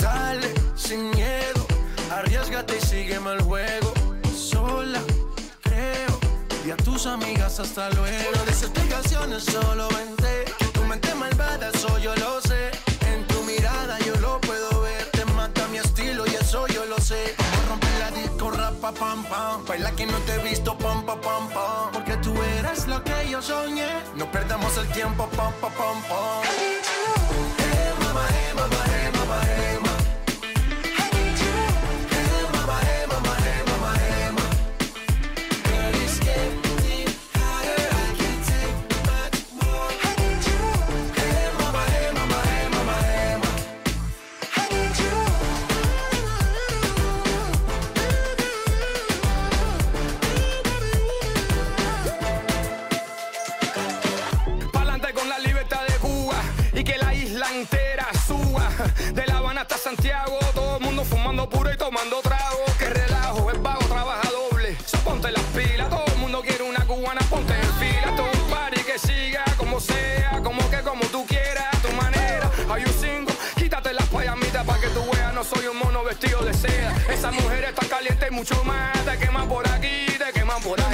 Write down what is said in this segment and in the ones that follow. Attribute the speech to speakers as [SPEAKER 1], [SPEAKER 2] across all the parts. [SPEAKER 1] Dale, sin miedo, arriesgate y sígueme el juego. Sola, creo, y a tus amigas hasta luego. No des explicaciones, solo vente. Tu mente malvada, eso yo lo sé. En tu mirada yo lo puedo ver. Te mata mi estilo y eso yo lo sé. Como romper la disco, rapa, pam, pam. Baila que no te he visto, pam, pam, pam, pam. Porque tú eres lo que yo soñé. No perdamos el tiempo, pam, pam, pam, pam. Hey, mama, hey, mama, hey, mama, hey, mama. Hey, mama, hey, mama, hey, mama, hey, mama. Girl, it's getting hotter. I can't take much more. Hey, mama, hey, mama, hey, mama, hey, mama.
[SPEAKER 2] Pa'lante con la libertad de Cuba y que la isla entera suba. De La Habana hasta Santiago, todo el mundo fumando puro y tomando trago. Que relajo, el vago trabaja doble. So, ponte las pilas, todo el mundo quiere una cubana, ponte en fila. Esto es un party que siga como sea, como que como tú quieras, a tu manera. Hay un single, quítate las payamitas para que tú veas, no soy un mono vestido de seda. Esa mujer está caliente y mucho más, te queman por aquí, te queman por allá.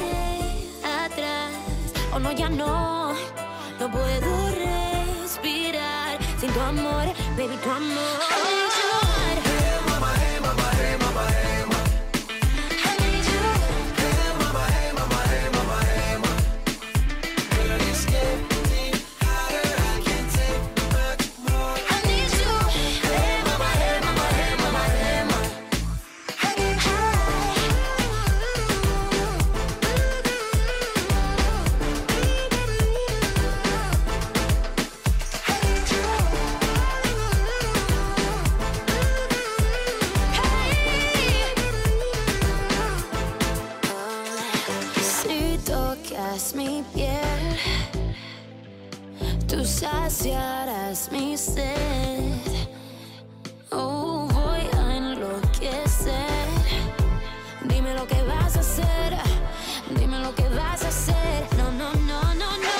[SPEAKER 3] miraré atrás. Oh no, ya no, no puedo respirar sin tu amor, baby, tu amor.
[SPEAKER 1] Hey, mama, hey, mama, hey, mama, hey, mama. Hey, mama, hey, mama, hey, mama, hey, mama. Girl, it's getting hotter. I can't take much more. Hey, mama, hey, mama, hey, mama, hey, mama.
[SPEAKER 3] Si tocas mi piel, tú saciarás mi sed. Oh, voy a enloquecer. Dime lo que vas a hacer. Dime lo que vas a hacer. No, no, no, no, no, no, no.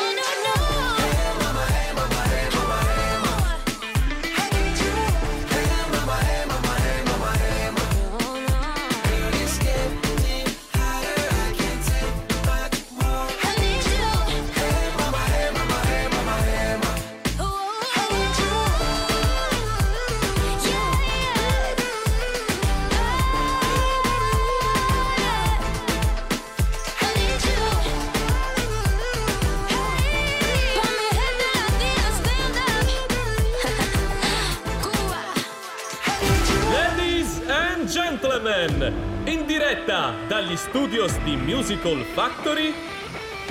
[SPEAKER 4] Ladies and gentlemen, in diretta dagli studios di Musical Factory,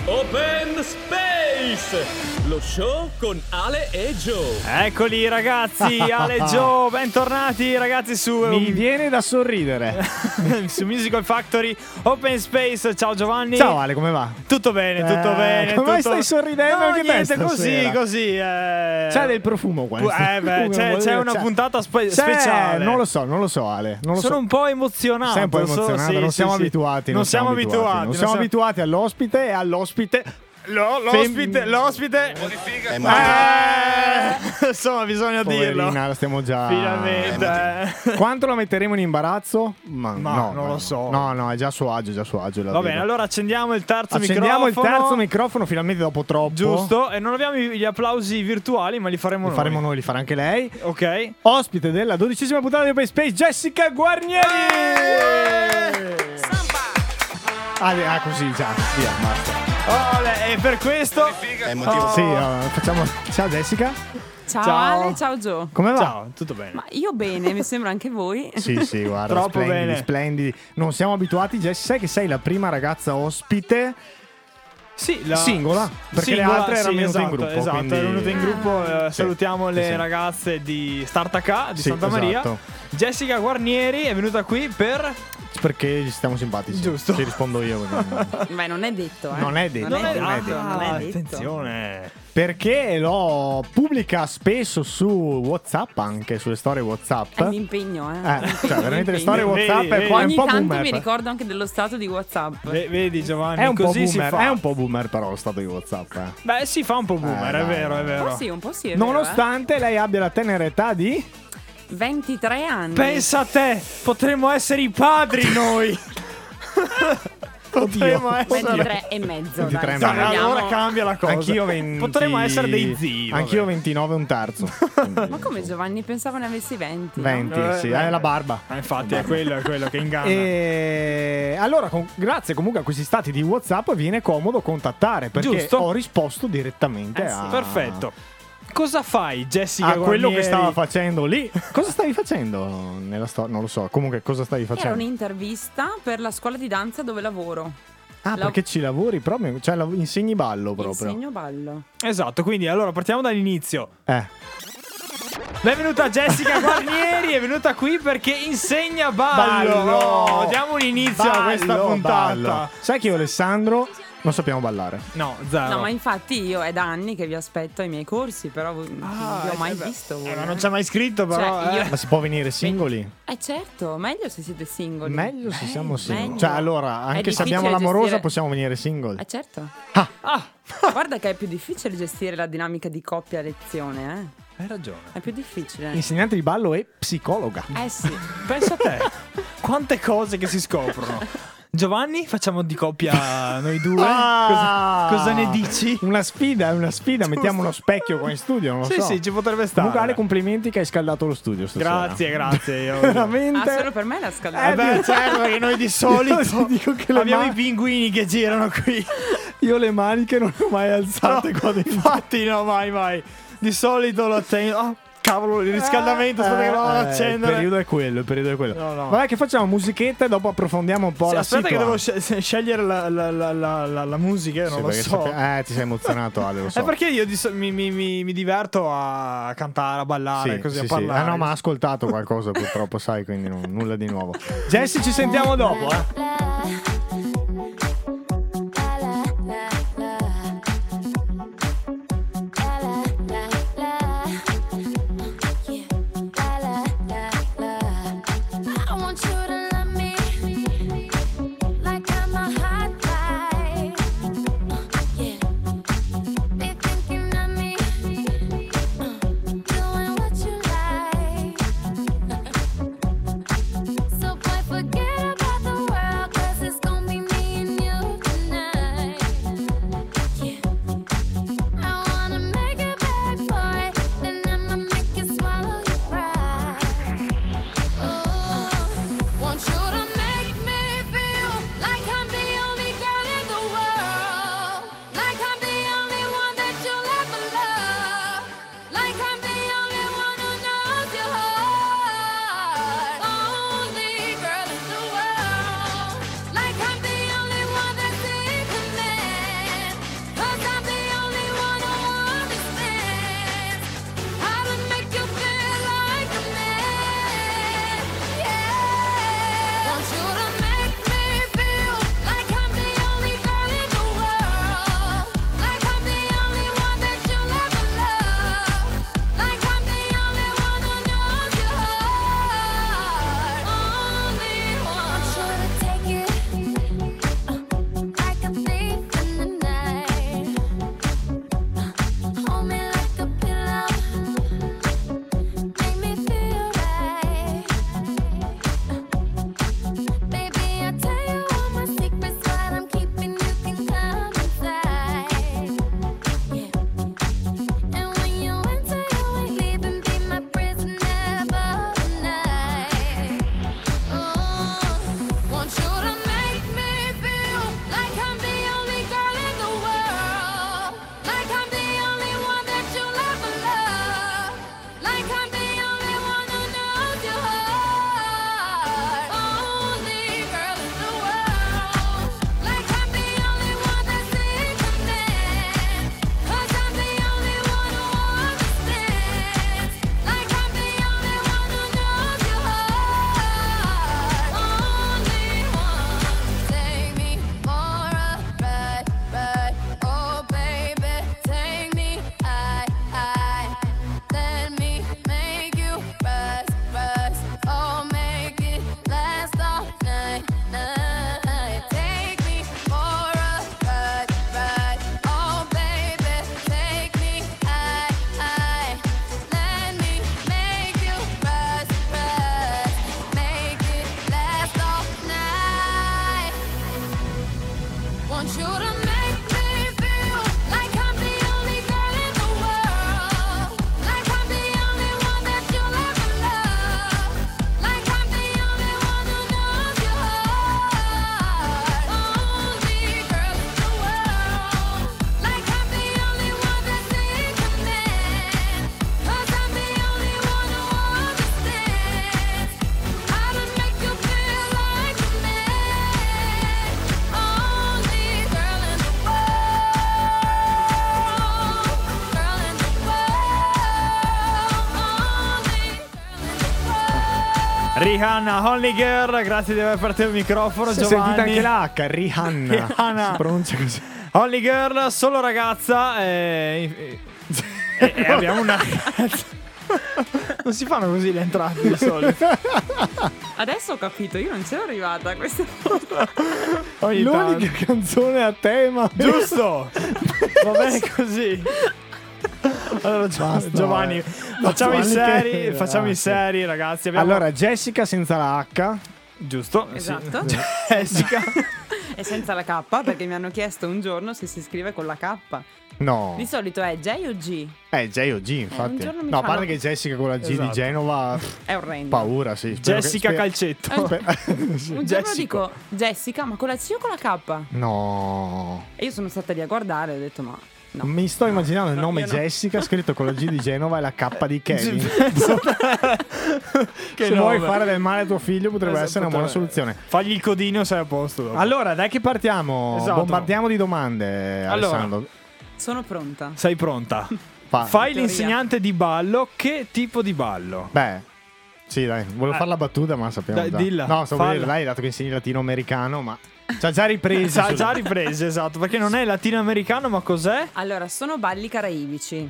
[SPEAKER 4] Open Space, lo show con Ale e Joe.
[SPEAKER 5] Eh, Eccoli ragazzi, Ale e Joe, bentornati ragazzi su, um,
[SPEAKER 6] Mi viene da sorridere.
[SPEAKER 5] su Musical Factory Open Space. Ciao Giovanni.
[SPEAKER 6] Ciao Ale, come va?
[SPEAKER 5] Tutto bene, tutto
[SPEAKER 6] Eh,
[SPEAKER 5] bene.
[SPEAKER 6] come mai
[SPEAKER 5] tutto-
[SPEAKER 6] stai sorridendo
[SPEAKER 5] No,
[SPEAKER 6] anche te
[SPEAKER 5] niente, così,
[SPEAKER 6] stasera?
[SPEAKER 5] così. eh.
[SPEAKER 6] C'è del profumo qua.
[SPEAKER 5] Eh, beh,
[SPEAKER 6] Come
[SPEAKER 5] c'è,
[SPEAKER 6] vuol
[SPEAKER 5] c'è
[SPEAKER 6] dire?
[SPEAKER 5] una
[SPEAKER 6] C'è-
[SPEAKER 5] puntata spe-
[SPEAKER 6] c'è-
[SPEAKER 5] speciale.
[SPEAKER 6] Non lo so, non lo so Ale. Non lo
[SPEAKER 5] sono
[SPEAKER 6] so.
[SPEAKER 5] un po' emozionato.
[SPEAKER 6] Sei un po'
[SPEAKER 5] so-
[SPEAKER 6] emozionato,
[SPEAKER 5] sì,
[SPEAKER 6] non
[SPEAKER 5] sì,
[SPEAKER 6] siamo
[SPEAKER 5] sì.
[SPEAKER 6] abituati.
[SPEAKER 5] Non siamo abituati.
[SPEAKER 6] Non siamo abituati all'ospite e all'ospite.
[SPEAKER 5] Lo- l'ospite,
[SPEAKER 6] Fem-
[SPEAKER 5] l'ospite. Eh, insomma, bisogna dirlo.
[SPEAKER 6] Poverina, la stiamo già.
[SPEAKER 5] Finalmente. eh.
[SPEAKER 6] Quanto la metteremo in imbarazzo? Ma,
[SPEAKER 5] Ma
[SPEAKER 6] no,
[SPEAKER 5] non
[SPEAKER 6] no,
[SPEAKER 5] lo
[SPEAKER 6] no.
[SPEAKER 5] so.
[SPEAKER 6] No, no, è già a suo agio, è già a suo agio. la
[SPEAKER 5] Va
[SPEAKER 6] vedo.
[SPEAKER 5] bene, allora accendiamo il terzo
[SPEAKER 6] Accendiamo il
[SPEAKER 5] microfono.
[SPEAKER 6] terzo microfono finalmente dopo troppo.
[SPEAKER 5] Giusto, e non abbiamo i- gli applausi virtuali, ma li faremo
[SPEAKER 6] Li
[SPEAKER 5] noi.
[SPEAKER 6] faremo noi, li farà anche lei.
[SPEAKER 5] Ok.
[SPEAKER 6] Ospite della dodicesima puntata di Open Space, Jessica Guarnieri. Ah, di- ah, così già, via, basta.
[SPEAKER 5] Ole, e per questo
[SPEAKER 6] Sì, eh, facciamo. Ciao Jessica,
[SPEAKER 7] Ciao,
[SPEAKER 5] Ciao.
[SPEAKER 7] Ale, ciao Gio.
[SPEAKER 6] come va?
[SPEAKER 5] Ciao, tutto bene.
[SPEAKER 7] Ma io bene, mi sembra anche voi.
[SPEAKER 6] Sì, sì, guarda,
[SPEAKER 5] Troppo
[SPEAKER 6] splendidi,
[SPEAKER 5] bene.
[SPEAKER 6] splendidi. Non siamo abituati, Jess, sai che sei la prima ragazza ospite
[SPEAKER 5] Sì, la...
[SPEAKER 6] singola, perché le
[SPEAKER 5] Singola,
[SPEAKER 6] altre
[SPEAKER 5] sì,
[SPEAKER 6] erano venute
[SPEAKER 5] esatto,
[SPEAKER 6] in gruppo.
[SPEAKER 5] Esatto,
[SPEAKER 6] quindi-
[SPEAKER 5] erano venute in gruppo. eh,
[SPEAKER 6] Sì,
[SPEAKER 5] Salutiamo
[SPEAKER 6] sì,
[SPEAKER 5] le
[SPEAKER 6] sì.
[SPEAKER 5] ragazze di Starta K di
[SPEAKER 6] Sì,
[SPEAKER 5] Santa Maria.
[SPEAKER 6] esatto. Ah,
[SPEAKER 5] Jessica Guarnieri è venuta qui per...
[SPEAKER 6] Perché gli stiamo simpatici.
[SPEAKER 5] Giusto.
[SPEAKER 6] Ti rispondo io. perché-
[SPEAKER 7] Beh, non è detto, eh.
[SPEAKER 6] Non è detto,
[SPEAKER 7] Non è
[SPEAKER 6] non è
[SPEAKER 7] detto.
[SPEAKER 6] detto.
[SPEAKER 7] Ah,
[SPEAKER 6] Ah,
[SPEAKER 7] non è detto.
[SPEAKER 5] Attenzione.
[SPEAKER 6] Perché lo pubblica spesso su WhatsApp, anche sulle storie WhatsApp.
[SPEAKER 7] È un impegno, eh.
[SPEAKER 6] Eh, cioè, veramente le
[SPEAKER 7] Impegno.
[SPEAKER 6] storie
[SPEAKER 5] Vedi,
[SPEAKER 6] WhatsApp
[SPEAKER 5] vedi.
[SPEAKER 6] è, qua- è un
[SPEAKER 7] Ogni
[SPEAKER 6] po'
[SPEAKER 7] tanto
[SPEAKER 6] boomer.
[SPEAKER 7] mi ricordo anche dello stato di WhatsApp.
[SPEAKER 5] Ve- Vedi Giovanni,
[SPEAKER 6] È un, po
[SPEAKER 5] così si
[SPEAKER 6] boomer,
[SPEAKER 5] fa.
[SPEAKER 6] è un po' boomer, però lo stato di WhatsApp. eh.
[SPEAKER 5] Beh, si fa un po' boomer,
[SPEAKER 6] Eh,
[SPEAKER 5] è
[SPEAKER 6] dai.
[SPEAKER 5] vero, è
[SPEAKER 7] un
[SPEAKER 5] vero.
[SPEAKER 7] po' sì, un po' sì. è vero,
[SPEAKER 6] Nonostante
[SPEAKER 5] eh.
[SPEAKER 6] lei abbia la tenera età di.
[SPEAKER 7] eh. 23 anni.
[SPEAKER 5] Pensa a te, potremmo essere i padri noi. Potremmo essere...
[SPEAKER 7] 23 e mezzo.
[SPEAKER 6] 23 e
[SPEAKER 7] dai, se
[SPEAKER 6] mezzo.
[SPEAKER 5] Dai,
[SPEAKER 7] vogliamo.
[SPEAKER 5] allora cambia la cosa.
[SPEAKER 6] Anch'io 20.
[SPEAKER 5] Potremmo essere dei zii. vabbè.
[SPEAKER 6] Anch'io 29 e un terzo.
[SPEAKER 7] Ma come Giovanni? Pensavo ne avessi 20. no?
[SPEAKER 6] 20,
[SPEAKER 5] Eh,
[SPEAKER 6] sì,
[SPEAKER 5] eh.
[SPEAKER 6] è la barba.
[SPEAKER 5] Ah, infatti, è quello, è quello che inganna.
[SPEAKER 6] Eh,
[SPEAKER 5] Eh,
[SPEAKER 6] E allora, con- grazie comunque a questi stati di WhatsApp, viene comodo contattare perché
[SPEAKER 5] Giusto. Eh
[SPEAKER 6] ho risposto direttamente a.
[SPEAKER 5] Perfetto. Cosa fai, Jessica?
[SPEAKER 6] A Ah, quello che
[SPEAKER 5] Guarnieri?
[SPEAKER 6] stava facendo lì. Cosa stavi facendo nella storia? Non lo so. Comunque, cosa stavi
[SPEAKER 7] Era
[SPEAKER 6] facendo?
[SPEAKER 7] un'intervista per la scuola di danza dove lavoro.
[SPEAKER 6] Ah,
[SPEAKER 7] la-
[SPEAKER 6] perché ci lavori proprio? Cioè, la- insegni ballo proprio.
[SPEAKER 7] Insegno ballo.
[SPEAKER 5] Esatto, quindi allora partiamo dall'inizio.
[SPEAKER 6] Eh.
[SPEAKER 5] Benvenuta Jessica Guarnieri, è venuta qui perché insegna ballo. No, diamo un inizio a
[SPEAKER 6] Ballo,
[SPEAKER 5] questa puntata.
[SPEAKER 6] ballo. Sai che io e Alessandro non sappiamo ballare.
[SPEAKER 5] No, zero.
[SPEAKER 7] No, ma infatti io è da anni che vi aspetto ai miei corsi, però voi-
[SPEAKER 6] Ah,
[SPEAKER 7] non vi ho mai
[SPEAKER 5] eh, beh,
[SPEAKER 7] visto voi.
[SPEAKER 5] eh, ma
[SPEAKER 7] eh.
[SPEAKER 5] non c'è mai scritto, però.
[SPEAKER 7] Cioè,
[SPEAKER 5] eh.
[SPEAKER 7] io-
[SPEAKER 6] Ma si può venire singoli?
[SPEAKER 7] Eh certo, meglio se siete singoli.
[SPEAKER 6] Meglio se siamo singoli.
[SPEAKER 7] meglio.
[SPEAKER 6] Cioè, allora,
[SPEAKER 7] È
[SPEAKER 6] anche se
[SPEAKER 7] difficile
[SPEAKER 6] abbiamo l'amorosa,
[SPEAKER 7] gestire-
[SPEAKER 6] possiamo venire singoli.
[SPEAKER 7] Eh certo.
[SPEAKER 5] Ah,
[SPEAKER 7] Guarda che è più difficile gestire la dinamica di coppia a lezione, eh.
[SPEAKER 5] hai ragione.
[SPEAKER 7] È più difficile.
[SPEAKER 6] Insegnante di ballo e psicologa.
[SPEAKER 7] Eh sì.
[SPEAKER 5] Pensa a te, Eh, quante cose che si scoprono. Giovanni, facciamo di coppia noi due.
[SPEAKER 6] Ah!
[SPEAKER 5] cosa, cosa ne dici?
[SPEAKER 6] Una sfida, è una sfida. Mettiamo uno specchio qua in studio, non lo
[SPEAKER 5] Sì,
[SPEAKER 6] so.
[SPEAKER 5] sì, ci potrebbe stare.
[SPEAKER 6] Comunque, Ale, complimenti che hai scaldato lo studio stasera.
[SPEAKER 5] Grazie, grazie. io-
[SPEAKER 7] Ah,
[SPEAKER 6] Veramente.
[SPEAKER 7] solo per me la
[SPEAKER 5] Eh
[SPEAKER 7] scaldata.
[SPEAKER 5] beh, certo, perché noi di solito
[SPEAKER 6] Io ti dico che le
[SPEAKER 5] abbiamo
[SPEAKER 6] ma-
[SPEAKER 5] i pinguini che girano qui.
[SPEAKER 6] Io le maniche non le ho mai alzate
[SPEAKER 5] No,
[SPEAKER 6] qua dentro.
[SPEAKER 5] Infatti, no, mai, mai. Di solito lo accendo. Oh, cavolo, il riscaldamento. aspetta che lo vado ad
[SPEAKER 6] Eh,
[SPEAKER 5] accendere.
[SPEAKER 6] Il periodo è quello, il periodo è quello.
[SPEAKER 5] No, no.
[SPEAKER 6] Vabbè, che facciamo musichetta e dopo approfondiamo un po'
[SPEAKER 5] Sì,
[SPEAKER 6] la
[SPEAKER 5] aspetta, che
[SPEAKER 6] situazione.
[SPEAKER 5] devo sce- se- scegliere la, la- la- la- la- la musica. Io non
[SPEAKER 6] Sì,
[SPEAKER 5] lo
[SPEAKER 6] perché
[SPEAKER 5] so.
[SPEAKER 6] sappia- Eh, ti sei emozionato, Ale, lo so.
[SPEAKER 5] È perché io di so- mi, mi- mi- mi diverto a cantare, a ballare,
[SPEAKER 6] Sì,
[SPEAKER 5] così
[SPEAKER 6] sì,
[SPEAKER 5] a
[SPEAKER 6] sì.
[SPEAKER 5] parlare.
[SPEAKER 6] Ah no, ma ha ascoltato qualcosa purtroppo, sai, quindi non- nulla di nuovo. Jesse, ci sentiamo
[SPEAKER 5] Andiamo
[SPEAKER 6] dopo,
[SPEAKER 5] dopo, eh.
[SPEAKER 3] I want you to love me like I'm a hot guy. Yeah, be thinking of me, uh, doing what you like. So boy, forget about the world, girl. Uh, Uh-huh. oh Oh, Oh, want you to make me feel like I'm the only girl in the world. Like I'm the only one that you'll ever love. Like I'm the only one who knows your heart. Only girl in the world. Like I'm the only one that's in command. Cause I'm the only one who understands. I don't make you feel like a man. Only girl in the world. Girl in the world. Only girl in the world.
[SPEAKER 5] Rihanna, Only Girl, grazie di aver aperto il microfono.
[SPEAKER 6] Si è
[SPEAKER 5] Giovanni.
[SPEAKER 6] sentita anche la H, Rihanna.
[SPEAKER 5] Rihanna.
[SPEAKER 6] Si pronuncia così.
[SPEAKER 5] Only Girl, solo ragazza. E, e- e abbiamo una. non si fanno così le entrate di solito.
[SPEAKER 7] Adesso ho capito, io non c'ero arrivata a questa
[SPEAKER 5] Ogni tanto.
[SPEAKER 6] L'unica canzone a tema.
[SPEAKER 5] Giusto, va bene così. Allora, Gio-
[SPEAKER 6] Basta,
[SPEAKER 5] Giovanni,
[SPEAKER 6] eh.
[SPEAKER 5] facciamo i
[SPEAKER 6] Giovanni
[SPEAKER 5] seri,
[SPEAKER 6] che-
[SPEAKER 5] facciamo
[SPEAKER 6] ah,
[SPEAKER 5] i
[SPEAKER 6] sì.
[SPEAKER 5] seri, ragazzi. Abbiamo...
[SPEAKER 6] Allora, Jessica senza la H.
[SPEAKER 5] giusto, sì.
[SPEAKER 7] Esatto.
[SPEAKER 5] Jessica.
[SPEAKER 7] E senza la K perché mi hanno chiesto un giorno se si scrive con la K.
[SPEAKER 6] No.
[SPEAKER 7] Di solito è J o G.
[SPEAKER 6] Eh, J o G, infatti.
[SPEAKER 7] giorno mi
[SPEAKER 6] no, a
[SPEAKER 7] fanno-
[SPEAKER 6] parte che Jessica con la G
[SPEAKER 5] Esatto.
[SPEAKER 6] di Genova,
[SPEAKER 7] È orrendo.
[SPEAKER 6] paura, sì. Spero che-
[SPEAKER 5] Jessica
[SPEAKER 6] spe-
[SPEAKER 5] Calcetto.
[SPEAKER 6] spe- sì.
[SPEAKER 7] Un giorno dico Jessica, ma con la C o con la K?
[SPEAKER 6] No.
[SPEAKER 7] E io sono stata lì a guardare e ho detto ma no.
[SPEAKER 6] Mi sto immaginando il
[SPEAKER 7] No,
[SPEAKER 6] nome
[SPEAKER 7] io no.
[SPEAKER 6] Jessica scritto con la G di Genova e la K di Kevin.
[SPEAKER 5] Che
[SPEAKER 6] Se vuoi
[SPEAKER 5] nome.
[SPEAKER 6] fare del male a tuo figlio potrebbe
[SPEAKER 5] Esatto,
[SPEAKER 6] essere una buona
[SPEAKER 5] potrebbe-
[SPEAKER 6] soluzione.
[SPEAKER 5] Fagli il codino, sei a posto. dopo.
[SPEAKER 6] Allora, dai che partiamo.
[SPEAKER 5] Esatto.
[SPEAKER 6] Bombardiamo di domande,
[SPEAKER 5] Allora.
[SPEAKER 6] Alessandro.
[SPEAKER 7] Sono pronta.
[SPEAKER 5] sei pronta?
[SPEAKER 6] Fa-
[SPEAKER 5] Fai
[SPEAKER 7] teoria.
[SPEAKER 5] l'insegnante di ballo. Che tipo di ballo?
[SPEAKER 6] Beh, sì, dai, volevo
[SPEAKER 5] Ah.
[SPEAKER 6] fare la battuta, ma sappiamo
[SPEAKER 5] Dai,
[SPEAKER 6] già.
[SPEAKER 5] dilla,
[SPEAKER 6] No, stavo
[SPEAKER 5] falla.
[SPEAKER 6] per dire, dai, dato che insegni latinoamericano, ma ci ha già ripreso.
[SPEAKER 5] Sa già riprese, esatto, perché non è latinoamericano, ma cos'è?
[SPEAKER 7] Allora, sono balli caraibici,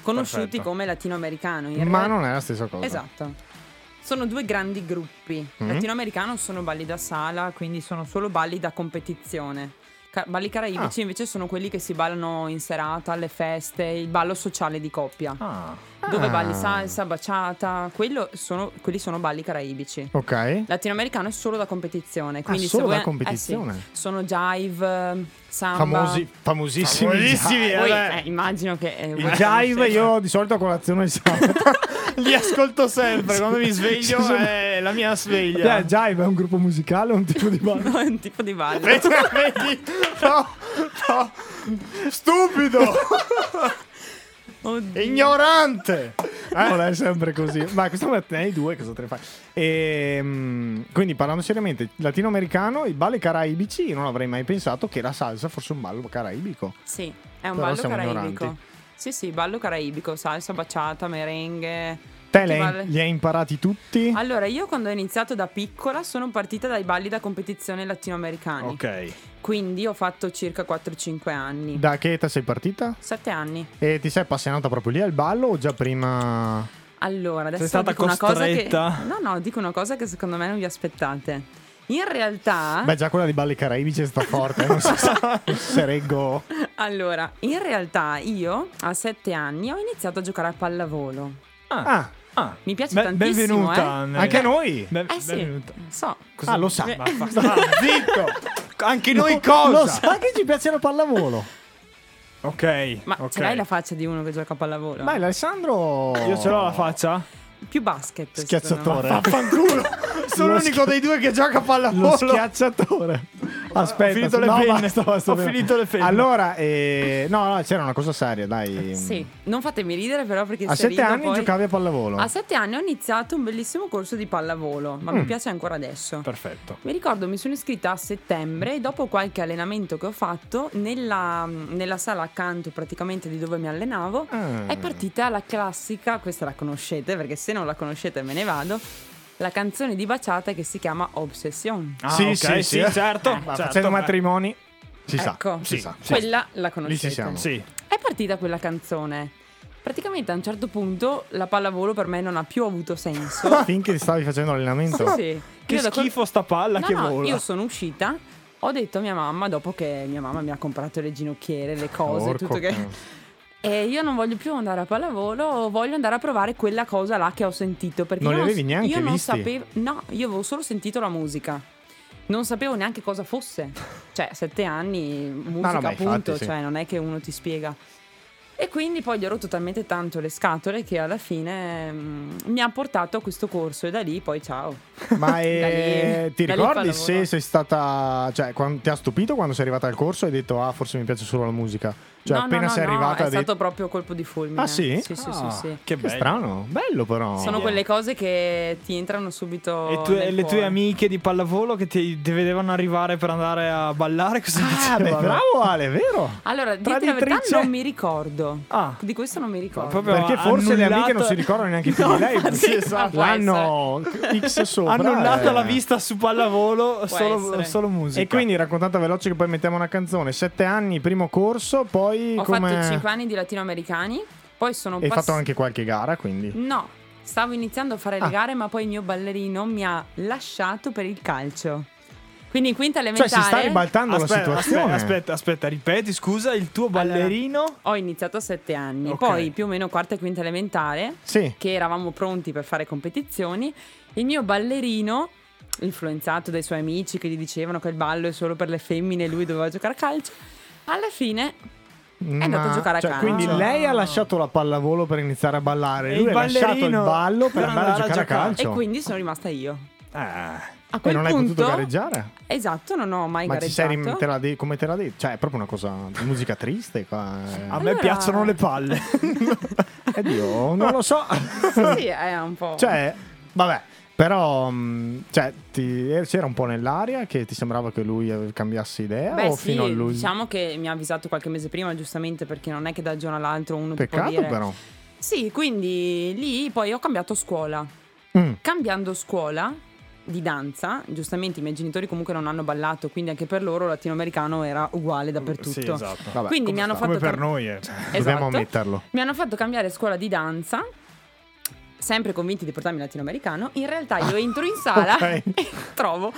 [SPEAKER 7] conosciuti
[SPEAKER 5] Perfetto.
[SPEAKER 7] come latinoamericano. in
[SPEAKER 6] ma
[SPEAKER 7] realtà-
[SPEAKER 6] non è la stessa cosa.
[SPEAKER 7] Esatto. Sono due grandi gruppi.
[SPEAKER 6] Mm.
[SPEAKER 7] Latinoamericano sono balli da sala, quindi sono solo balli da competizione. Ca- balli
[SPEAKER 6] Ah.
[SPEAKER 7] caraibici invece sono quelli che si ballano in serata, alle feste, il ballo sociale di coppia.
[SPEAKER 5] Ah,
[SPEAKER 7] Dove
[SPEAKER 6] Ah.
[SPEAKER 7] balli salsa, baciata, quello sono- quelli sono balli caraibici.
[SPEAKER 6] Ok.
[SPEAKER 7] Latinoamericano è solo da competizione, quindi
[SPEAKER 6] Ah, solo
[SPEAKER 7] se vuoi-
[SPEAKER 6] da competizione?
[SPEAKER 7] eh sì, sono jive, samba.
[SPEAKER 6] Famosi, famosissimi.
[SPEAKER 5] Famosissimi,
[SPEAKER 6] già.
[SPEAKER 7] Voi,
[SPEAKER 5] vabbè.
[SPEAKER 7] eh, immagino che eh,
[SPEAKER 6] Il
[SPEAKER 7] voi
[SPEAKER 6] jive
[SPEAKER 7] conoscete.
[SPEAKER 6] io di solito a colazione il sabato.
[SPEAKER 5] Li ascolto sempre quando mi sveglio,
[SPEAKER 6] Ci sono-
[SPEAKER 5] è la mia sveglia.
[SPEAKER 6] Cioè, jive è un gruppo musicale o un tipo di ballo?
[SPEAKER 7] No, è un tipo di ballo.
[SPEAKER 5] Vedi? No, no.
[SPEAKER 6] Stupido! eh,
[SPEAKER 7] Oddio.
[SPEAKER 6] Ignorante! Eh? Non è sempre così. Ma questa volta ne hai due, cosa te ne fai? Ehm, quindi parlando seriamente, latinoamericano, i balli caraibici, io non avrei mai pensato che la salsa fosse un ballo caraibico.
[SPEAKER 7] Sì, è un
[SPEAKER 6] Però
[SPEAKER 7] ballo
[SPEAKER 6] siamo
[SPEAKER 7] caraibico.
[SPEAKER 6] ignoranti.
[SPEAKER 7] Sì, sì, ballo caraibico, salsa baciata, merengue.
[SPEAKER 6] Te
[SPEAKER 7] tutti
[SPEAKER 6] li hai-
[SPEAKER 7] balli-
[SPEAKER 6] li hai imparati tutti?
[SPEAKER 7] Allora, io quando ho iniziato da piccola sono partita dai balli da competizione latinoamericani.
[SPEAKER 5] Ok.
[SPEAKER 7] Quindi ho fatto circa 4-5 anni.
[SPEAKER 6] Da che età sei partita?
[SPEAKER 7] 7 anni.
[SPEAKER 6] E ti sei appassionata proprio lì al ballo o già prima?
[SPEAKER 7] Allora, adesso
[SPEAKER 5] stata
[SPEAKER 7] dico una cosa che
[SPEAKER 5] costretta?
[SPEAKER 7] No, no, dico una cosa che secondo me non vi aspettate. In realtà,
[SPEAKER 6] Beh, già quella di balli caraibici sta forte, non so se, non so se reggo.
[SPEAKER 7] allora, in realtà io a 7 anni ho iniziato a giocare a pallavolo.
[SPEAKER 6] Ah,
[SPEAKER 5] Ah,
[SPEAKER 7] Mi piace
[SPEAKER 5] be-
[SPEAKER 7] tantissimo,
[SPEAKER 5] Benvenuta.
[SPEAKER 7] eh.
[SPEAKER 5] Anne.
[SPEAKER 6] anche a noi!
[SPEAKER 5] Ben-
[SPEAKER 7] Eh sì,
[SPEAKER 5] benvenuta.
[SPEAKER 7] so. Eh,
[SPEAKER 6] Ah, lo sa.
[SPEAKER 5] Ma fa-
[SPEAKER 6] Zitto!
[SPEAKER 5] Anche noi
[SPEAKER 6] Lo
[SPEAKER 5] cosa?
[SPEAKER 6] sa che ci piace la pallavolo.
[SPEAKER 5] Ok.
[SPEAKER 7] Ma
[SPEAKER 5] ok.
[SPEAKER 7] ce l'hai la faccia di uno che gioca a pallavolo?
[SPEAKER 6] Dai, Alessandro.
[SPEAKER 5] Io ce l'ho la faccia?
[SPEAKER 7] Più basket. secondo me.
[SPEAKER 6] Schiacciatore. Vaffanculo.
[SPEAKER 5] Sono l'unico
[SPEAKER 6] dei due che gioca a pallavolo. Lo schiacciatore. Aspetta,
[SPEAKER 5] Ho finito le
[SPEAKER 6] no,
[SPEAKER 5] penne.
[SPEAKER 6] basta, basta,
[SPEAKER 5] Ho
[SPEAKER 6] basta.
[SPEAKER 5] finito le penne.
[SPEAKER 6] Allora, eh, no, no, c'era una cosa seria, dai.
[SPEAKER 7] Sì, non fatemi ridere però perché
[SPEAKER 6] A
[SPEAKER 7] se
[SPEAKER 6] sette
[SPEAKER 7] rido
[SPEAKER 6] anni
[SPEAKER 7] poi- Ah,
[SPEAKER 6] giocavi a pallavolo. Mm.
[SPEAKER 7] A 7 anni ho iniziato un bellissimo corso di pallavolo, ma mi piace ancora adesso.
[SPEAKER 5] Perfetto.
[SPEAKER 7] Mi ricordo mi sono iscritta a settembre e dopo qualche allenamento che ho fatto nella, nella sala accanto praticamente di dove mi allenavo
[SPEAKER 6] Ah.
[SPEAKER 7] è partita la classica, questa la conoscete perché se non la conoscete me ne vado, la canzone di Baciata che si chiama Obsession.
[SPEAKER 5] Ah,
[SPEAKER 6] Sì,
[SPEAKER 5] ok,
[SPEAKER 6] sì, sì.
[SPEAKER 5] certo.
[SPEAKER 6] Ma
[SPEAKER 5] certo.
[SPEAKER 6] facendo matrimoni si
[SPEAKER 7] ecco,
[SPEAKER 6] sa, si sa.
[SPEAKER 7] quella la
[SPEAKER 6] Lì ci
[SPEAKER 7] conoscete.
[SPEAKER 6] siamo.
[SPEAKER 5] Sì.
[SPEAKER 7] È partita quella canzone. Praticamente a un certo punto la pallavolo per me non ha più avuto senso.
[SPEAKER 6] Finché stavi facendo l'allenamento.
[SPEAKER 7] sì, sì.
[SPEAKER 5] Che
[SPEAKER 7] Io da quel-
[SPEAKER 5] schifo sta palla
[SPEAKER 7] No,
[SPEAKER 5] che
[SPEAKER 7] no,
[SPEAKER 5] vola.
[SPEAKER 7] io sono uscita. Ho detto a mia mamma, dopo che mia mamma mi ha comprato le ginocchiere, le cose,
[SPEAKER 6] Porco
[SPEAKER 7] tutto che.
[SPEAKER 6] cane.
[SPEAKER 7] E io non voglio più andare a pallavolo, voglio andare a provare quella cosa là che ho sentito. Perché
[SPEAKER 6] Non
[SPEAKER 7] io
[SPEAKER 6] li avevi
[SPEAKER 7] s-
[SPEAKER 6] neanche
[SPEAKER 7] Io non
[SPEAKER 6] visti?
[SPEAKER 7] sapevo. No, io avevo solo sentito la musica. Non sapevo neanche cosa fosse. cioè, sette anni, musica
[SPEAKER 6] no, beh,
[SPEAKER 7] appunto,
[SPEAKER 6] infatti, sì.
[SPEAKER 7] cioè, non è che uno ti spiega. E quindi poi gli ho rotto talmente tanto le scatole che alla fine mm, mi ha portato a questo corso e da lì poi ciao.
[SPEAKER 6] Ma
[SPEAKER 7] Da
[SPEAKER 6] eh,
[SPEAKER 7] lì-
[SPEAKER 6] ti
[SPEAKER 7] da lì
[SPEAKER 6] ricordi
[SPEAKER 7] fa
[SPEAKER 6] se
[SPEAKER 7] lavoro.
[SPEAKER 6] sei stata. Cioè, quan- ti ha stupito quando sei arrivata al corso e hai detto, ah, forse mi piace solo la musica? Cioè,
[SPEAKER 7] No, no,
[SPEAKER 6] appena
[SPEAKER 7] no,
[SPEAKER 6] sei
[SPEAKER 7] no,
[SPEAKER 6] arrivata.
[SPEAKER 7] è
[SPEAKER 6] hai detto-
[SPEAKER 7] stato proprio colpo di fulmine.
[SPEAKER 6] Ah, sì?
[SPEAKER 7] Sì, sì,
[SPEAKER 5] Ah,
[SPEAKER 7] sì, sì.
[SPEAKER 5] Che
[SPEAKER 6] Che
[SPEAKER 5] bello.
[SPEAKER 6] strano, bello però.
[SPEAKER 7] Sono quelle cose che ti entrano subito.
[SPEAKER 5] Oh. E tue-
[SPEAKER 7] nel
[SPEAKER 5] le tue
[SPEAKER 7] cuore.
[SPEAKER 5] amiche di pallavolo che ti, ti vedevano arrivare per andare a ballare, cosa
[SPEAKER 6] Ah, beh,
[SPEAKER 5] dicevano?
[SPEAKER 6] bravo Ale, vero?
[SPEAKER 7] Allora, dirti la verità,
[SPEAKER 5] Traditrice.
[SPEAKER 7] non mi ricordo.
[SPEAKER 5] Ah.
[SPEAKER 7] Di questo non mi ricordo.
[SPEAKER 5] Proprio
[SPEAKER 6] Perché forse le amiche
[SPEAKER 5] annullato-
[SPEAKER 6] non si ricordano neanche più di lei.
[SPEAKER 7] infatti,
[SPEAKER 6] Sì,
[SPEAKER 7] Ah,
[SPEAKER 6] esatto.
[SPEAKER 7] ma può
[SPEAKER 6] L'hanno X sopra.
[SPEAKER 5] Annullata
[SPEAKER 6] eh.
[SPEAKER 5] la vista su pallavolo, solo,
[SPEAKER 7] essere.
[SPEAKER 5] solo musica.
[SPEAKER 6] E quindi raccontata veloce che poi mettiamo una canzone. Sette anni, primo corso, poi
[SPEAKER 7] Ho
[SPEAKER 6] come...
[SPEAKER 7] fatto 5 anni di latinoamericani, poi sono
[SPEAKER 6] E hai
[SPEAKER 7] pass-
[SPEAKER 6] fatto anche qualche gara, quindi.
[SPEAKER 7] No, stavo iniziando a fare
[SPEAKER 6] Ah.
[SPEAKER 7] le gare, ma poi il mio ballerino mi ha lasciato per il calcio. Quindi in quinta
[SPEAKER 6] Cioè,
[SPEAKER 7] elementare
[SPEAKER 6] si sta ribaltando
[SPEAKER 5] aspetta,
[SPEAKER 6] la situazione.
[SPEAKER 5] Aspetta, aspetta, aspetta, ripeti, scusa, il tuo ballerino.
[SPEAKER 7] ho iniziato a 7 anni,
[SPEAKER 5] Ok.
[SPEAKER 7] poi più o meno quarta e quinta elementare,
[SPEAKER 6] Sì.
[SPEAKER 7] che eravamo pronti per fare competizioni, il mio ballerino, influenzato dai suoi amici che gli dicevano che il ballo è solo per le femmine e lui doveva giocare a calcio, alla fine
[SPEAKER 6] È
[SPEAKER 7] andato a giocare a calcio.
[SPEAKER 6] cioè, Quindi lei ha lasciato la pallavolo per iniziare a ballare.
[SPEAKER 5] E
[SPEAKER 6] lui
[SPEAKER 5] il
[SPEAKER 6] ha lasciato il
[SPEAKER 5] ballerino
[SPEAKER 6] ballo per andare a giocare a calcio.
[SPEAKER 7] e quindi sono rimasta io.
[SPEAKER 6] Eh.
[SPEAKER 7] A
[SPEAKER 6] E
[SPEAKER 7] quel
[SPEAKER 6] non hai
[SPEAKER 7] punto,
[SPEAKER 6] potuto gareggiare?
[SPEAKER 7] Esatto, non ho mai
[SPEAKER 6] Ma ti sei
[SPEAKER 7] gareggiato.
[SPEAKER 6] rim- te l'ha de- come te l'ha detto? Cioè, è proprio una cosa di musica triste. Qua.
[SPEAKER 5] A
[SPEAKER 6] Eh,
[SPEAKER 5] me
[SPEAKER 7] Allora-
[SPEAKER 5] piacciono le palle.
[SPEAKER 6] eh, Dio, non lo so.
[SPEAKER 7] sì, è un po'.
[SPEAKER 6] cioè, vabbè, però mh, cioè, ti- eh, c'era un po' nell'aria che ti sembrava che lui eh, cambiasse idea
[SPEAKER 7] Beh,
[SPEAKER 6] o
[SPEAKER 7] sì,
[SPEAKER 6] oh, fino a lui?
[SPEAKER 7] diciamo che mi ha avvisato qualche mese prima, giustamente, perché non è che da giorno all'altro uno ti può
[SPEAKER 6] Peccato
[SPEAKER 7] dire.
[SPEAKER 6] però.
[SPEAKER 7] Sì, quindi lì poi ho cambiato scuola.
[SPEAKER 6] Mm.
[SPEAKER 7] Cambiando scuola di danza, giustamente i miei genitori comunque non hanno ballato, quindi anche per loro latinoamericano era uguale
[SPEAKER 6] Mm,
[SPEAKER 7] dappertutto.
[SPEAKER 5] esatto.
[SPEAKER 6] Vabbè,
[SPEAKER 7] Quindi mi
[SPEAKER 6] come
[SPEAKER 7] hanno
[SPEAKER 6] sta?
[SPEAKER 7] fatto cam-
[SPEAKER 5] noi, eh.
[SPEAKER 6] Dobbiamo
[SPEAKER 7] Esatto.
[SPEAKER 6] ammetterlo.
[SPEAKER 7] Mi hanno fatto cambiare scuola di danza, sempre convinti di portarmi latinoamericano. In realtà io entro in sala
[SPEAKER 6] Ok.
[SPEAKER 7] e trovo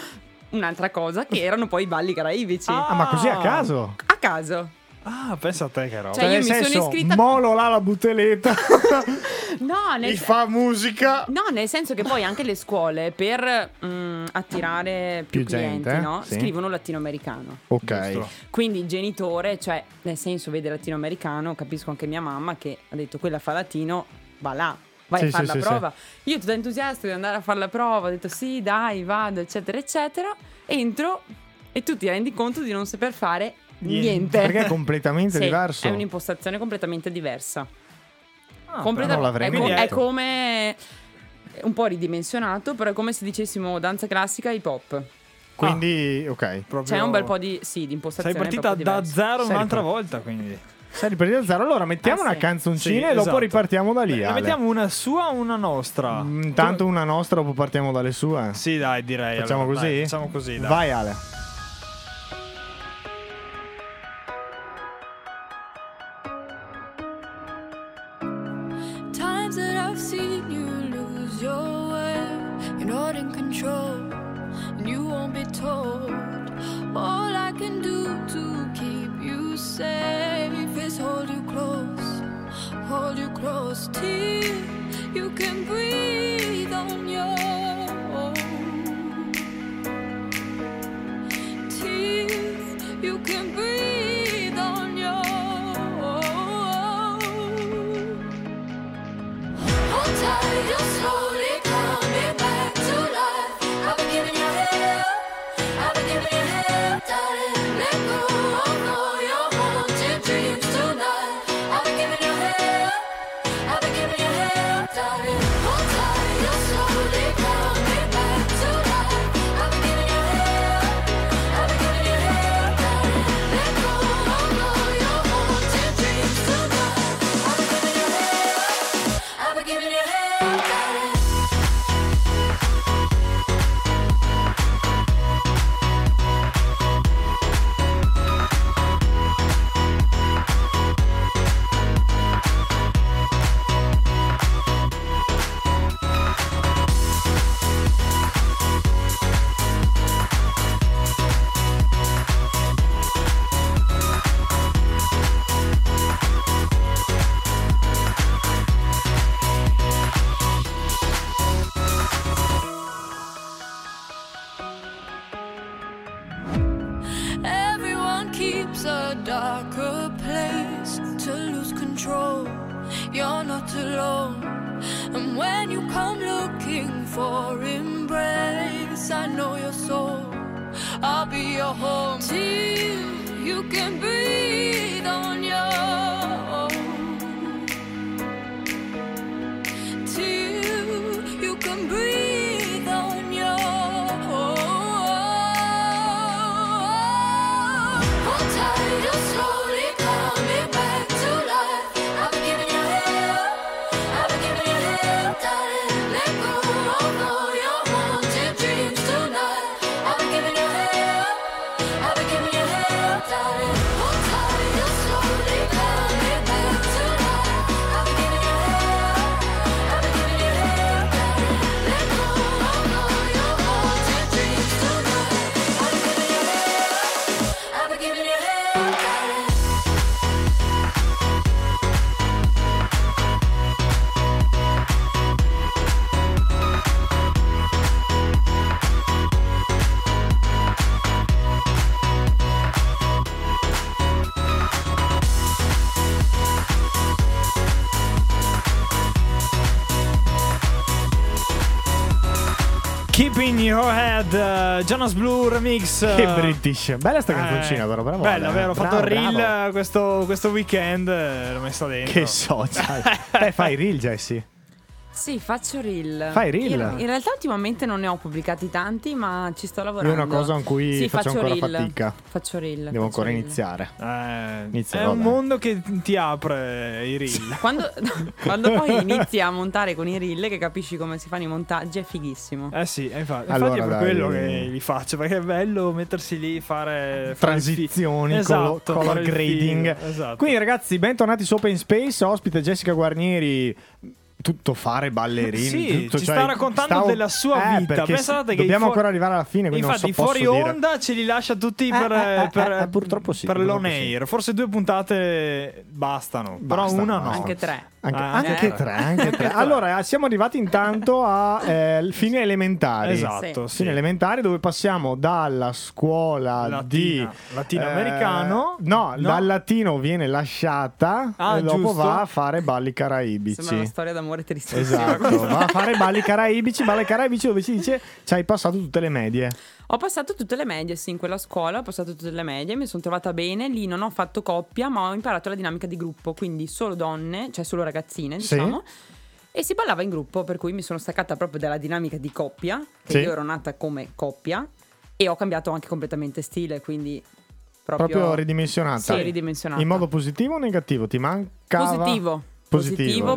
[SPEAKER 7] un'altra cosa che erano poi i balli caraibici.
[SPEAKER 5] Ah.
[SPEAKER 6] Ah, ma così a caso?
[SPEAKER 7] A caso.
[SPEAKER 5] Ah, pensa a te che roba.
[SPEAKER 7] Cioè, io
[SPEAKER 6] nel
[SPEAKER 7] mi sono
[SPEAKER 6] senso,
[SPEAKER 7] iscritta-
[SPEAKER 6] Molo là la buteletta
[SPEAKER 7] No,
[SPEAKER 6] e
[SPEAKER 7] nel,
[SPEAKER 6] fa musica.
[SPEAKER 7] no, nel senso che poi anche le scuole per mm, attirare più,
[SPEAKER 6] Più
[SPEAKER 7] clienti,
[SPEAKER 6] gente,
[SPEAKER 7] no?
[SPEAKER 6] sì.
[SPEAKER 7] scrivono latinoamericano.
[SPEAKER 6] Ok.
[SPEAKER 7] Quindi il genitore, cioè nel senso vede latinoamericano, capisco anche mia mamma che ha detto quella fa latino, va là, vai
[SPEAKER 6] Sì,
[SPEAKER 7] a fare
[SPEAKER 6] sì,
[SPEAKER 7] la
[SPEAKER 6] sì,
[SPEAKER 7] prova. Io tutta entusiasta di andare a fare la prova, ho detto sì, dai, vado, eccetera, eccetera. Entro e tu ti rendi conto di non saper fare niente.
[SPEAKER 6] Perché è completamente
[SPEAKER 7] Sì,
[SPEAKER 6] diverso. Ah,
[SPEAKER 7] È un'impostazione completamente diversa. Ah,
[SPEAKER 5] Ah,
[SPEAKER 6] però non l'avrei
[SPEAKER 7] è,
[SPEAKER 6] mai
[SPEAKER 7] è
[SPEAKER 6] detto.
[SPEAKER 7] come è un po' ridimensionato, però è come se dicessimo danza classica hip hop. Ah.
[SPEAKER 6] Quindi, ok.
[SPEAKER 7] C'è un bel po' di, sì, di
[SPEAKER 5] cioè, Sei
[SPEAKER 7] impostazione.
[SPEAKER 5] partita
[SPEAKER 7] cioè, proprio
[SPEAKER 5] da
[SPEAKER 7] diversa.
[SPEAKER 5] zero
[SPEAKER 6] Sei
[SPEAKER 5] un'altra
[SPEAKER 6] ripartita.
[SPEAKER 5] volta, quindi.
[SPEAKER 6] Sai riprendere da zero. Allora mettiamo
[SPEAKER 7] Ah,
[SPEAKER 6] una
[SPEAKER 7] sì.
[SPEAKER 6] canzoncina
[SPEAKER 5] Sì,
[SPEAKER 6] e dopo
[SPEAKER 5] esatto.
[SPEAKER 6] ripartiamo da lì.
[SPEAKER 5] Ne
[SPEAKER 6] Ale.
[SPEAKER 5] mettiamo una sua o una nostra?
[SPEAKER 6] Mm, Intanto una nostra, dopo partiamo dalle sue.
[SPEAKER 5] Sì, dai, direi.
[SPEAKER 6] Facciamo
[SPEAKER 5] allora,
[SPEAKER 6] così?
[SPEAKER 5] dai, facciamo così, dai.
[SPEAKER 6] Vai Ale.
[SPEAKER 3] Times that I've seen you lose your way, you're not in control, and you won't be told. All I can do to keep you safe is hold you close, hold you close till you can breathe on your own. Till you can breathe on your own. Hold tight, you're slowly coming back to life. I've been giving you hell, I've been giving you hell, darling. Let go of all your haunted dreams tonight. I've been giving you hell, I've been giving you hell, darling. Hold tight, you're slowly coming back to life. I've been giving you hell, I've been giving you hell, darling. Let go of all your haunted dreams tonight. I've been giving you hell. I've been giving you hell, darling. a darker place to lose control. You're not alone. And when you come looking for embrace, I know your soul. I'll be your home. Till you can breathe on your own. Till you can breathe on your own. Hold tight and slowly coming back to life. I've been giving you hell. I've been giving you hell, darling. Let go of all your haunted dreams tonight. I've been giving you hell. I've been giving you hell, darling. Hold tight and slowly coming back to life. I've been giving you hell. I've been giving you hell, darling. Let go of all your haunted dreams tonight. I've been giving you hell. I've been giving you hell, darling.
[SPEAKER 5] Keeping Your Head, eh, Jonas Blue remix. eh.
[SPEAKER 6] Che British. Bella sta
[SPEAKER 5] Eh,
[SPEAKER 6] canzoncina, però bravo.
[SPEAKER 5] Bella, vero? Ho fatto il
[SPEAKER 6] Bravo,
[SPEAKER 5] reel
[SPEAKER 6] bravo.
[SPEAKER 5] eh, questo, questo weekend, eh, l'ho messa dentro.
[SPEAKER 6] Che social. Beh, fai i reel, Jesse.
[SPEAKER 7] Sì, faccio reel.
[SPEAKER 6] Fai reel?
[SPEAKER 7] In, in realtà ultimamente non ne ho pubblicati tanti, ma ci sto
[SPEAKER 6] Io è
[SPEAKER 7] lavorando.
[SPEAKER 6] una cosa in cui
[SPEAKER 7] Sì,
[SPEAKER 6] faccio ancora
[SPEAKER 7] reel.
[SPEAKER 6] fatica.
[SPEAKER 7] Faccio reel. faccio
[SPEAKER 6] Devo ancora
[SPEAKER 7] reel.
[SPEAKER 6] iniziare.
[SPEAKER 5] Eh,
[SPEAKER 6] Inizia,
[SPEAKER 5] è un
[SPEAKER 6] vabbè.
[SPEAKER 5] mondo che ti apre i reel.
[SPEAKER 7] Quando, quando poi inizi a montare con i reel, che capisci come si fanno i montaggi, è fighissimo.
[SPEAKER 5] Eh sì, eh, infatti,
[SPEAKER 6] Allora,
[SPEAKER 5] infatti è per
[SPEAKER 6] dai.
[SPEAKER 5] quello che li faccio, perché è bello mettersi lì, fare... fare il fi-
[SPEAKER 6] Transizioni,
[SPEAKER 5] Esatto,
[SPEAKER 6] colo- color
[SPEAKER 5] fare il
[SPEAKER 6] grading.
[SPEAKER 5] film, esatto.
[SPEAKER 6] Quindi, ragazzi, bentornati su Open Space. Ospite Jessica Guarnieri. Tutto fare ballerini.
[SPEAKER 5] Sì,
[SPEAKER 6] tutto,
[SPEAKER 5] ci
[SPEAKER 6] cioè,
[SPEAKER 5] sta raccontando
[SPEAKER 6] stavo-
[SPEAKER 5] della sua
[SPEAKER 6] Eh,
[SPEAKER 5] vita.
[SPEAKER 6] perché
[SPEAKER 5] Pensate che
[SPEAKER 6] dobbiamo
[SPEAKER 5] i fuor-
[SPEAKER 6] ancora arrivare alla fine. eh, Quindi
[SPEAKER 5] Infatti,
[SPEAKER 6] non so,
[SPEAKER 5] fuori
[SPEAKER 6] posso dire.
[SPEAKER 5] onda ce li lascia tutti per,
[SPEAKER 6] eh, eh,
[SPEAKER 5] per-
[SPEAKER 6] eh, purtroppo sì,
[SPEAKER 5] per
[SPEAKER 6] purtroppo
[SPEAKER 5] l'on air. Forse due puntate bastano, però
[SPEAKER 6] Basta,
[SPEAKER 5] una no.
[SPEAKER 6] basta.
[SPEAKER 7] Anche tre. Eh,
[SPEAKER 6] Anche,
[SPEAKER 5] Ah,
[SPEAKER 6] anche
[SPEAKER 5] certo.
[SPEAKER 6] tre, anche tre. Allora, siamo arrivati intanto a eh, fine elementari.
[SPEAKER 5] Esatto, sì.
[SPEAKER 6] Fine elementare dove passiamo dalla scuola
[SPEAKER 5] Latina.
[SPEAKER 6] di Eh,
[SPEAKER 5] Latinoamericano?
[SPEAKER 6] no,
[SPEAKER 5] No.
[SPEAKER 6] dal latino viene lasciata
[SPEAKER 5] Ah,
[SPEAKER 6] e dopo
[SPEAKER 5] giusto.
[SPEAKER 6] va a fare balli
[SPEAKER 7] Sembra una
[SPEAKER 6] caraibici.
[SPEAKER 7] storia d'amore tristissima.
[SPEAKER 6] Esatto, va a fare balli caraibici, balli caraibici dove si dice ci hai passato tutte le medie.
[SPEAKER 7] Ho passato tutte le medie, sì, in quella scuola ho passato tutte le medie, mi sono trovata bene, lì non ho fatto coppia, ma ho imparato la dinamica di gruppo, quindi solo donne, cioè solo ragazzine,
[SPEAKER 6] Sì.
[SPEAKER 7] diciamo. E si ballava in gruppo, per cui mi sono staccata proprio dalla dinamica di coppia, che
[SPEAKER 6] Sì.
[SPEAKER 7] io ero nata come coppia e ho cambiato anche completamente stile, quindi proprio,
[SPEAKER 6] Proprio ridimensionata.
[SPEAKER 7] Sì, ridimensionata.
[SPEAKER 6] In modo positivo o negativo? Ti manca
[SPEAKER 7] Positivo.
[SPEAKER 6] Positivo.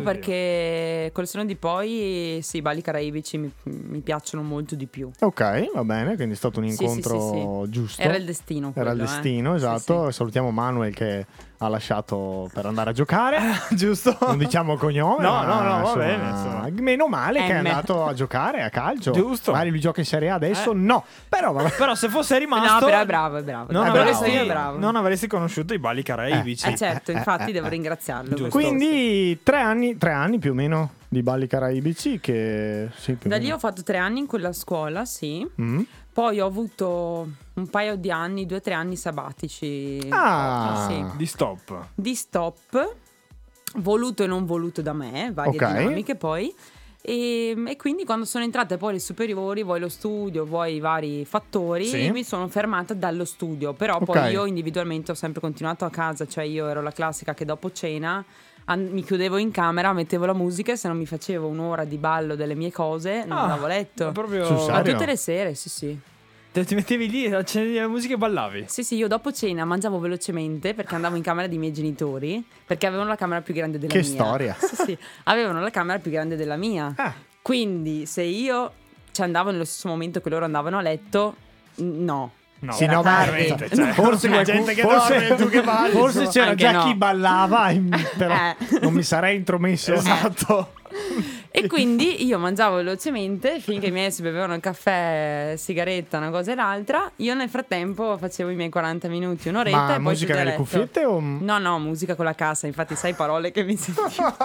[SPEAKER 7] Positivo perché col senno di poi sì, i balli caraibici mi, mi piacciono molto di più.
[SPEAKER 6] Ok, va bene, quindi è stato un
[SPEAKER 7] Sì, sì,
[SPEAKER 6] incontro
[SPEAKER 7] sì, sì.
[SPEAKER 6] giusto.
[SPEAKER 7] Era il destino.
[SPEAKER 6] Era il
[SPEAKER 7] quello, eh.
[SPEAKER 6] destino,
[SPEAKER 7] Sì,
[SPEAKER 6] esatto.
[SPEAKER 7] sì.
[SPEAKER 6] Salutiamo Manuel che ha lasciato per andare a giocare.
[SPEAKER 5] Giusto?
[SPEAKER 6] Non diciamo cognome.
[SPEAKER 5] No,
[SPEAKER 6] ma,
[SPEAKER 5] no, no, va
[SPEAKER 6] insomma, eh,
[SPEAKER 5] bene, insomma.
[SPEAKER 6] Meno male che è
[SPEAKER 7] M.
[SPEAKER 6] andato a giocare a calcio.
[SPEAKER 5] Giusto.
[SPEAKER 6] Magari lui gioca in Serie A adesso,
[SPEAKER 5] Eh.
[SPEAKER 6] no. Però vabbè.
[SPEAKER 5] Però se fosse rimasto...
[SPEAKER 7] No, però è bravo, è bravo.
[SPEAKER 5] Non,
[SPEAKER 6] È bravo.
[SPEAKER 5] avresti,
[SPEAKER 6] È
[SPEAKER 7] bravo.
[SPEAKER 5] non avresti conosciuto i Bali Caraibici.
[SPEAKER 7] Eh certo,
[SPEAKER 6] eh,
[SPEAKER 7] infatti
[SPEAKER 6] eh,
[SPEAKER 7] devo
[SPEAKER 6] eh.
[SPEAKER 7] ringraziarlo. per questo.
[SPEAKER 6] Quindi tre anni, tre anni più o meno di balli caraibici che... Sì, più o
[SPEAKER 7] Da
[SPEAKER 6] meno.
[SPEAKER 7] lì ho fatto tre anni in quella scuola, sì.
[SPEAKER 6] Mm.
[SPEAKER 7] Poi ho avuto un paio di anni, due o tre anni sabbatici.
[SPEAKER 6] Ah.
[SPEAKER 7] Sì.
[SPEAKER 5] Di stop.
[SPEAKER 7] Di stop, voluto e non voluto da me, varie
[SPEAKER 6] Ok.
[SPEAKER 7] dinamiche poi. E, e quindi quando sono entrate poi le superiori, vuoi lo studio, vuoi i vari fattori,
[SPEAKER 6] Sì.
[SPEAKER 7] mi sono fermata dallo studio. Però
[SPEAKER 6] Ok.
[SPEAKER 7] poi io individualmente ho sempre continuato a casa, cioè io ero la classica che dopo cena an- mi chiudevo in camera, mettevo la musica e se non mi facevo un'ora di ballo delle mie cose non
[SPEAKER 5] Ah,
[SPEAKER 7] andavo a letto.
[SPEAKER 5] ma Proprio...
[SPEAKER 6] Sul
[SPEAKER 7] Ma
[SPEAKER 6] serio?
[SPEAKER 7] tutte le sere, sì sì.
[SPEAKER 5] Te- Ti mettevi lì, accendevi la musica e ballavi.
[SPEAKER 7] Sì, sì, io dopo cena mangiavo velocemente perché andavo in camera dei miei genitori, perché avevano la camera più grande della
[SPEAKER 6] Che
[SPEAKER 7] mia.
[SPEAKER 6] storia.
[SPEAKER 7] Sì, sì, avevano la camera più grande della mia.
[SPEAKER 6] Ah.
[SPEAKER 7] Quindi se io ci andavo nello stesso momento che loro andavano a letto, n- no.
[SPEAKER 5] No,
[SPEAKER 6] Sì, no, ma-
[SPEAKER 5] veramente,
[SPEAKER 6] cioè, forse
[SPEAKER 5] la
[SPEAKER 6] qualcuno-
[SPEAKER 5] gente che
[SPEAKER 6] forse-
[SPEAKER 5] dorme, tu che balli,
[SPEAKER 6] forse
[SPEAKER 5] insomma.
[SPEAKER 6] c'era
[SPEAKER 7] Anche
[SPEAKER 6] già
[SPEAKER 7] no.
[SPEAKER 6] chi ballava, in- però
[SPEAKER 7] Eh.
[SPEAKER 6] non mi sarei intromesso.
[SPEAKER 7] Esatto. E quindi io mangiavo velocemente finché i miei si bevevano il caffè, sigaretta, una cosa e l'altra. Io nel frattempo facevo i miei 40 minuti, un'oretta. e
[SPEAKER 6] Ma
[SPEAKER 7] poi
[SPEAKER 6] musica
[SPEAKER 7] chiudevo
[SPEAKER 6] nelle
[SPEAKER 7] letto.
[SPEAKER 6] cuffiette o...
[SPEAKER 7] No, no, musica con la cassa, infatti sai parole che mi sentivo.
[SPEAKER 6] Ma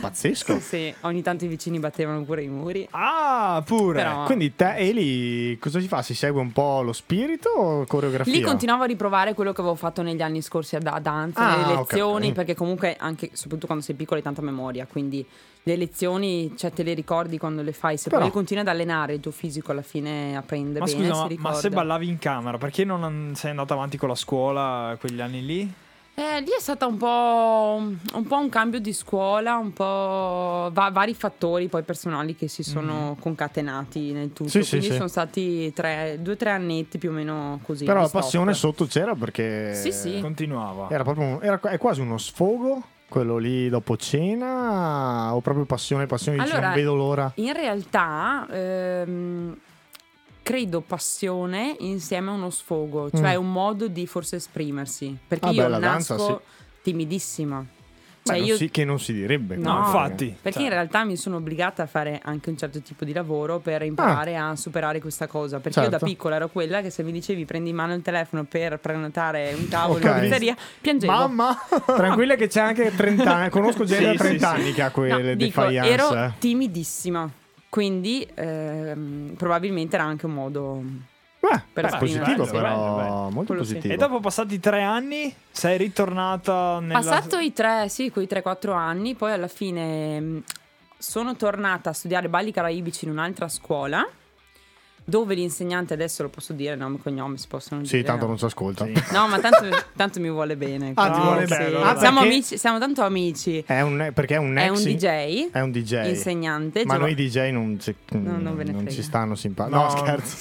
[SPEAKER 6] pazzesco.
[SPEAKER 7] sì, ogni tanto i vicini battevano pure i muri.
[SPEAKER 6] Ah, pure.
[SPEAKER 7] Però-
[SPEAKER 6] Quindi te, Eli, cosa si fa? Si segue un po' lo spirito o coreografia?
[SPEAKER 7] Lì continuavo a riprovare quello che avevo fatto negli anni scorsi a, da- a danza,
[SPEAKER 6] Ah,
[SPEAKER 7] le
[SPEAKER 6] ok, ok.
[SPEAKER 7] lezioni, perché comunque anche, soprattutto quando sei piccolo hai tanta memoria, quindi le lezioni cioè, te le ricordi quando le fai, se
[SPEAKER 6] Però-
[SPEAKER 7] poi continui ad allenare il tuo fisico alla fine apprende
[SPEAKER 5] Ma
[SPEAKER 7] bene,
[SPEAKER 5] scusa, ma,
[SPEAKER 7] si
[SPEAKER 5] ma
[SPEAKER 7] ricorda.
[SPEAKER 5] se ballavi in camera, perché non an- sei andata avanti con la scuola quegli anni lì?
[SPEAKER 7] Eh, lì è stato un po', un po' un cambio di scuola, un po' va- vari fattori poi personali che si sono concatenati nel tutto.
[SPEAKER 6] Mm. Sì, sì,
[SPEAKER 7] Quindi
[SPEAKER 6] sì.
[SPEAKER 7] sono stati tre, due o tre annetti più o meno così.
[SPEAKER 6] Però
[SPEAKER 7] di
[SPEAKER 6] la
[SPEAKER 7] stop.
[SPEAKER 6] passione sotto c'era perché...
[SPEAKER 7] Sì, sì.
[SPEAKER 5] Continuava.
[SPEAKER 6] Era proprio un- era- è quasi uno sfogo, quello lì dopo cena, o proprio passione, passione, dici,
[SPEAKER 7] Allora, cioè,
[SPEAKER 6] non vedo l'ora.
[SPEAKER 7] In realtà ehm, credo passione insieme a uno sfogo, cioè un modo di forse esprimersi. Perché
[SPEAKER 6] Mm. Ah,
[SPEAKER 7] io
[SPEAKER 6] beh, la danza,
[SPEAKER 7] nasco timidissima.
[SPEAKER 6] Beh,
[SPEAKER 7] Cioè
[SPEAKER 6] non
[SPEAKER 7] io
[SPEAKER 6] si- che non si direbbe.
[SPEAKER 7] No,
[SPEAKER 6] comunque.
[SPEAKER 5] infatti.
[SPEAKER 7] Perché
[SPEAKER 5] Cioè.
[SPEAKER 7] in realtà mi sono obbligata a fare anche un certo tipo di lavoro per imparare a superare questa cosa. Perché io da
[SPEAKER 6] Ah. Certo.
[SPEAKER 7] piccola ero quella che se mi dicevi prendi in mano il telefono per prenotare un tavolo
[SPEAKER 6] Ok.
[SPEAKER 7] in pizzeria, piangevo.
[SPEAKER 6] Mamma, tranquilla che c'è anche 30 anni, conosco gente
[SPEAKER 5] Sì,
[SPEAKER 6] da
[SPEAKER 5] sì,
[SPEAKER 6] 30 anni che ha
[SPEAKER 7] No,
[SPEAKER 6] quelle
[SPEAKER 7] dico,
[SPEAKER 6] defiance. eh.
[SPEAKER 7] ero timidissima. Quindi ehm, probabilmente era anche un modo.
[SPEAKER 6] Beh,
[SPEAKER 7] per
[SPEAKER 6] beh,
[SPEAKER 7] esprimere,
[SPEAKER 6] positivo
[SPEAKER 7] sì.
[SPEAKER 6] però,
[SPEAKER 5] Bello, bello.
[SPEAKER 6] molto
[SPEAKER 7] Quello sì.
[SPEAKER 6] positivo.
[SPEAKER 5] E dopo passati tre anni sei ritornata nella...
[SPEAKER 7] Passato i tre, sì, quei 3-4 anni, poi alla fine mh, sono tornata a studiare balli caraibici in un'altra scuola. Dove l'insegnante adesso lo posso dire, nome e cognome si possono
[SPEAKER 6] Sì,
[SPEAKER 7] dire.
[SPEAKER 6] tanto
[SPEAKER 7] no?
[SPEAKER 6] non si ascolta.
[SPEAKER 7] No, ma tanto, tanto mi vuole bene.
[SPEAKER 6] Ah, ti
[SPEAKER 7] quindi
[SPEAKER 6] vuole
[SPEAKER 7] sì.
[SPEAKER 5] bene, allora.
[SPEAKER 7] siamo,
[SPEAKER 6] Ah, perché-
[SPEAKER 7] amici, siamo tanto amici.
[SPEAKER 6] È un, perché è un ex
[SPEAKER 7] È un DJ,
[SPEAKER 6] È un DJ.
[SPEAKER 7] insegnante.
[SPEAKER 6] Ma
[SPEAKER 7] giova-
[SPEAKER 6] noi DJ non ci,
[SPEAKER 7] No, non ve ne frega.
[SPEAKER 6] ci stanno simpatici. No, scherzo.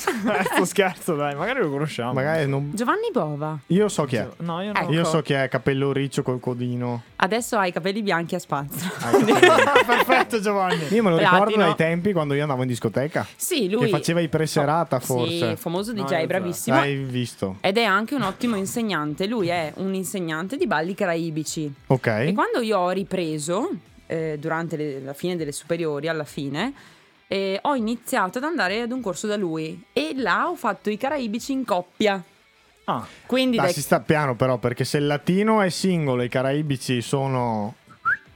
[SPEAKER 5] scherzo, scherzo, dai, magari lo conosciamo.
[SPEAKER 6] Magari non-
[SPEAKER 7] Giovanni Bova.
[SPEAKER 6] Io so chi è.
[SPEAKER 5] No, io no.
[SPEAKER 7] Ecco.
[SPEAKER 6] Io so chi è, capello riccio col codino.
[SPEAKER 7] Adesso ha i capelli bianchi a spazzo.
[SPEAKER 6] Ah,
[SPEAKER 5] Perfetto Giovanni.
[SPEAKER 6] Io me lo
[SPEAKER 7] Platino.
[SPEAKER 6] ricordo dai tempi quando io andavo in discoteca.
[SPEAKER 7] Sì, lui.
[SPEAKER 6] Che faceva i preserata,
[SPEAKER 7] Sì,
[SPEAKER 6] forse. Ah, esatto.
[SPEAKER 7] famoso
[SPEAKER 5] No,
[SPEAKER 7] DJ,
[SPEAKER 5] io-
[SPEAKER 7] bravissimo.
[SPEAKER 6] L'hai visto.
[SPEAKER 7] Ed è anche un ottimo insegnante. Lui è un insegnante di balli caraibici.
[SPEAKER 6] Ok.
[SPEAKER 7] E quando io ho ripreso, eh, durante le- la fine delle superiori, alla fine, eh, ho iniziato ad andare ad un corso da lui. E là ho fatto i caraibici in coppia.
[SPEAKER 5] Ah,
[SPEAKER 7] Quindi
[SPEAKER 6] Dai,
[SPEAKER 7] dai-
[SPEAKER 6] si sta piano però, perché se il latino è singolo e i caraibici sono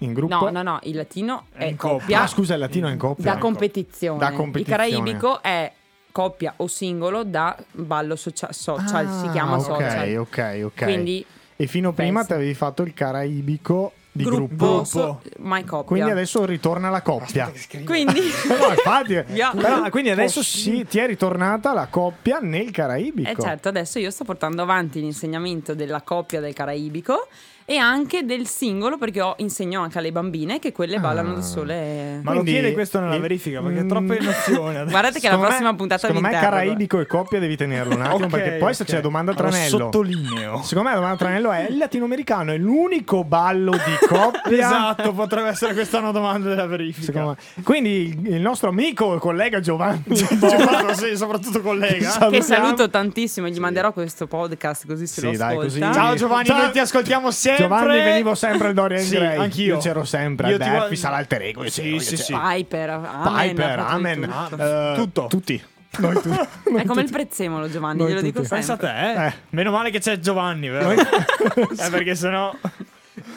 [SPEAKER 6] in gruppo...
[SPEAKER 7] No, no, no, il latino
[SPEAKER 5] È
[SPEAKER 7] è,
[SPEAKER 5] in
[SPEAKER 7] coppia,
[SPEAKER 5] coppia.
[SPEAKER 6] Ah, scusa, il latino è in coppia.
[SPEAKER 7] da competizione.
[SPEAKER 6] Da competizione.
[SPEAKER 7] Il caraibico è coppia o singolo da ballo socia- social,
[SPEAKER 6] Ah,
[SPEAKER 7] si chiama
[SPEAKER 6] ok,
[SPEAKER 7] social.
[SPEAKER 6] ok, ok.
[SPEAKER 7] Quindi
[SPEAKER 6] E fino prima
[SPEAKER 7] Pensa.
[SPEAKER 6] ti avevi fatto il caraibico di gruppo.
[SPEAKER 7] gruppo, so- ma è coppia.
[SPEAKER 6] Quindi adesso ritorna la coppia.
[SPEAKER 7] Quindi
[SPEAKER 6] No, infatti,
[SPEAKER 7] Yeah.
[SPEAKER 6] però, ah, quindi adesso sì, ti è ritornata la coppia nel caraibico.
[SPEAKER 7] Eh certo, adesso io sto portando avanti l'insegnamento della coppia del caraibico e anche del singolo perché ho- insegno anche alle bambine che quelle ballano
[SPEAKER 6] Ah.
[SPEAKER 7] da sole.
[SPEAKER 5] ma
[SPEAKER 6] Quindi-
[SPEAKER 5] lo chiede questo nella
[SPEAKER 6] il-
[SPEAKER 5] verifica perché è
[SPEAKER 6] Mm.
[SPEAKER 5] troppa emozione. adesso.
[SPEAKER 7] Guardate che la
[SPEAKER 6] Secondo
[SPEAKER 7] prossima
[SPEAKER 6] me-
[SPEAKER 7] puntata vi
[SPEAKER 6] Secondo me
[SPEAKER 7] interrogo.
[SPEAKER 6] caraibico e coppia devi tenerlo un attimo
[SPEAKER 5] Ok,
[SPEAKER 6] perché poi se
[SPEAKER 5] ok.
[SPEAKER 6] c'è domanda
[SPEAKER 5] Allora,
[SPEAKER 6] tranello.
[SPEAKER 5] Sottolineo.
[SPEAKER 6] Secondo me la domanda tranello è il latinoamericano è l'unico ballo di coppia.
[SPEAKER 5] Esatto, potrebbe essere questa una domanda della verifica.
[SPEAKER 6] Secondo me. Quindi il, il nostro amico e collega Giovanni,
[SPEAKER 5] Giovanni, sì, soprattutto collega.
[SPEAKER 7] Che
[SPEAKER 6] salutiamo.
[SPEAKER 7] saluto tantissimo, gli manderò questo podcast così se
[SPEAKER 6] Sì,
[SPEAKER 7] lo
[SPEAKER 6] dai,
[SPEAKER 7] ascolta.
[SPEAKER 6] così-
[SPEAKER 5] Ciao Giovanni,
[SPEAKER 6] Ciao.
[SPEAKER 5] noi ti ascoltiamo sempre.
[SPEAKER 6] Giovanni venivo sempre al Dorian
[SPEAKER 5] Sì,
[SPEAKER 6] Gray.
[SPEAKER 5] anch'io.
[SPEAKER 6] Io c'ero sempre.
[SPEAKER 5] Io
[SPEAKER 6] Io
[SPEAKER 5] ti
[SPEAKER 6] Beh,
[SPEAKER 5] guardo-
[SPEAKER 6] sarà alter ego. Io
[SPEAKER 5] Sì,
[SPEAKER 6] c'ero, io
[SPEAKER 5] sì,
[SPEAKER 6] c'ero.
[SPEAKER 5] sì. Ah,
[SPEAKER 7] Piper, amen.
[SPEAKER 6] Piper,
[SPEAKER 7] ha fatto di
[SPEAKER 6] amen.
[SPEAKER 7] tutto.
[SPEAKER 6] Eh,
[SPEAKER 5] Tutto.
[SPEAKER 6] Tutti. Noi tutti.
[SPEAKER 7] È come il prezzemolo, Giovanni,
[SPEAKER 6] Noi
[SPEAKER 7] glielo dico
[SPEAKER 6] tutti.
[SPEAKER 7] sempre.
[SPEAKER 5] Pensa a te, eh.
[SPEAKER 6] Eh.
[SPEAKER 5] Meno male che c'è Giovanni, vero? eh, perché sennò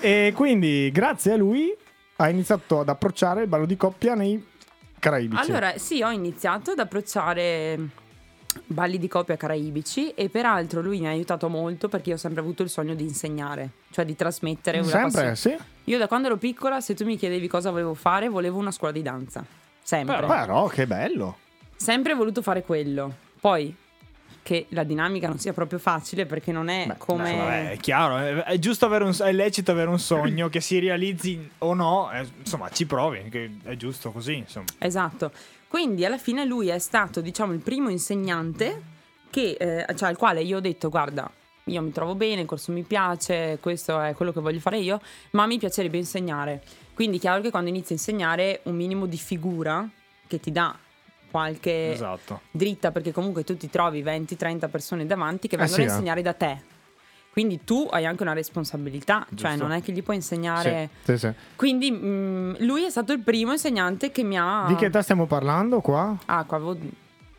[SPEAKER 6] E quindi, grazie a lui, ha iniziato ad approcciare il ballo di coppia nei Caraibici.
[SPEAKER 7] Allora, sì, ho iniziato ad approcciare balli di coppia caraibici e peraltro lui mi ha aiutato molto perché io ho sempre avuto il sogno di insegnare, cioè di trasmettere una
[SPEAKER 6] sempre,
[SPEAKER 7] passione.
[SPEAKER 6] sì.
[SPEAKER 7] Io da quando ero piccola, se tu mi chiedevi cosa volevo fare, volevo una scuola di danza. Sempre.
[SPEAKER 6] Però, che bello.
[SPEAKER 7] Sempre voluto fare quello. Poi che la dinamica non sia proprio facile perché non è come
[SPEAKER 5] Vabbè, è Eh, chiaro, è, è giusto avere un, è lecito avere un sogno che si realizzi o no, eh, insomma, ci provi, che è giusto così, insomma.
[SPEAKER 7] Esatto. Quindi alla fine lui è stato, diciamo, il primo insegnante che, eh, cioè, al quale io ho detto, guarda, io mi trovo bene, il corso mi piace, questo è quello che voglio fare io, ma mi piacerebbe insegnare. Quindi è chiaro che quando inizi a insegnare un minimo di figura che ti dà qualche
[SPEAKER 5] Esatto.
[SPEAKER 7] dritta, perché comunque tu ti trovi 20-30 persone davanti che
[SPEAKER 6] Eh
[SPEAKER 7] vengono
[SPEAKER 6] sì,
[SPEAKER 7] a
[SPEAKER 6] eh.
[SPEAKER 7] insegnare da te. Quindi tu hai anche una responsabilità, cioè
[SPEAKER 6] Giusto.
[SPEAKER 7] non è che gli puoi insegnare.
[SPEAKER 6] Sì, sì, sì.
[SPEAKER 7] Quindi mm, lui è stato il primo insegnante che mi ha.
[SPEAKER 6] Di che età stiamo parlando qua?
[SPEAKER 7] Ah, qua avevo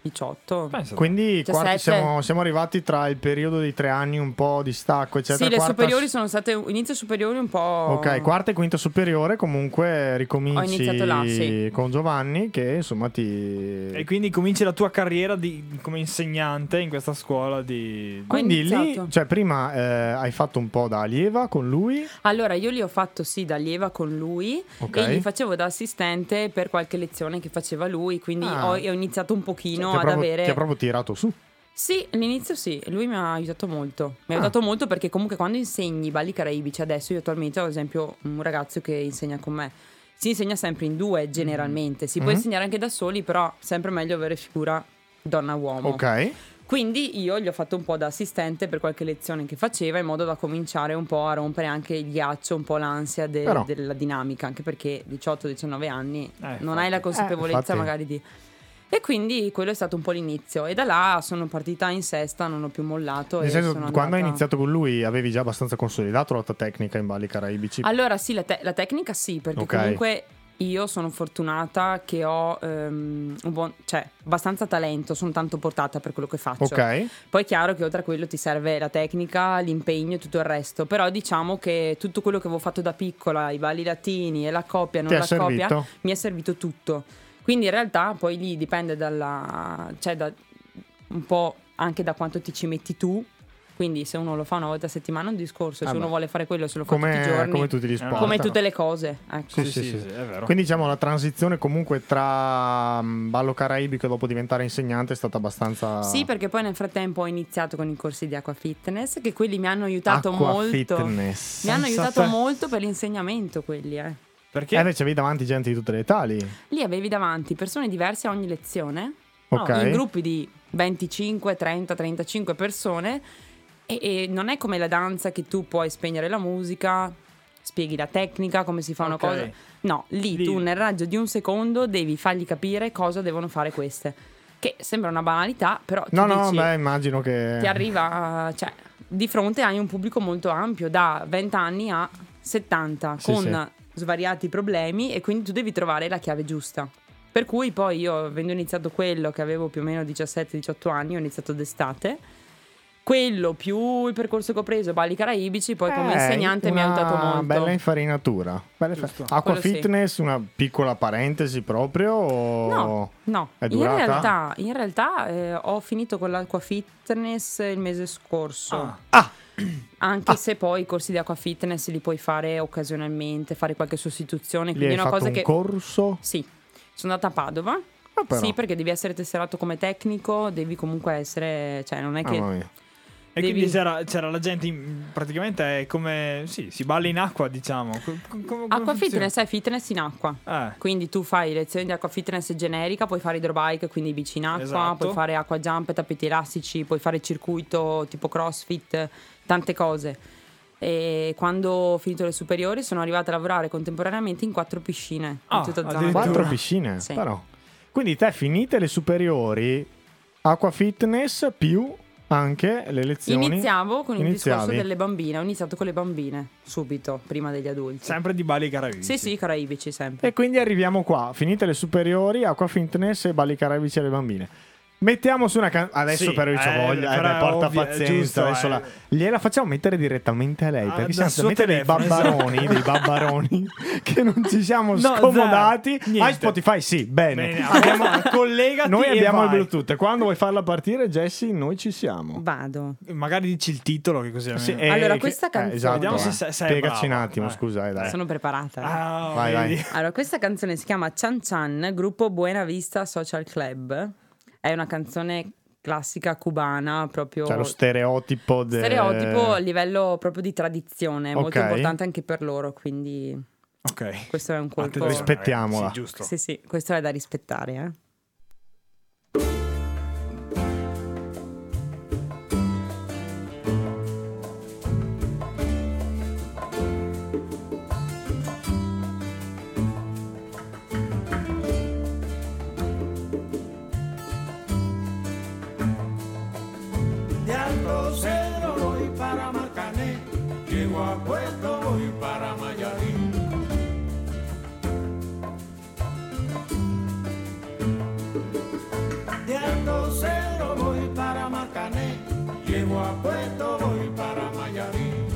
[SPEAKER 7] 18.
[SPEAKER 5] Pensa.
[SPEAKER 6] Quindi
[SPEAKER 7] Diciassette.
[SPEAKER 6] quarti- siamo, siamo arrivati tra il periodo dei tre anni, un po' di stacco, eccetera.
[SPEAKER 7] sì, le
[SPEAKER 6] quarta-
[SPEAKER 7] superiori sono state. Inizio superiori un po'.
[SPEAKER 6] Ok, quarta e quinta superiore, comunque
[SPEAKER 7] Ho
[SPEAKER 6] ricominci
[SPEAKER 7] iniziato là, sì.
[SPEAKER 6] con Giovanni che insomma ti...
[SPEAKER 5] E quindi cominci la tua carriera di- come insegnante in questa scuola di...
[SPEAKER 7] Ho
[SPEAKER 6] Quindi lì,
[SPEAKER 7] iniziato.
[SPEAKER 6] cioè prima eh, hai fatto un po' da allieva con lui,
[SPEAKER 7] Allora, io li ho fatto sì da lieva con lui
[SPEAKER 6] Ok.
[SPEAKER 7] e gli facevo da assistente per qualche lezione che faceva lui, quindi
[SPEAKER 6] Ah.
[SPEAKER 7] ho, ho iniziato un pochino
[SPEAKER 6] ti, ha
[SPEAKER 7] ad
[SPEAKER 6] proprio,
[SPEAKER 7] avere...
[SPEAKER 6] ti ha proprio tirato su.
[SPEAKER 7] Sì, all'inizio sì, lui mi ha aiutato molto. Mi ha
[SPEAKER 6] Ah.
[SPEAKER 7] aiutato molto perché comunque quando insegni balli caraibici, adesso io attualmente ho ad esempio un ragazzo che insegna con me. Si insegna sempre in due generalmente, si può
[SPEAKER 6] Mhm.
[SPEAKER 7] insegnare anche da soli, però sempre meglio avere figura donna-uomo.
[SPEAKER 6] Ok,
[SPEAKER 7] Quindi io gli ho fatto un po' da assistente per qualche lezione che faceva in modo da cominciare un po' a rompere anche il ghiaccio, un po' l'ansia de-
[SPEAKER 6] Però-
[SPEAKER 7] della dinamica, anche perché 18-19 anni non
[SPEAKER 5] infatti.
[SPEAKER 7] hai la consapevolezza
[SPEAKER 6] infatti.
[SPEAKER 7] magari di... E quindi quello è stato un po' l'inizio e da là sono partita in sesta, non ho più mollato.
[SPEAKER 6] nel
[SPEAKER 7] e
[SPEAKER 6] senso
[SPEAKER 7] sono
[SPEAKER 6] quando hai
[SPEAKER 7] andata-
[SPEAKER 6] iniziato con lui avevi già abbastanza consolidato la tua tecnica in balli caraibici.
[SPEAKER 7] Allora sì, la, te- la tecnica sì, perché
[SPEAKER 6] Ok.
[SPEAKER 7] comunque io sono fortunata che ho ehm, un buon... cioè abbastanza talento, sono tanto portata per quello che faccio.
[SPEAKER 6] ok,
[SPEAKER 7] Poi è chiaro che oltre a quello ti serve la tecnica, l'impegno e tutto il resto, però diciamo che tutto quello che avevo fatto da piccola, i balli latini e la coppia, non
[SPEAKER 6] ti è
[SPEAKER 7] la
[SPEAKER 6] servito.
[SPEAKER 7] coppia, mi è servito tutto. Quindi in realtà poi lì dipende dalla, cioè da, un po' anche da quanto ti ci metti tu. Quindi se uno lo fa una volta a settimana è un discorso, se
[SPEAKER 6] Ah,
[SPEAKER 7] uno
[SPEAKER 6] beh.
[SPEAKER 7] vuole fare quello se lo fa tutti i
[SPEAKER 6] Come,
[SPEAKER 7] giorni,
[SPEAKER 6] come
[SPEAKER 7] come,
[SPEAKER 6] tutti gli
[SPEAKER 5] Come
[SPEAKER 6] sport.
[SPEAKER 7] tutte le cose. Ecco.
[SPEAKER 6] Sì, sì, sì.
[SPEAKER 5] è vero.
[SPEAKER 6] Quindi diciamo la transizione comunque tra mm, ballo caraibico e dopo diventare insegnante è stata abbastanza...
[SPEAKER 7] Sì, perché poi nel frattempo ho iniziato con i corsi di acqua fitness, che quelli mi hanno aiutato
[SPEAKER 6] Acqua
[SPEAKER 7] molto.
[SPEAKER 6] fitness.
[SPEAKER 7] Mi hanno
[SPEAKER 5] Senza
[SPEAKER 7] aiutato
[SPEAKER 5] te.
[SPEAKER 7] molto per l'insegnamento quelli, eh.
[SPEAKER 5] Perché?
[SPEAKER 6] Eh beh, c'avevi davanti gente di tutte le età lì.
[SPEAKER 7] Lì avevi davanti persone diverse a ogni lezione,
[SPEAKER 6] Ok.
[SPEAKER 7] in gruppi di 25, 30, 35 persone e, e non è come la danza che tu puoi spegnere la musica, spieghi la tecnica, come si fa una
[SPEAKER 5] Ok.
[SPEAKER 7] cosa. No, lì,
[SPEAKER 5] Lì.
[SPEAKER 7] tu nel raggio di un secondo devi fargli capire cosa devono fare queste. Che sembra una banalità, però tu
[SPEAKER 6] No, no,
[SPEAKER 7] dici,
[SPEAKER 6] beh, immagino che...
[SPEAKER 7] ti arriva, cioè, di fronte hai un pubblico molto ampio, da 20 anni a 70,
[SPEAKER 6] Sì,
[SPEAKER 7] con
[SPEAKER 6] sì.
[SPEAKER 7] svariati problemi e quindi tu devi trovare la chiave giusta. Per cui poi io, avendo iniziato quello che avevo più o meno 17-18 anni, ho iniziato d'estate. Quello più il percorso che ho preso, Bali Caraibici, poi come
[SPEAKER 6] Eh,
[SPEAKER 7] insegnante mi ha
[SPEAKER 6] una
[SPEAKER 7] aiutato molto.
[SPEAKER 6] bella infarinatura. Bella infa-
[SPEAKER 5] Giusto.
[SPEAKER 6] Acqua
[SPEAKER 7] Quello sì.
[SPEAKER 6] fitness, una piccola parentesi proprio o...
[SPEAKER 7] No, no.
[SPEAKER 6] È
[SPEAKER 7] in
[SPEAKER 6] durata?
[SPEAKER 7] realtà, in realtà, eh, ho finito con l'acqua fitness il mese scorso.
[SPEAKER 5] Ah.
[SPEAKER 6] Ah.
[SPEAKER 7] Anche se poi i corsi di acqua fitness li puoi fare occasionalmente, fare qualche sostituzione.
[SPEAKER 6] Lì
[SPEAKER 7] Quindi
[SPEAKER 6] hai
[SPEAKER 7] è una
[SPEAKER 6] fatto
[SPEAKER 7] cosa
[SPEAKER 6] un
[SPEAKER 7] che.
[SPEAKER 6] corso?
[SPEAKER 7] Sì, sono andata a Padova.
[SPEAKER 6] Ah, però.
[SPEAKER 7] Sì, perché devi essere tesserato come tecnico, devi comunque essere. Cioè, non è che.
[SPEAKER 6] Ah, Mamma mia.
[SPEAKER 5] E
[SPEAKER 7] Devi-
[SPEAKER 5] quindi c'era, c'era la gente, in- praticamente è come... Sì, si balla in acqua, diciamo. Co- co- come- come
[SPEAKER 7] Acqua
[SPEAKER 5] funziona?
[SPEAKER 7] fitness è fitness in acqua.
[SPEAKER 5] Eh.
[SPEAKER 7] Quindi tu fai lezioni di acqua fitness generica, puoi fare hydrobike, quindi bici in acqua,
[SPEAKER 5] Esatto.
[SPEAKER 7] puoi fare acqua jump, tappeti elastici, puoi fare circuito tipo crossfit, tante cose. E quando ho finito le superiori sono arrivata a lavorare contemporaneamente in quattro piscine
[SPEAKER 5] Ah,
[SPEAKER 7] in tutta zona.
[SPEAKER 5] addirittura.
[SPEAKER 6] Quattro piscine,
[SPEAKER 7] Sì.
[SPEAKER 6] però. Quindi te finite le superiori, acqua fitness più anche le lezioni.
[SPEAKER 7] Iniziavo con il
[SPEAKER 6] Iniziavi.
[SPEAKER 7] discorso delle bambine, ho iniziato con le bambine subito, prima degli adulti.
[SPEAKER 5] Sempre di Bali Caraibici.
[SPEAKER 7] Sì, sì, caraibici sempre.
[SPEAKER 6] E quindi arriviamo qua, finite le superiori, acqua fitness e balli caraibici alle bambine. Mettiamo su una canzone. Adesso
[SPEAKER 5] Sì,
[SPEAKER 6] però io c'ho
[SPEAKER 5] eh,
[SPEAKER 6] voglia, eh,
[SPEAKER 5] però
[SPEAKER 6] beh, porta
[SPEAKER 5] è ovvio, è
[SPEAKER 6] pazienza.
[SPEAKER 5] giusto,
[SPEAKER 6] adesso
[SPEAKER 5] eh.
[SPEAKER 6] la- Gliela facciamo mettere direttamente a lei
[SPEAKER 5] Ah,
[SPEAKER 6] perché
[SPEAKER 5] dal
[SPEAKER 6] siamo
[SPEAKER 5] suo
[SPEAKER 6] veramente dei
[SPEAKER 5] telefono,
[SPEAKER 6] babbaroni,
[SPEAKER 5] esatto.
[SPEAKER 6] dei babbaroni che non ci siamo
[SPEAKER 5] zero,
[SPEAKER 6] scomodati.
[SPEAKER 5] niente.
[SPEAKER 6] Hai Spotify, sì, bene.
[SPEAKER 5] Bene,
[SPEAKER 6] Abbiamo-
[SPEAKER 5] abbiamo- collegati
[SPEAKER 6] noi
[SPEAKER 5] e
[SPEAKER 6] abbiamo il
[SPEAKER 5] vai.
[SPEAKER 6] Bluetooth. Quando vuoi farla partire, Jesse, noi ci siamo.
[SPEAKER 7] Vado.
[SPEAKER 5] Magari dici il titolo che così almeno-
[SPEAKER 6] Sì, eh,
[SPEAKER 7] Allora,
[SPEAKER 6] che-
[SPEAKER 7] questa
[SPEAKER 6] eh,
[SPEAKER 7] canzone-
[SPEAKER 6] esatto,
[SPEAKER 5] Vediamo
[SPEAKER 6] eh.
[SPEAKER 5] se sei- sei
[SPEAKER 6] Spiegaci
[SPEAKER 5] brava.
[SPEAKER 6] un attimo,
[SPEAKER 5] Eh.
[SPEAKER 6] scusa, eh, dai.
[SPEAKER 7] Sono preparata.
[SPEAKER 5] Ah,
[SPEAKER 6] Vai,
[SPEAKER 5] vedi?
[SPEAKER 6] vai.
[SPEAKER 7] Allora, questa canzone si chiama Chan Chan, gruppo Buena Vista Social Club. È una canzone classica cubana,
[SPEAKER 5] Ah,
[SPEAKER 7] proprio
[SPEAKER 6] C'è Cioè, lo stereotipo del-
[SPEAKER 7] stereotipo a livello proprio di tradizione, molto
[SPEAKER 6] Ok.
[SPEAKER 7] importante anche per loro, quindi
[SPEAKER 5] Ok.
[SPEAKER 7] questo è un colpo.
[SPEAKER 5] Attenzione,
[SPEAKER 6] Rispettiamola.
[SPEAKER 5] Sì, giusto.
[SPEAKER 7] Sì, sì, questo è da rispettare, eh.
[SPEAKER 1] De al crucero voy para marcar
[SPEAKER 8] llego a Puerto voy para Mayarín. De Alto Cero voy para Marcané, llego a Puerto voy para Mayarín.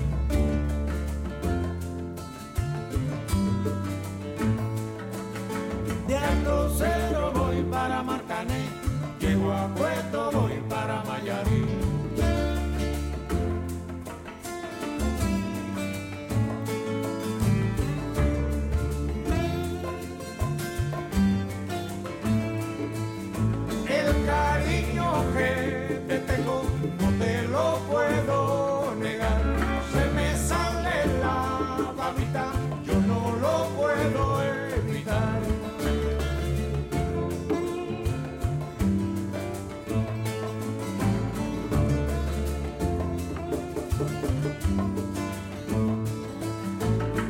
[SPEAKER 8] De Alto Cero voy para Marcané, llego a Puerto voy para Mayarín. El cariño que te tengo no te lo puedo negar. Se me sale la babita, yo no lo puedo evitar.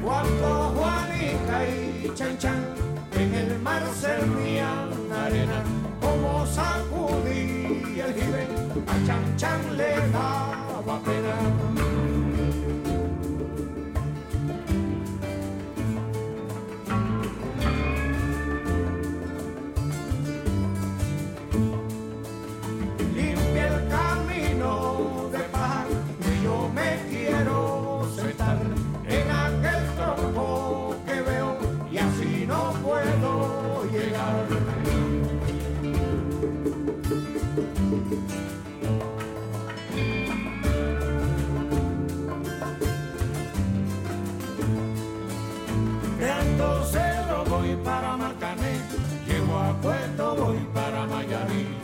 [SPEAKER 8] Cuando Juanita y Chan Chan en el mar servían arena, como sacudí el jibe, a Chan Chan le daba pena. Limpia el camino de paja, que yo me quiero sentar en aquel tronco que veo y así no puedo llegar. De Alto Cedro voy para Marcané, llego a Puerto, voy para Mayarín.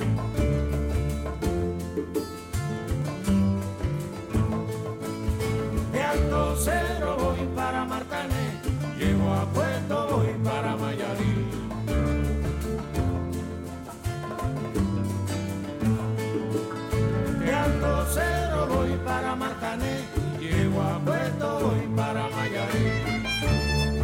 [SPEAKER 8] De Alto Cedro voy para Marcané, llego a Puerto, voy para Mayarín. De Alto Cedro voy para Marcané, llego a Puerto, voy para Mayarín.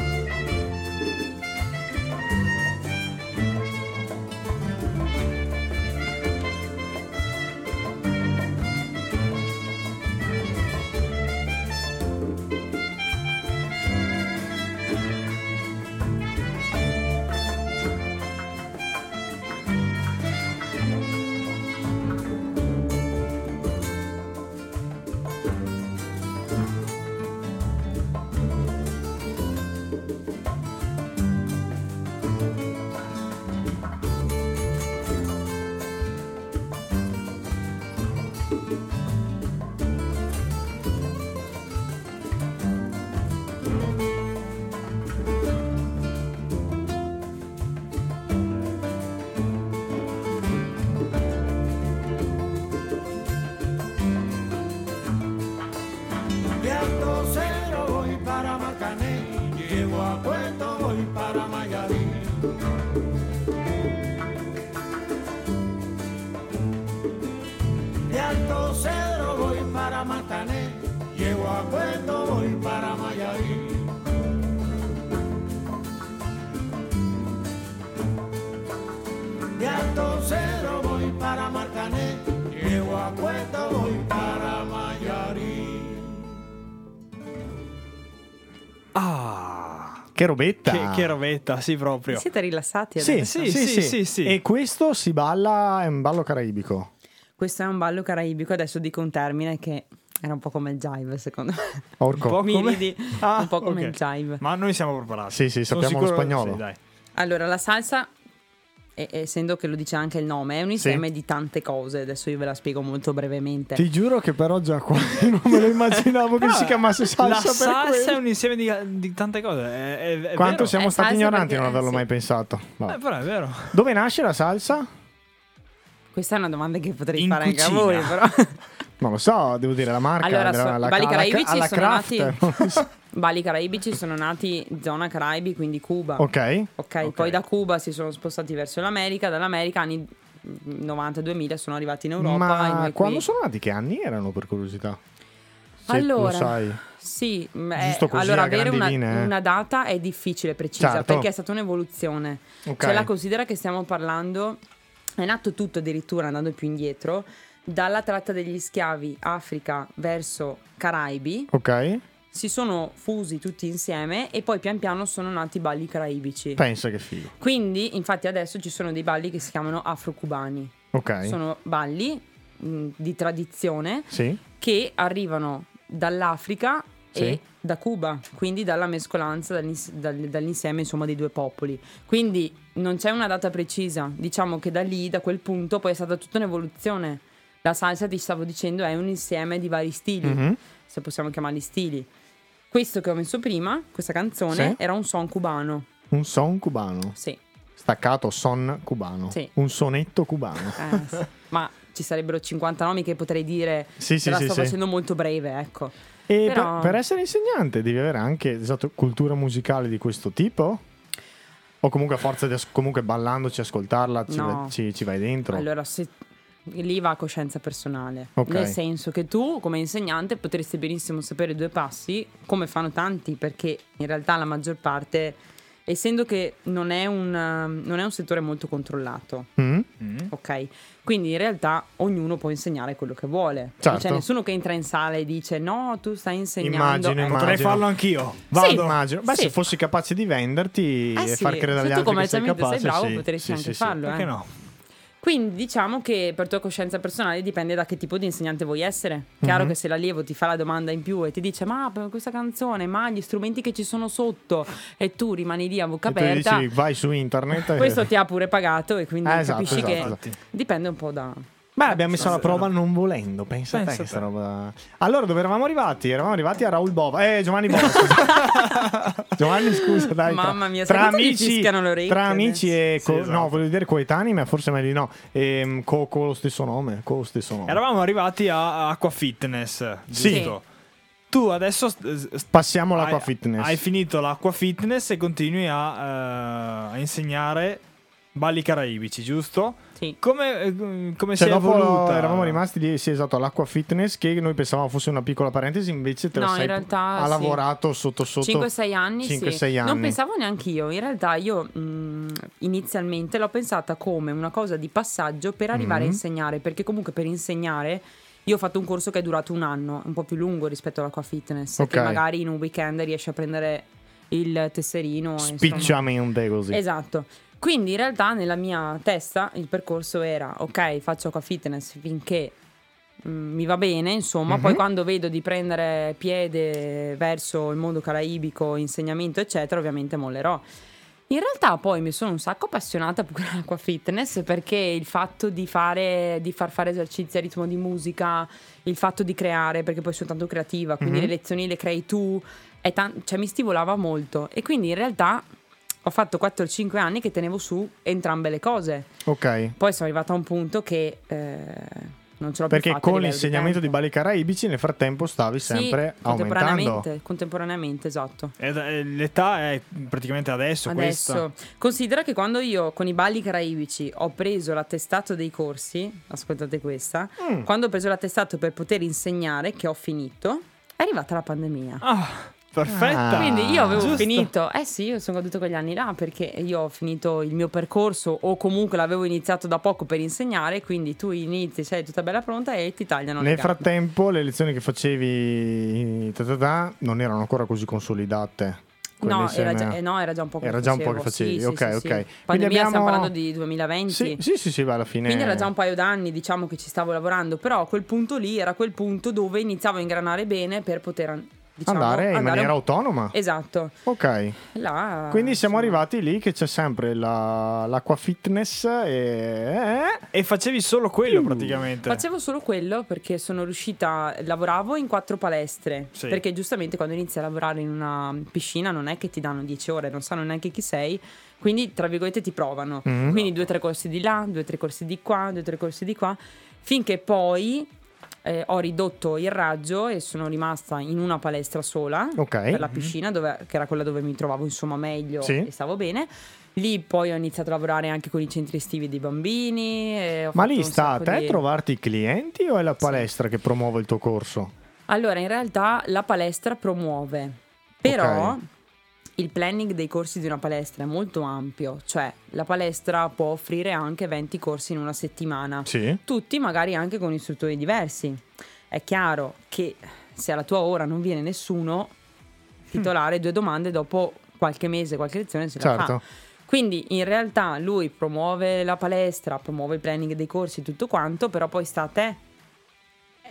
[SPEAKER 8] De Alto Cero voy para Marcané, llego a Puerto, voy para Mayarín. De Alto Cero voy para Marcané, llego a Puerto, voy para Mayarín. De Alto Cero voy para Marcané, llego a Puerto, voy para Mayarín.
[SPEAKER 6] Che robetta!
[SPEAKER 5] Ah. Che, che robetta, sì, proprio.
[SPEAKER 7] Siete rilassati adesso?
[SPEAKER 6] Sì, sì, sì, sì,
[SPEAKER 5] sì, sì.
[SPEAKER 6] E questo si balla, è un ballo caraibico.
[SPEAKER 7] Questo è un ballo caraibico, adesso dico un termine che era un po' come il jive secondo me.
[SPEAKER 6] Orco.
[SPEAKER 5] po'
[SPEAKER 7] Mi
[SPEAKER 5] come-
[SPEAKER 7] ridi,
[SPEAKER 5] Ah,
[SPEAKER 7] un po' come
[SPEAKER 5] ok.
[SPEAKER 7] il jive.
[SPEAKER 5] Ma noi siamo preparati.
[SPEAKER 6] Sì, sì,
[SPEAKER 5] Sono
[SPEAKER 6] sappiamo lo
[SPEAKER 5] sicuro-
[SPEAKER 6] spagnolo.
[SPEAKER 5] sì, dai.
[SPEAKER 7] Allora, la salsa, e- essendo che lo dice anche il nome, è un insieme di tante cose. Adesso io ve la spiego molto brevemente.
[SPEAKER 6] Ti giuro che però già qua non me lo immaginavo che si chiamasse salsa
[SPEAKER 5] La
[SPEAKER 6] per
[SPEAKER 5] salsa è
[SPEAKER 6] quello.
[SPEAKER 5] un insieme di, di tante cose. È, è- è
[SPEAKER 6] Quanto
[SPEAKER 5] vero.
[SPEAKER 6] siamo
[SPEAKER 7] È
[SPEAKER 6] stati
[SPEAKER 7] salsa
[SPEAKER 6] ignoranti a
[SPEAKER 7] perché-
[SPEAKER 6] non averlo
[SPEAKER 7] sì.
[SPEAKER 6] mai pensato. Vabbè.
[SPEAKER 5] Eh, però è vero.
[SPEAKER 6] Dove nasce la salsa?
[SPEAKER 7] Questa è una domanda che potrei
[SPEAKER 5] In
[SPEAKER 7] fare
[SPEAKER 5] cucina.
[SPEAKER 7] anche a voi, però.
[SPEAKER 6] Non lo so, devo dire la marca.
[SPEAKER 7] Allora,
[SPEAKER 6] della-
[SPEAKER 7] so-
[SPEAKER 6] la,
[SPEAKER 7] i Bali
[SPEAKER 6] alla-
[SPEAKER 7] Caraibici
[SPEAKER 6] alla
[SPEAKER 7] sono
[SPEAKER 6] Kraft.
[SPEAKER 7] nati-
[SPEAKER 6] Non lo so.
[SPEAKER 7] Bali caraibici sono nati zona Caraibi, quindi Cuba.
[SPEAKER 6] ok.
[SPEAKER 7] ok, poi da Cuba si sono spostati verso l'America, dall'America anni 90-2000 sono arrivati in Europa. e noi
[SPEAKER 6] Ma
[SPEAKER 7] qui.
[SPEAKER 6] quando sono nati? Che anni erano per curiosità? Se
[SPEAKER 7] Allora,
[SPEAKER 6] lo sai.
[SPEAKER 7] Sì, m- è-
[SPEAKER 6] Giusto così,
[SPEAKER 7] allora
[SPEAKER 6] a
[SPEAKER 7] avere
[SPEAKER 6] grandi
[SPEAKER 7] una,
[SPEAKER 6] linee, eh.
[SPEAKER 7] una data è difficile, precisa,
[SPEAKER 6] Certo.
[SPEAKER 7] perché è stata un'evoluzione.
[SPEAKER 6] Ok.
[SPEAKER 7] Cioè la considera che stiamo parlando, è nato tutto addirittura andando più indietro, dalla tratta degli schiavi Africa verso Caraibi
[SPEAKER 6] Ok.
[SPEAKER 7] si sono fusi tutti insieme e poi pian piano sono nati i balli caraibici.
[SPEAKER 6] Pensa che figo.
[SPEAKER 7] Quindi, infatti, adesso ci sono dei balli che si chiamano afrocubani.
[SPEAKER 6] Ok.
[SPEAKER 7] Sono balli mh, di tradizione
[SPEAKER 6] Sì.
[SPEAKER 7] che arrivano dall'Africa
[SPEAKER 6] Sì.
[SPEAKER 7] e da Cuba, quindi dalla mescolanza, dall'ins- dal- dall'insieme insomma dei due popoli. Quindi non c'è una data precisa, diciamo che da lì, da quel punto, poi è stata tutta un'evoluzione. La salsa, ti stavo dicendo, è un insieme di vari stili,
[SPEAKER 6] Mhm.
[SPEAKER 7] se possiamo chiamarli stili. Questo che ho messo prima, questa canzone,
[SPEAKER 6] Sì.
[SPEAKER 7] era un son cubano.
[SPEAKER 6] Un son cubano.
[SPEAKER 7] Sì,
[SPEAKER 6] Staccato son cubano.
[SPEAKER 7] Sì.
[SPEAKER 6] Un sonetto cubano.
[SPEAKER 7] eh, sì. ma ci sarebbero 50 nomi che potrei dire,
[SPEAKER 6] Sì, sì,
[SPEAKER 7] te la
[SPEAKER 6] sì,
[SPEAKER 7] sto
[SPEAKER 6] sì.
[SPEAKER 7] facendo molto breve, ecco.
[SPEAKER 6] E per-
[SPEAKER 7] Però-
[SPEAKER 6] per, essere insegnante devi avere anche esatto, cultura musicale di questo tipo? O comunque a forza di as- comunque ballandoci, ascoltarla, ci,
[SPEAKER 7] No.
[SPEAKER 6] ci- ci vai dentro?
[SPEAKER 7] Allora, se- lì va a coscienza personale.
[SPEAKER 6] Ok.
[SPEAKER 7] Nel senso che tu, come insegnante, potresti benissimo sapere due passi, come fanno tanti, perché in realtà la maggior parte, essendo che non è un, ehm, non è un settore molto controllato,
[SPEAKER 6] Mm?
[SPEAKER 7] ok? Quindi in realtà ognuno può insegnare quello che vuole. Non
[SPEAKER 6] Certo.
[SPEAKER 7] c'è nessuno che entra in sala e dice no, tu stai insegnando.
[SPEAKER 6] Immagino,
[SPEAKER 7] Ecco.
[SPEAKER 5] Potrei
[SPEAKER 6] Immagino.
[SPEAKER 5] farlo anch'io.
[SPEAKER 6] Vado,
[SPEAKER 7] Sì.
[SPEAKER 6] immagino. Beh,
[SPEAKER 7] Sì.
[SPEAKER 6] se fossi capace di venderti
[SPEAKER 7] Eh
[SPEAKER 6] e
[SPEAKER 7] sì,
[SPEAKER 6] far credere agli altri che
[SPEAKER 7] se tu
[SPEAKER 6] sei
[SPEAKER 7] commercialmente
[SPEAKER 6] capace,
[SPEAKER 7] sei bravo
[SPEAKER 6] sì,
[SPEAKER 7] potresti
[SPEAKER 6] sì,
[SPEAKER 7] anche
[SPEAKER 6] sì, sì.
[SPEAKER 7] farlo.
[SPEAKER 5] Perché
[SPEAKER 7] eh.
[SPEAKER 5] no?
[SPEAKER 7] Quindi diciamo che per tua coscienza personale dipende da che tipo di insegnante vuoi essere. Chiaro
[SPEAKER 6] Mhm.
[SPEAKER 7] che se l'allievo ti fa la domanda in più e ti dice ma per questa canzone, ma gli strumenti che ci sono sotto e tu rimani lì a bocca
[SPEAKER 6] E tu gli
[SPEAKER 7] aperta,
[SPEAKER 6] dici, vai su internet. e-
[SPEAKER 7] questo ti ha pure pagato e quindi
[SPEAKER 6] Eh, esatto,
[SPEAKER 7] capisci
[SPEAKER 6] esatto,
[SPEAKER 7] che
[SPEAKER 6] infatti.
[SPEAKER 7] dipende un po' da...
[SPEAKER 6] Beh, abbiamo messo alla
[SPEAKER 5] Pensa
[SPEAKER 6] prova non volendo. Pensa,
[SPEAKER 5] Pensa
[SPEAKER 6] a te, che
[SPEAKER 5] te.
[SPEAKER 6] sta roba. Allora, dove eravamo arrivati? Eravamo arrivati a Raul Bova. Eh, Giovanni Bova. scusa. Giovanni, scusa, dai. tra-
[SPEAKER 7] Mamma mia,
[SPEAKER 6] tra
[SPEAKER 7] sai quanto gli
[SPEAKER 6] amici,
[SPEAKER 7] fischiano le orecchie
[SPEAKER 6] tra amici
[SPEAKER 7] adesso?
[SPEAKER 6] e. co-
[SPEAKER 5] Sì, esatto.
[SPEAKER 6] No, voglio dire coetanei, ma forse meglio di no. Ehm, co- con lo stesso nome. Con lo stesso nome.
[SPEAKER 5] Eravamo arrivati a Aqua Fitness.
[SPEAKER 6] Sì.
[SPEAKER 5] giusto? Tu adesso s- s-
[SPEAKER 6] Passiamo all'acqua
[SPEAKER 5] hai-
[SPEAKER 6] fitness.
[SPEAKER 5] Hai finito l'acqua fitness e continui a, eh, a insegnare balli caraibici, giusto?
[SPEAKER 7] Sì.
[SPEAKER 5] Come, eh, come
[SPEAKER 6] Cioè,
[SPEAKER 5] si è
[SPEAKER 6] dopo
[SPEAKER 5] evoluta?
[SPEAKER 6] eravamo rimasti lì, sì, esatto, all'acqua fitness che noi pensavamo fosse una piccola parentesi, invece te la
[SPEAKER 7] No,
[SPEAKER 6] sei-
[SPEAKER 7] in realtà
[SPEAKER 6] ha
[SPEAKER 7] sì.
[SPEAKER 6] lavorato sotto sotto
[SPEAKER 7] 5-6 anni,
[SPEAKER 6] 5-6
[SPEAKER 7] sì.
[SPEAKER 6] anni.
[SPEAKER 7] Non pensavo neanche io, in realtà io mh, inizialmente l'ho pensata come una cosa di passaggio per arrivare
[SPEAKER 6] Mm-hmm.
[SPEAKER 7] a insegnare, perché comunque per insegnare io ho fatto un corso che è durato un anno, un po' più lungo rispetto all'acqua fitness,
[SPEAKER 6] Ok.
[SPEAKER 7] che magari in un weekend riesci a prendere il tesserino. e insomma.
[SPEAKER 6] Spicciamente così.
[SPEAKER 7] Esatto. Quindi in realtà nella mia testa il percorso era ok, faccio qua fitness finché mm, mi va bene, insomma, poi quando vedo di prendere piede verso il mondo caraibico, insegnamento, eccetera, ovviamente mollerò. In realtà poi mi sono un sacco appassionata pure all'acqua fitness perché il fatto di, fare, di far fare esercizi a ritmo di musica, il fatto di creare, perché poi sono tanto creativa, quindi le lezioni le crei tu, è tan- cioè mi stimolava molto e quindi in realtà ho fatto 4-5 anni che tenevo su entrambe le cose.
[SPEAKER 6] Ok.
[SPEAKER 7] Poi sono arrivata a un punto che eh, non ce l'ho più
[SPEAKER 6] Perché
[SPEAKER 7] fatta a
[SPEAKER 6] con
[SPEAKER 7] livello
[SPEAKER 6] l'insegnamento di
[SPEAKER 7] tempo.
[SPEAKER 6] balli caraibici nel frattempo stavi sempre aumentando.
[SPEAKER 7] sì, contemporaneamente, contemporaneamente, esatto.
[SPEAKER 5] Ed, eh, l'età è praticamente adesso, questa.
[SPEAKER 7] Adesso, considera che quando io con i balli caraibici ho preso l'attestato dei corsi, ascoltate questa,
[SPEAKER 6] Mm.
[SPEAKER 7] quando ho preso l'attestato per poter insegnare, che ho finito, è arrivata la pandemia.
[SPEAKER 5] Ah, perfetta.
[SPEAKER 6] Ah.
[SPEAKER 7] Quindi io avevo
[SPEAKER 5] Giusto.
[SPEAKER 7] finito, eh sì, io sono caduto quegli anni là perché io ho finito il mio percorso o comunque l'avevo iniziato da poco per insegnare, quindi tu inizi, sei tutta bella pronta e ti tagliano le
[SPEAKER 6] Nel
[SPEAKER 7] gambe.
[SPEAKER 6] frattempo le lezioni che facevi ta ta ta, non erano ancora così consolidate. Quelle
[SPEAKER 7] No era,
[SPEAKER 6] insieme-
[SPEAKER 7] già, eh, no, era già un po' che
[SPEAKER 6] Era già un po' che
[SPEAKER 7] facevo,
[SPEAKER 6] facevi.
[SPEAKER 7] sì, sì,
[SPEAKER 6] ok,
[SPEAKER 7] sì,
[SPEAKER 6] ok.
[SPEAKER 7] sì.
[SPEAKER 6] Quindi
[SPEAKER 7] Pandemia stiamo
[SPEAKER 6] abbiamo-
[SPEAKER 7] parlando di 2020.
[SPEAKER 6] Sì, sì, sì, sì, beh, alla fine.
[SPEAKER 7] Quindi era già un paio d'anni, diciamo, che ci stavo lavorando, però a quel punto lì era quel punto dove iniziavo a ingranare bene per poter diciamo,
[SPEAKER 6] andare in maniera
[SPEAKER 7] un-
[SPEAKER 6] autonoma.
[SPEAKER 7] Esatto.
[SPEAKER 6] Ok.
[SPEAKER 7] Là,
[SPEAKER 6] Quindi siamo
[SPEAKER 7] insomma,
[SPEAKER 6] arrivati lì che c'è sempre la- l'acqua fitness e... eh?
[SPEAKER 5] E facevi solo
[SPEAKER 6] Uh,
[SPEAKER 5] quello praticamente.
[SPEAKER 7] Facevo solo quello perché sono riuscita, lavoravo in quattro palestre,
[SPEAKER 5] Sì.
[SPEAKER 7] perché giustamente quando inizi a lavorare in una piscina non è che ti danno 10 ore, non sanno neanche chi sei, quindi tra virgolette ti provano.
[SPEAKER 6] Mm-hmm.
[SPEAKER 7] Quindi due o tre corsi di là, due o tre corsi di qua, due o tre corsi di qua, finché poi eh, ho ridotto il raggio e sono rimasta in una palestra sola
[SPEAKER 6] Ok. Mm-hmm.
[SPEAKER 7] per la piscina, dove- che era quella dove mi trovavo insomma meglio
[SPEAKER 6] Sì.
[SPEAKER 7] e stavo bene. Lì poi ho iniziato a lavorare anche con i centri estivi dei bambini. e ho
[SPEAKER 6] Ma
[SPEAKER 7] fatto
[SPEAKER 6] lì
[SPEAKER 7] un
[SPEAKER 6] sta a
[SPEAKER 7] sacco
[SPEAKER 6] te
[SPEAKER 7] di-
[SPEAKER 6] trovarti i clienti o è la palestra che promuove il tuo corso?
[SPEAKER 7] Allora, in realtà la palestra promuove, però
[SPEAKER 6] Ok.
[SPEAKER 7] il planning dei corsi di una palestra è molto ampio, cioè la palestra può offrire anche 20 corsi in una settimana,
[SPEAKER 6] Sì.
[SPEAKER 7] tutti magari anche con istruttori diversi. È chiaro che se alla tua ora non viene nessuno, titolare due domande dopo qualche mese, qualche lezione se la
[SPEAKER 6] Certo.
[SPEAKER 7] fa. Quindi in realtà lui promuove la palestra, promuove il planning dei corsi, tutto quanto, però poi sta a te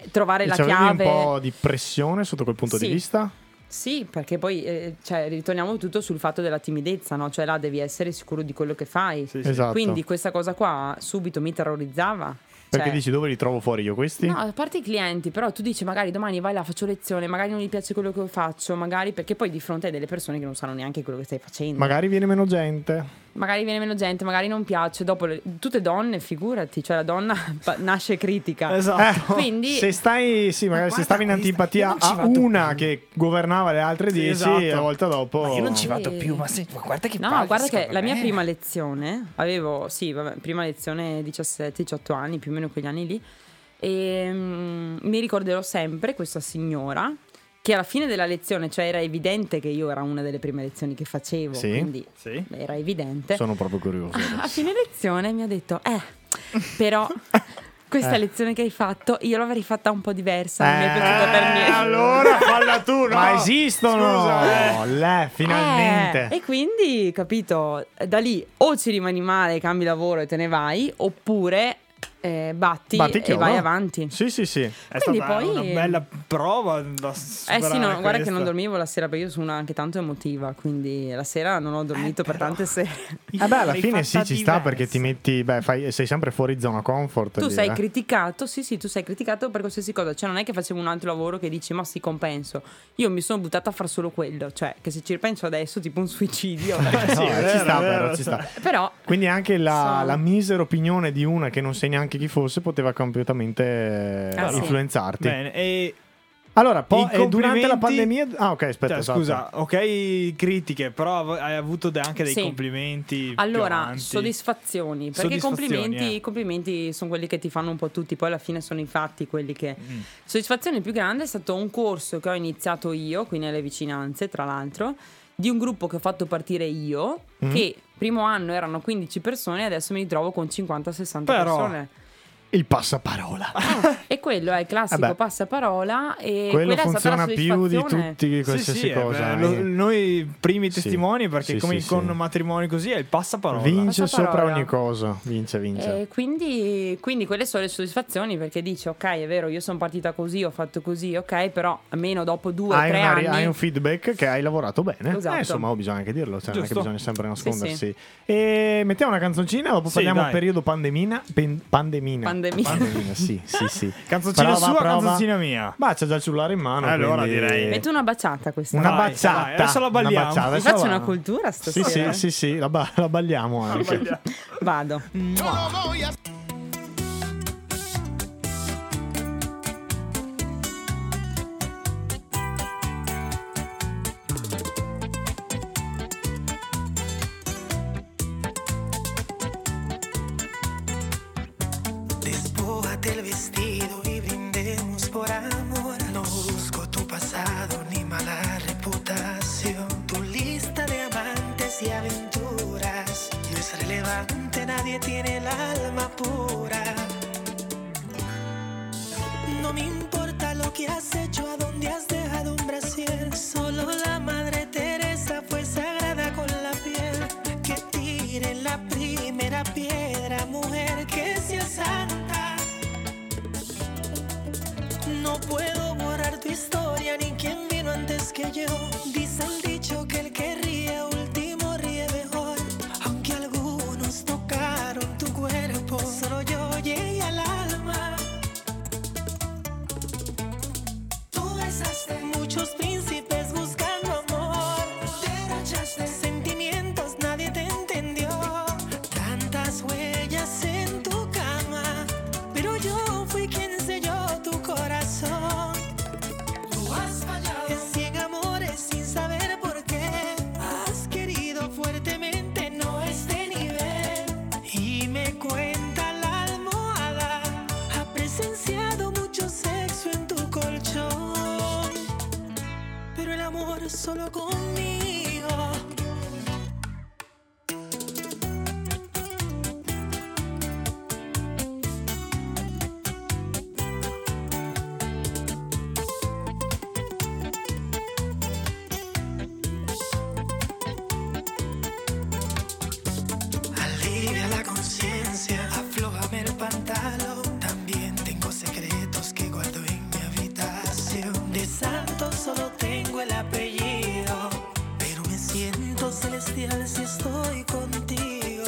[SPEAKER 7] eh, trovare
[SPEAKER 6] E
[SPEAKER 7] la
[SPEAKER 6] c'avevi
[SPEAKER 7] chiave.
[SPEAKER 6] Cioè, un po' di pressione sotto quel punto
[SPEAKER 7] Sì.
[SPEAKER 6] di vista?
[SPEAKER 7] Sì, perché poi eh, cioè, ritorniamo tutto sul fatto della timidezza, no? Cioè là devi essere sicuro di quello che fai.
[SPEAKER 5] Sì, sì.
[SPEAKER 6] Esatto.
[SPEAKER 7] Quindi questa cosa qua subito mi terrorizzava.
[SPEAKER 6] Perché
[SPEAKER 7] Cioè,
[SPEAKER 6] dici dove li trovo fuori io questi?
[SPEAKER 7] No, a parte i clienti, però tu dici magari domani vai là, faccio lezione, magari non gli piace quello che faccio, magari perché poi di fronte hai delle persone che non sanno neanche quello che stai facendo.
[SPEAKER 6] Magari viene meno gente.
[SPEAKER 7] magari viene meno gente, magari non piace, dopo le- tutte donne, figurati, cioè la donna pa- nasce critica.
[SPEAKER 5] Esatto.
[SPEAKER 7] Quindi
[SPEAKER 6] Se stai, sì, magari
[SPEAKER 5] guarda
[SPEAKER 6] se stavi
[SPEAKER 5] questa,
[SPEAKER 6] in
[SPEAKER 5] io
[SPEAKER 6] antipatia
[SPEAKER 5] non ci
[SPEAKER 6] a
[SPEAKER 5] vado più.
[SPEAKER 6] una che governava le altre
[SPEAKER 5] Sì,
[SPEAKER 6] dieci,
[SPEAKER 5] esatto.
[SPEAKER 6] la volta dopo.
[SPEAKER 5] Ma io non ci vado
[SPEAKER 7] Sì.
[SPEAKER 5] più, ma, se- ma guarda che
[SPEAKER 7] No,
[SPEAKER 5] palle,
[SPEAKER 7] guarda che
[SPEAKER 5] secondo
[SPEAKER 7] la mia
[SPEAKER 5] me.
[SPEAKER 7] prima lezione, avevo, sì, vabbè, prima lezione 17-18 anni, più o meno quegli anni lì, e mm, mi ricorderò sempre questa signora che alla fine della lezione, cioè era evidente che io era una delle prime lezioni che facevo,
[SPEAKER 6] Sì.
[SPEAKER 7] quindi
[SPEAKER 5] Sì.
[SPEAKER 7] era evidente.
[SPEAKER 6] Sono proprio curioso.
[SPEAKER 7] A fine lezione mi ha detto, eh, però questa
[SPEAKER 6] Eh.
[SPEAKER 7] lezione che hai fatto io l'avrei fatta un po' diversa, non mi è piaciuta per niente.
[SPEAKER 6] eh, allora falla tu, no?
[SPEAKER 5] Ma esistono!
[SPEAKER 6] Scusa, eh. Lè,
[SPEAKER 7] Eh,
[SPEAKER 6] finalmente.
[SPEAKER 7] e quindi, capito, da lì o ci rimani male, cambi lavoro e te ne vai, oppure eh, batti,
[SPEAKER 6] Batti
[SPEAKER 7] e
[SPEAKER 6] chiudo.
[SPEAKER 7] vai avanti.
[SPEAKER 6] Sì, sì, sì.
[SPEAKER 5] È
[SPEAKER 7] Quindi
[SPEAKER 5] stata
[SPEAKER 7] poi-
[SPEAKER 5] una bella prova da
[SPEAKER 7] Eh sì, no,
[SPEAKER 5] superare
[SPEAKER 7] guarda che
[SPEAKER 5] questa.
[SPEAKER 7] non dormivo la sera perché io sono anche tanto emotiva, quindi la sera non ho dormito per
[SPEAKER 5] però-
[SPEAKER 7] tante sere.
[SPEAKER 6] Eh beh, alla
[SPEAKER 5] L'hai
[SPEAKER 6] fine sì,
[SPEAKER 5] fatta
[SPEAKER 6] ci sta
[SPEAKER 5] diversa.
[SPEAKER 6] perché ti metti, beh, fai- sei sempre fuori zona comfort.
[SPEAKER 7] Tu
[SPEAKER 6] lì,
[SPEAKER 7] sei
[SPEAKER 6] eh.
[SPEAKER 7] criticato, sì sì, tu sei criticato per qualsiasi cosa, cioè non è che facevo un altro lavoro che dici ma sì compenso, io mi sono buttata a far solo quello, cioè che se ci ripenso adesso tipo un suicidio,
[SPEAKER 6] Eh sì,
[SPEAKER 5] No,
[SPEAKER 6] eh,
[SPEAKER 5] è
[SPEAKER 6] ci
[SPEAKER 5] vero,
[SPEAKER 6] sta,
[SPEAKER 5] è vero,
[SPEAKER 6] però, ci sta.
[SPEAKER 7] però Ah,
[SPEAKER 6] Quindi anche la,
[SPEAKER 7] So.
[SPEAKER 6] la misera opinione di una che non sai neanche chi fosse poteva completamente eh,
[SPEAKER 7] Ah, sì.
[SPEAKER 6] influenzarti.
[SPEAKER 5] Bene, e
[SPEAKER 6] Allora, poi
[SPEAKER 5] I
[SPEAKER 6] eh, durante
[SPEAKER 5] complimenti-
[SPEAKER 6] la pandemia... Ah, ok, aspetta,
[SPEAKER 5] cioè,
[SPEAKER 6] esatto.
[SPEAKER 5] scusa, ok, critiche, però av- hai avuto de- anche dei
[SPEAKER 7] Sì.
[SPEAKER 5] complimenti. più
[SPEAKER 7] Allora,
[SPEAKER 5] avanti.
[SPEAKER 7] soddisfazioni, perché i
[SPEAKER 5] Soddisfazioni,
[SPEAKER 7] complimenti,
[SPEAKER 5] eh.
[SPEAKER 7] i complimenti sono quelli che ti fanno un po' tutti, poi alla fine sono i fatti quelli che...
[SPEAKER 6] Mm.
[SPEAKER 7] Soddisfazione più grande è stato un corso che ho iniziato io, qui nelle vicinanze tra l'altro, di un gruppo che ho fatto partire io,
[SPEAKER 6] Mm.
[SPEAKER 7] che primo anno erano 15 persone e adesso mi ritrovo con 50-60
[SPEAKER 5] Però-
[SPEAKER 7] persone.
[SPEAKER 6] Il passaparola.
[SPEAKER 7] E quello è il classico
[SPEAKER 6] Eh beh.
[SPEAKER 7] passaparola e
[SPEAKER 6] Quello
[SPEAKER 7] quella
[SPEAKER 6] funziona
[SPEAKER 7] è stata la
[SPEAKER 6] più di
[SPEAKER 7] soddisfazione.
[SPEAKER 6] tutti
[SPEAKER 5] Sì,
[SPEAKER 6] qualsiasi
[SPEAKER 5] sì, eh,
[SPEAKER 6] cosa.
[SPEAKER 5] beh, lo-
[SPEAKER 6] eh.
[SPEAKER 5] noi primi
[SPEAKER 6] Sì.
[SPEAKER 5] testimoni perché
[SPEAKER 6] Sì,
[SPEAKER 5] come
[SPEAKER 6] sì,
[SPEAKER 5] con
[SPEAKER 6] sì.
[SPEAKER 5] matrimoni così è il passaparola.
[SPEAKER 6] Vince
[SPEAKER 7] Passaparola.
[SPEAKER 6] sopra ogni cosa. Vince, vince.
[SPEAKER 7] E quindi, quindi quelle sono le soddisfazioni perché dici ok è vero io sono partita così, ho fatto così, ok però almeno dopo due o
[SPEAKER 6] hai,
[SPEAKER 7] tre
[SPEAKER 6] una ri-
[SPEAKER 7] anni...
[SPEAKER 6] hai un feedback che hai lavorato bene. Eh,
[SPEAKER 7] Esatto.
[SPEAKER 6] insomma, oh, bisogna anche dirlo, cioè, non è che
[SPEAKER 5] Giusto.
[SPEAKER 6] bisogna sempre
[SPEAKER 7] Sì,
[SPEAKER 6] nascondersi. E mettiamo una canzoncina, dopo
[SPEAKER 5] Sì,
[SPEAKER 6] parliamo
[SPEAKER 5] dai.
[SPEAKER 6] periodo pandemina. pen- pandemina.
[SPEAKER 7] Pandemia.
[SPEAKER 6] Pandemina, sì, sì, sì.
[SPEAKER 5] Canzoncina
[SPEAKER 6] Prova,
[SPEAKER 5] sua,
[SPEAKER 6] prova.
[SPEAKER 5] canzoncina mia.
[SPEAKER 6] Ma c'è già il cellulare in mano.
[SPEAKER 5] Allora,
[SPEAKER 6] quindi-
[SPEAKER 5] direi.
[SPEAKER 7] Metto una baciata questa.
[SPEAKER 6] Una
[SPEAKER 5] Vai,
[SPEAKER 6] baciata.
[SPEAKER 5] vai, adesso la
[SPEAKER 6] Una
[SPEAKER 5] balliamo.
[SPEAKER 6] baciata,
[SPEAKER 5] Ti
[SPEAKER 7] Vi
[SPEAKER 6] adesso
[SPEAKER 7] faccio
[SPEAKER 6] la-
[SPEAKER 7] una cultura
[SPEAKER 6] Sì,
[SPEAKER 7] stasera.
[SPEAKER 6] Eh, sì, sì, sì, la, ba- la balliamo anche.
[SPEAKER 7] Vado.
[SPEAKER 9] Despójate el vestido y brindemos por amor. No busco tu pasado ni mala reputación. Tu lista de amantes y aventuras no es relevante, nadie tiene el alma pura. No me importa lo que has hecho, a dónde has dejado un brasier. Solo la madre Teresa fue sagrada con la piel. Que tire la primera piedra, mujer, que sea santa. No puedo borrar tu historia ni quién vino antes que yo. Dice el dicho que el que ríe último ríe mejor. Aunque algunos tocaron tu cuerpo, solo yo llegué al alma. Tú besaste muchos príncipes buscando amor. Derrochaste sentimientos, nadie te entendió. Tantas huellas en tu cama, pero yo fui quien selló tu corazón. Tú has fallado en cien amores sin saber por qué. Has querido fuertemente, no este nivel. Y me cuenta la almohada. Ha presenciado mucho sexo en tu colchón. Pero el amor solo conmigo. real si estoy contigo.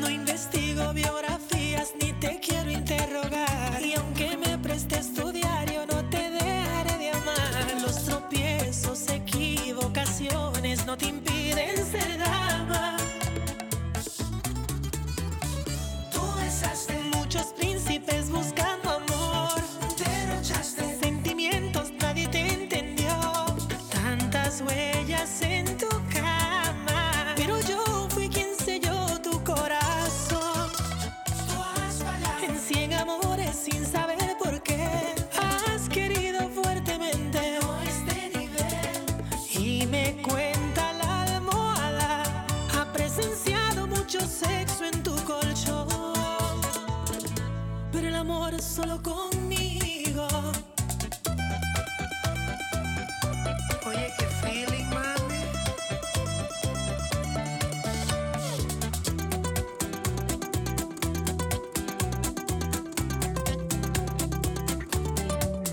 [SPEAKER 9] No investigo biografías ni te quiero interrogar. Y aunque me prestes tu diario, no te dejaré de amar. Los tropiezos, equivocaciones no te impiden ser dama. Tú besaste muchos príncipes buscando amor. Derrochaste sentimientos, nadie te entendió. Tantas huellas en tu cama. Pero yo fui quien selló tu corazón. En cien amores sin saber por qué. Has querido fuertemente este nivel. Y me cuenta la almohada ha presenciado mucho sexo en tu colchón, pero el amor es solo conmigo. Oye, qué feeling, mami.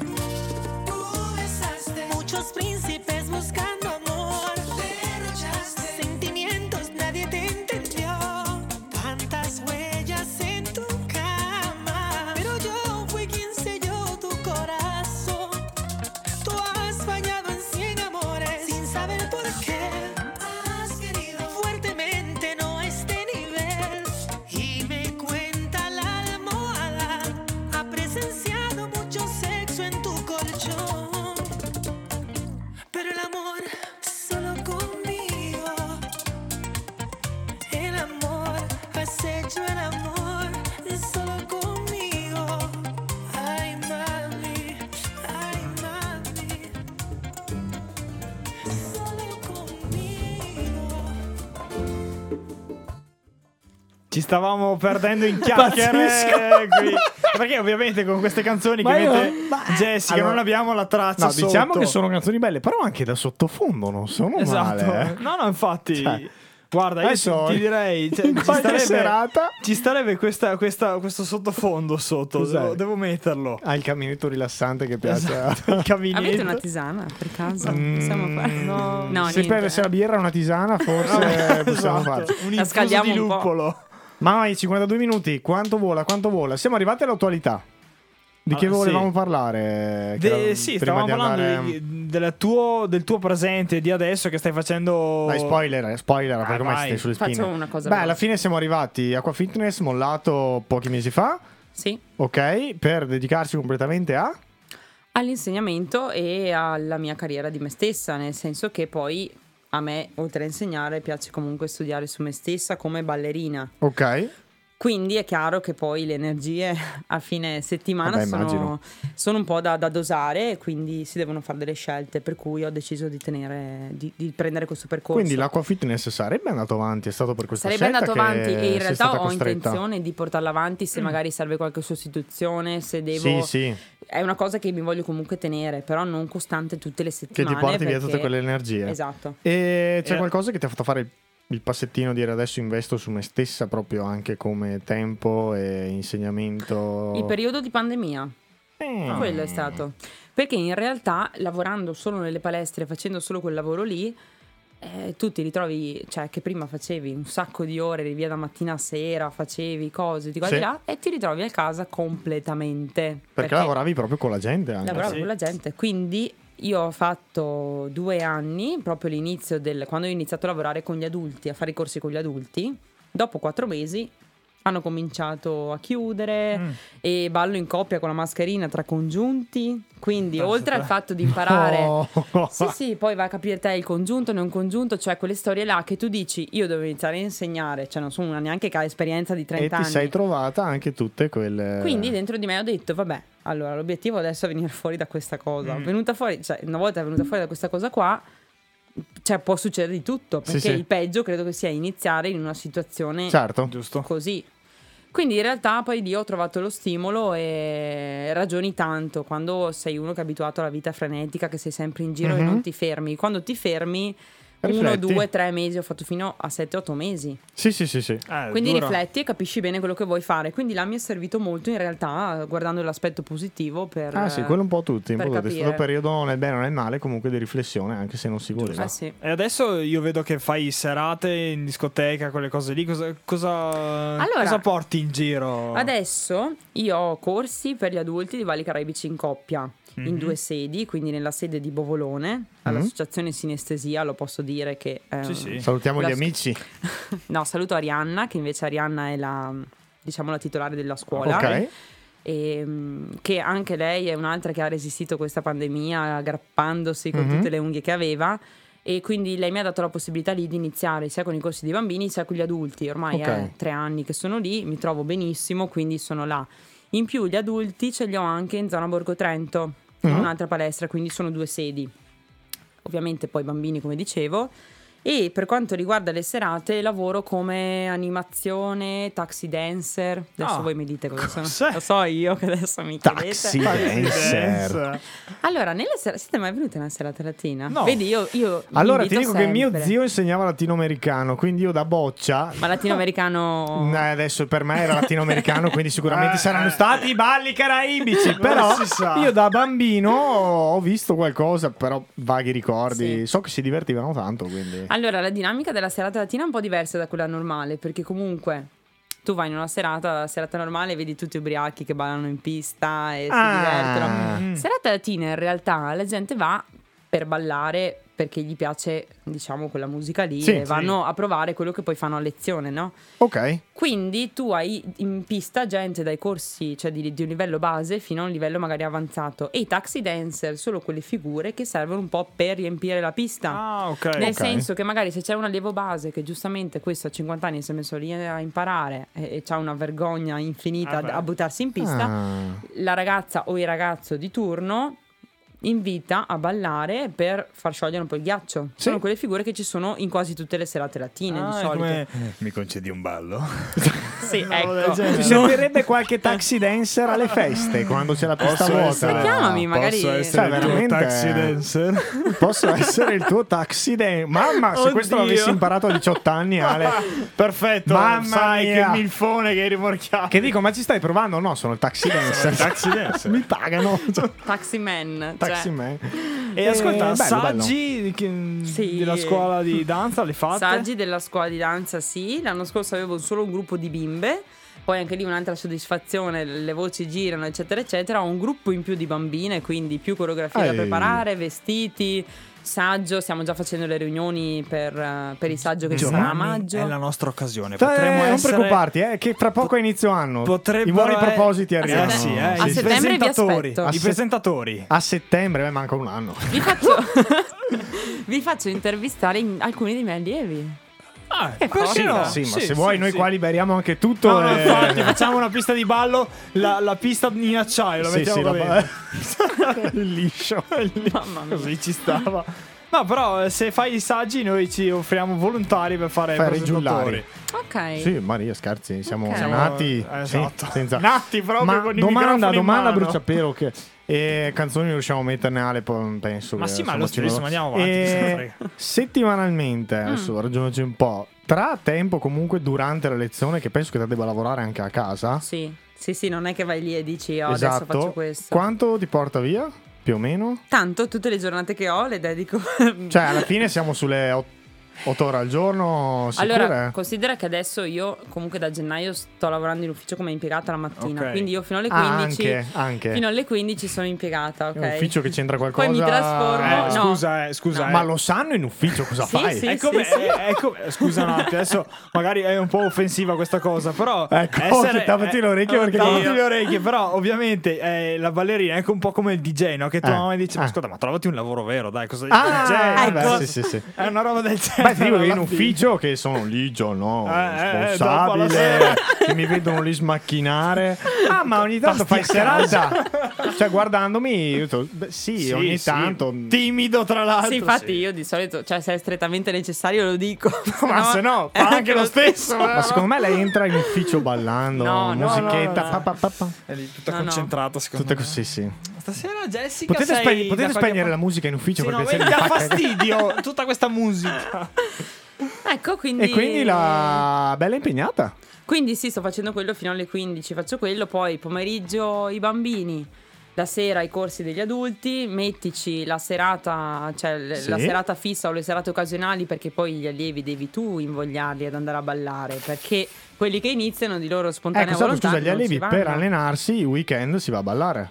[SPEAKER 9] Tú besaste muchos príncipes buscando amor. Derrochaste sentimientos, nadie te entendió. Tantas huellas en tu cama. Pero yo fui quien selló tu corazón. Tú has fallado en cien amores sin saber por qué. Has querido fuertemente no a este nivel. Y me cuenta la almohada. Ha presenciado mucho sexo en tu colchón. Pero el amor solo conmigo. El amor has hecho el amor solo conmigo. Ay, mami, ay, mami. Solo conmigo.
[SPEAKER 5] Ci stavamo perdendo in chiacchiere
[SPEAKER 6] Pazzesco.
[SPEAKER 5] qui. Perché ovviamente con queste canzoni
[SPEAKER 6] Ma
[SPEAKER 5] che
[SPEAKER 6] io-
[SPEAKER 5] mette
[SPEAKER 6] ma-
[SPEAKER 5] Jessica
[SPEAKER 6] Allora-
[SPEAKER 5] non abbiamo la traccia
[SPEAKER 6] No, diciamo
[SPEAKER 5] sotto.
[SPEAKER 6] che sono canzoni belle, però anche da sottofondo non sono
[SPEAKER 5] Esatto.
[SPEAKER 6] male. eh.
[SPEAKER 5] No, no, infatti.
[SPEAKER 6] Cioè,
[SPEAKER 5] Guarda, io
[SPEAKER 6] adesso-
[SPEAKER 5] ti direi cioè,
[SPEAKER 6] in
[SPEAKER 5] ci
[SPEAKER 6] qualche
[SPEAKER 5] starebbe,
[SPEAKER 6] serata-
[SPEAKER 5] ci starebbe questa- questa- questo sottofondo sotto,
[SPEAKER 6] Cos'è?
[SPEAKER 5] devo, devo metterlo.
[SPEAKER 6] Ha il caminetto rilassante che piace.
[SPEAKER 5] Esatto, il
[SPEAKER 7] Avete una
[SPEAKER 5] caminetto.
[SPEAKER 7] tisana per caso?
[SPEAKER 6] Mm,
[SPEAKER 7] Possiamo fare? No,
[SPEAKER 6] se,
[SPEAKER 7] niente.
[SPEAKER 6] per, se la birra è una tisana, forse possiamo
[SPEAKER 5] Esatto,
[SPEAKER 6] farlo.
[SPEAKER 5] un
[SPEAKER 7] La
[SPEAKER 5] infuso
[SPEAKER 7] scaldiamo
[SPEAKER 5] di
[SPEAKER 7] un po'.
[SPEAKER 5] luppolo.
[SPEAKER 6] Mamma mia, 52 minuti, quanto vola, quanto vola. Siamo arrivati all'attualità. Di che
[SPEAKER 5] Ah, sì.
[SPEAKER 6] volevamo parlare? Che
[SPEAKER 5] De-
[SPEAKER 6] era-
[SPEAKER 5] sì,
[SPEAKER 6] Eh, prima
[SPEAKER 5] stavamo
[SPEAKER 6] di
[SPEAKER 5] parlando
[SPEAKER 6] andare-
[SPEAKER 5] di- della tuo- del tuo presente di adesso che stai facendo.
[SPEAKER 6] Dai, spoiler, eh, spoiler, perché ormai
[SPEAKER 5] Ah, vai.
[SPEAKER 6] stai sulle spine.
[SPEAKER 7] Faccio una cosa
[SPEAKER 6] Beh,
[SPEAKER 7] veloce.
[SPEAKER 6] alla fine siamo arrivati. Aqua Fitness mollato pochi mesi fa,
[SPEAKER 7] Sì.
[SPEAKER 6] ok? Per dedicarsi completamente a...
[SPEAKER 7] all'insegnamento e alla mia carriera di me stessa, nel senso che poi a me, oltre a insegnare, piace comunque studiare su me stessa come ballerina.
[SPEAKER 6] Ok.
[SPEAKER 7] Quindi è chiaro che poi le energie a fine settimana
[SPEAKER 6] Vabbè, Eh immagino.
[SPEAKER 7] sono, sono un po' da, da dosare e quindi si devono fare delle scelte, per cui ho deciso di, tenere, di, di prendere questo percorso.
[SPEAKER 6] Quindi l'Aqua Fitness sarebbe andato avanti, è stato per questa
[SPEAKER 7] Sarebbe
[SPEAKER 6] scelta
[SPEAKER 7] andato avanti
[SPEAKER 6] che
[SPEAKER 7] e in
[SPEAKER 6] sei stata
[SPEAKER 7] realtà ho
[SPEAKER 6] costretta. Mm.
[SPEAKER 7] intenzione di portarla avanti se magari serve qualche sostituzione, se
[SPEAKER 6] Sì,
[SPEAKER 7] devo...
[SPEAKER 6] sì,
[SPEAKER 7] È una cosa che mi voglio comunque tenere, però non costante tutte le
[SPEAKER 6] che
[SPEAKER 7] settimane.
[SPEAKER 6] ti porti via
[SPEAKER 7] perché-
[SPEAKER 6] tutte quelle energie.
[SPEAKER 7] Esatto.
[SPEAKER 6] E c'è
[SPEAKER 5] Eh.
[SPEAKER 6] qualcosa che ti ha fatto fare il- il passettino dire adesso investo su me stessa proprio anche come tempo e insegnamento?
[SPEAKER 7] Il periodo di pandemia,
[SPEAKER 6] Eh.
[SPEAKER 7] quello è stato. Perché in realtà lavorando solo nelle palestre, facendo solo quel lavoro lì, eh, tu ti ritrovi, cioè che prima facevi un sacco di ore, eri via da mattina a sera, facevi cose, ti guardi
[SPEAKER 6] Sì.
[SPEAKER 7] là e ti ritrovi a casa completamente.
[SPEAKER 6] Perché, lavoravi proprio con la gente anche.
[SPEAKER 7] Lavoravo con la gente, quindi io ho fatto due anni, proprio l'inizio del... quando ho iniziato a lavorare con gli adulti, a fare i corsi con gli adulti, dopo quattro mesi hanno cominciato a chiudere e ballo in coppia con la mascherina tra congiunti, quindi oltre al fatto di imparare...
[SPEAKER 6] Oh.
[SPEAKER 7] Sì, sì, poi va a capire te il congiunto, non congiunto, cioè quelle storie là che tu dici io devo iniziare a insegnare, cioè non sono una neanche che ha esperienza di
[SPEAKER 6] e
[SPEAKER 7] 30
[SPEAKER 6] ti
[SPEAKER 7] anni.
[SPEAKER 6] sei trovata anche tutte quelle...
[SPEAKER 7] Quindi dentro di me ho detto, vabbè, allora l'obiettivo adesso è venire fuori da questa cosa.
[SPEAKER 6] Mm.
[SPEAKER 7] Venuta fuori, cioè, una volta venuta fuori da questa cosa qua, cioè, può succedere di tutto,
[SPEAKER 6] Sì,
[SPEAKER 7] perché
[SPEAKER 6] sì.
[SPEAKER 7] il peggio credo che sia iniziare in una situazione
[SPEAKER 6] Certo.
[SPEAKER 5] Giusto.
[SPEAKER 7] così. Quindi in realtà poi lì ho trovato lo stimolo e ragioni tanto quando sei uno che è abituato alla vita frenetica, che sei sempre in giro e
[SPEAKER 6] Mhm.
[SPEAKER 7] non ti fermi. Quando ti fermi uno,
[SPEAKER 6] Rifletti.
[SPEAKER 7] due, tre mesi, ho fatto fino a 7-8 mesi.
[SPEAKER 6] Sì, sì, sì, sì.
[SPEAKER 5] Eh,
[SPEAKER 7] Quindi rifletti e capisci bene quello che vuoi fare. Quindi là mi è servito molto in realtà, guardando l'aspetto positivo per...
[SPEAKER 6] Ah sì, quello un po' a tutti, un
[SPEAKER 7] per
[SPEAKER 6] po' a tutti. È stato un
[SPEAKER 7] capire.
[SPEAKER 6] periodo non è bene, non è male, comunque di riflessione, anche se non si voleva.
[SPEAKER 7] Eh sì.
[SPEAKER 5] E adesso io vedo che fai serate in discoteca, quelle cose lì. Cosa, cosa,
[SPEAKER 7] Allora-
[SPEAKER 5] cosa porti in giro?
[SPEAKER 7] Adesso io ho corsi per gli adulti di Valli Caraibici in coppia.
[SPEAKER 6] Mhm.
[SPEAKER 7] In due sedi, quindi nella sede di Bovolone, all'associazione Sinestesia, lo posso dire che... eh,
[SPEAKER 5] Sì, sì.
[SPEAKER 6] Salutiamo gli
[SPEAKER 7] La-
[SPEAKER 6] amici.
[SPEAKER 7] No, saluto Arianna, che invece Arianna è la, diciamo, la titolare della scuola. eh?
[SPEAKER 6] Ok.
[SPEAKER 7] E, mm, che anche lei è un'altra che ha resistito questa pandemia aggrappandosi con
[SPEAKER 6] Mhm.
[SPEAKER 7] tutte le unghie che aveva. E quindi lei mi ha dato la possibilità lì di iniziare sia con i corsi dei bambini sia con gli adulti. Ormai
[SPEAKER 6] Ok.
[SPEAKER 7] è tre anni che sono lì, mi trovo benissimo, quindi sono là. In più gli adulti ce li ho anche in zona Borgo Trento, in
[SPEAKER 6] Mhm.
[SPEAKER 7] un'altra palestra, quindi sono due sedi. Ovviamente poi bambini, come dicevo. E per quanto riguarda le serate, lavoro come animazione, taxi dancer. Adesso
[SPEAKER 5] Ah.
[SPEAKER 7] voi mi dite cosa sono.
[SPEAKER 5] Cos'è?
[SPEAKER 7] Lo so io che adesso mi
[SPEAKER 6] Taxi
[SPEAKER 7] chiedete.
[SPEAKER 6] dancer.
[SPEAKER 7] Allora, nelle sera- siete mai venute una serata latina?
[SPEAKER 5] No.
[SPEAKER 7] Vedi, io, io vi
[SPEAKER 6] Allora ti
[SPEAKER 7] invito
[SPEAKER 6] dico che mio
[SPEAKER 7] sempre.
[SPEAKER 6] zio insegnava latinoamericano, quindi io da boccia
[SPEAKER 7] Ma latinoamericano...
[SPEAKER 6] No, adesso per me era latinoamericano, quindi sicuramente
[SPEAKER 5] Eh,
[SPEAKER 6] saranno
[SPEAKER 5] eh.
[SPEAKER 6] stati i balli caraibici. Però
[SPEAKER 5] si sa.
[SPEAKER 6] io da bambino ho visto qualcosa, però vaghi ricordi.
[SPEAKER 7] Sì.
[SPEAKER 6] So che si divertivano tanto, quindi.
[SPEAKER 7] Allora, la dinamica della serata latina è un po' diversa da quella normale, perché comunque tu vai in una serata, serata normale, vedi tutti ubriachi che ballano in pista e
[SPEAKER 6] Ah.
[SPEAKER 7] si divertono.
[SPEAKER 6] Mm.
[SPEAKER 7] Serata latina in realtà la gente va per ballare perché gli piace, diciamo, quella musica lì
[SPEAKER 6] Sì,
[SPEAKER 7] e
[SPEAKER 6] sì.
[SPEAKER 7] vanno a provare quello che poi fanno a lezione, no?
[SPEAKER 6] Ok,
[SPEAKER 7] Quindi tu hai in pista gente dai corsi, cioè di, di un livello base fino a un livello magari avanzato e i taxi dancer sono quelle figure che servono un po' per riempire la pista.
[SPEAKER 5] Ah, ok.
[SPEAKER 7] Nel
[SPEAKER 6] Eh, Ok.
[SPEAKER 7] senso che magari se c'è un allievo base che giustamente questo a 50 anni si è messo lì a imparare e, ha una vergogna infinita
[SPEAKER 5] Ah, beh.
[SPEAKER 7] a buttarsi in pista,
[SPEAKER 6] Ah.
[SPEAKER 7] la ragazza o il ragazzo di turno invita a ballare per far sciogliere un po' il ghiaccio.
[SPEAKER 6] Sì.
[SPEAKER 7] Sono quelle figure che ci sono in quasi tutte le serate latine
[SPEAKER 5] Ah,
[SPEAKER 7] di
[SPEAKER 5] è
[SPEAKER 7] solito.
[SPEAKER 5] come-
[SPEAKER 10] Eh, Mi concedi un ballo?
[SPEAKER 7] Sì,
[SPEAKER 5] del
[SPEAKER 7] ecco.
[SPEAKER 5] genere.
[SPEAKER 6] ci servirebbe qualche taxi dancer alle feste quando c'è la pista
[SPEAKER 10] Posso
[SPEAKER 6] vuota.
[SPEAKER 10] essere-
[SPEAKER 7] chiamami, magari-
[SPEAKER 10] Posso
[SPEAKER 6] Cioè,
[SPEAKER 10] essere il tuo
[SPEAKER 6] veramente-
[SPEAKER 10] taxi dancer?
[SPEAKER 6] Posso essere il tuo taxi dancer? Mamma,
[SPEAKER 7] Cioè,
[SPEAKER 6] se questo
[SPEAKER 5] Oddio.
[SPEAKER 6] l'avessi imparato a 18 anni, Ale.
[SPEAKER 5] Perfetto.
[SPEAKER 6] Mamma
[SPEAKER 5] sai
[SPEAKER 6] mia.
[SPEAKER 5] che milfone che hai rimorchiato.
[SPEAKER 6] Che dico, ma ci stai provando? No, sono il taxi dancer.
[SPEAKER 10] taxi dancer.
[SPEAKER 6] Mi pagano.
[SPEAKER 5] Cioè.
[SPEAKER 7] Taxi man.
[SPEAKER 6] Taxi
[SPEAKER 7] cioè,
[SPEAKER 6] man.
[SPEAKER 5] E
[SPEAKER 6] Eh,
[SPEAKER 5] ascolta,
[SPEAKER 6] bello, bello.
[SPEAKER 5] saggi che-
[SPEAKER 7] Sì.
[SPEAKER 5] della scuola di danza le fate?
[SPEAKER 7] Saggi della scuola di danza, sì. L'anno scorso avevo solo un gruppo di bimbe. Poi anche lì un'altra soddisfazione, le voci girano, eccetera, eccetera. Ho un gruppo in più di bambine, quindi più coreografie da
[SPEAKER 6] Ehi.
[SPEAKER 7] preparare, vestiti, saggio. Stiamo già facendo le riunioni per, eh, per il saggio che ci sarà a maggio.
[SPEAKER 5] È la nostra occasione.
[SPEAKER 6] Tra-
[SPEAKER 5] Potremmo
[SPEAKER 6] Cioè, non
[SPEAKER 5] essere-
[SPEAKER 6] preoccuparti, eh, che tra poco a inizio anno i buoni
[SPEAKER 5] eh,
[SPEAKER 6] propositi arrivano.
[SPEAKER 5] Eh sì, eh,
[SPEAKER 7] A
[SPEAKER 5] i
[SPEAKER 7] settembre vi
[SPEAKER 5] presentatori.
[SPEAKER 7] aspetto.
[SPEAKER 5] I
[SPEAKER 6] A
[SPEAKER 5] presentatori.
[SPEAKER 6] A settembre, beh, manca un anno.
[SPEAKER 7] Vi faccio, vi faccio intervistare in- alcuni dei miei allievi.
[SPEAKER 5] Ah,
[SPEAKER 7] sì, no?
[SPEAKER 6] sì,
[SPEAKER 5] Sì,
[SPEAKER 6] ma se
[SPEAKER 5] sì,
[SPEAKER 6] vuoi, noi
[SPEAKER 5] sì.
[SPEAKER 6] qua liberiamo anche tutto.
[SPEAKER 5] No, no,
[SPEAKER 6] eh.
[SPEAKER 5] Ah, infatti, facciamo una pista di ballo, la, la pista in acciaio, la
[SPEAKER 6] Sì,
[SPEAKER 5] mettiamo
[SPEAKER 6] sì,
[SPEAKER 5] qua
[SPEAKER 6] la-
[SPEAKER 5] dentro.
[SPEAKER 6] il liscio.
[SPEAKER 7] Mamma mia.
[SPEAKER 5] Così ci stava. No, però eh, se fai i saggi noi ci offriamo volontari per fare
[SPEAKER 6] Fare i
[SPEAKER 5] presentatori.
[SPEAKER 6] giullari.
[SPEAKER 7] Ok.
[SPEAKER 6] Sì, Maria, scherzi, siamo
[SPEAKER 7] Ok.
[SPEAKER 6] nati.
[SPEAKER 5] Eh,
[SPEAKER 6] sì,
[SPEAKER 5] esatto.
[SPEAKER 6] senza-
[SPEAKER 5] Nati proprio
[SPEAKER 6] Ma
[SPEAKER 5] con i
[SPEAKER 6] domanda,
[SPEAKER 5] microfoni in
[SPEAKER 6] domanda,
[SPEAKER 5] mano.
[SPEAKER 6] bruciapelo. Che... E canzoni riusciamo a metterne alle, po- penso.
[SPEAKER 5] Ma
[SPEAKER 6] che,
[SPEAKER 5] sì, ma
[SPEAKER 6] Eh, insomma,
[SPEAKER 5] lo
[SPEAKER 6] ci Eh,
[SPEAKER 5] stesso,
[SPEAKER 6] vado.
[SPEAKER 5] ma andiamo avanti,
[SPEAKER 6] E
[SPEAKER 5] chi se Mm. ne frega.
[SPEAKER 6] settimanalmente, adesso ragionarci un po'. Tra tempo, comunque, durante la lezione, che penso che te debba lavorare anche a casa.
[SPEAKER 7] Sì. sì, sì, non è che vai lì e dici "Oh, adesso
[SPEAKER 6] esatto.
[SPEAKER 7] faccio questo.
[SPEAKER 6] Quanto ti porta via? Più o meno?
[SPEAKER 7] Tanto tutte le giornate che ho le dedico
[SPEAKER 6] Cioè, alla fine siamo sulle 8 ore al giorno. Sicure?
[SPEAKER 7] Allora, considera che adesso io comunque da gennaio sto lavorando in ufficio come impiegata la mattina,
[SPEAKER 5] Ok.
[SPEAKER 7] quindi io fino alle
[SPEAKER 6] Ah,
[SPEAKER 7] 15
[SPEAKER 6] anche, anche.
[SPEAKER 7] fino alle 15 sono impiegata, ok?
[SPEAKER 6] È un ufficio che c'entra qualcosa.
[SPEAKER 7] Poi mi trasformo,
[SPEAKER 5] Eh,
[SPEAKER 7] no.
[SPEAKER 5] Scusa, eh, scusa. eh.
[SPEAKER 6] Ma lo sanno in ufficio cosa
[SPEAKER 7] Sì,
[SPEAKER 6] fai?
[SPEAKER 7] sì.
[SPEAKER 5] È come, è- è come- scusa un attimo, adesso magari è un po' offensiva questa cosa, però... eh,
[SPEAKER 6] Ecco, tappati le orecchie perché-
[SPEAKER 5] Tappati le orecchie, però ovviamente eh, la ballerina è anche un po' come il DJ, no? Che tu
[SPEAKER 6] Eh.
[SPEAKER 5] mamma dice, ma
[SPEAKER 6] Ah.
[SPEAKER 5] ascolta, ma trovati un lavoro vero, dai, cosa Cioè,
[SPEAKER 6] Ah,
[SPEAKER 5] DJ,
[SPEAKER 6] eh,
[SPEAKER 5] cosa-
[SPEAKER 6] beh, sì, sì, sì.
[SPEAKER 5] È una roba del genere.
[SPEAKER 6] Beh, ti dico che in
[SPEAKER 5] alla fine.
[SPEAKER 6] ufficio che sono lì, giorno,
[SPEAKER 5] Eh, eh, dopo la
[SPEAKER 6] responsabile,
[SPEAKER 5] sera.
[SPEAKER 6] che mi vedono lì smacchinare. Ah, ma ogni tanto fai serata. cioè, guardandomi, io dico, beh, sì,
[SPEAKER 5] Sì,
[SPEAKER 6] ogni
[SPEAKER 5] sì.
[SPEAKER 6] tanto. mm.
[SPEAKER 5] Timido, tra l'altro.
[SPEAKER 7] Sì, infatti io di solito, cioè se è strettamente necessario lo dico.
[SPEAKER 6] Ma se no, fa anche lo stesso.
[SPEAKER 7] eh.
[SPEAKER 6] Ma secondo me lei entra in ufficio ballando,
[SPEAKER 7] No, no,
[SPEAKER 6] musichetta,
[SPEAKER 5] no, no.
[SPEAKER 6] pa, pa, pa, pa.
[SPEAKER 5] È lì tutta
[SPEAKER 7] No, no.
[SPEAKER 5] concentrata, secondo
[SPEAKER 6] Tutte
[SPEAKER 5] me.
[SPEAKER 6] così, sì.
[SPEAKER 5] Sta
[SPEAKER 11] Stasera Jessica
[SPEAKER 6] Potete,
[SPEAKER 11] sei
[SPEAKER 6] speg- potete
[SPEAKER 11] da qualche
[SPEAKER 6] spegnere
[SPEAKER 11] parte.
[SPEAKER 6] la musica in ufficio
[SPEAKER 11] Sì,
[SPEAKER 6] per
[SPEAKER 11] no,
[SPEAKER 6] piacere?
[SPEAKER 11] mi dà
[SPEAKER 6] Mi fa
[SPEAKER 11] fastidio tutta questa musica.
[SPEAKER 7] Ecco, quindi...
[SPEAKER 6] E quindi la Ah, bella impegnata.
[SPEAKER 7] Quindi sì, sto facendo quello fino alle 15, faccio quello, poi pomeriggio i bambini, la sera i corsi degli adulti, mettici la serata, cioè l-
[SPEAKER 11] Sì.
[SPEAKER 7] la serata fissa o le serate occasionali perché poi gli allievi devi tu invogliarli ad andare a ballare, perché quelli che iniziano di loro spontanea
[SPEAKER 6] Ecco, esatto,
[SPEAKER 7] volontà
[SPEAKER 6] scusa, gli
[SPEAKER 7] non ci
[SPEAKER 6] allevi
[SPEAKER 7] vanno.
[SPEAKER 6] per allenarsi, i weekend si va a ballare.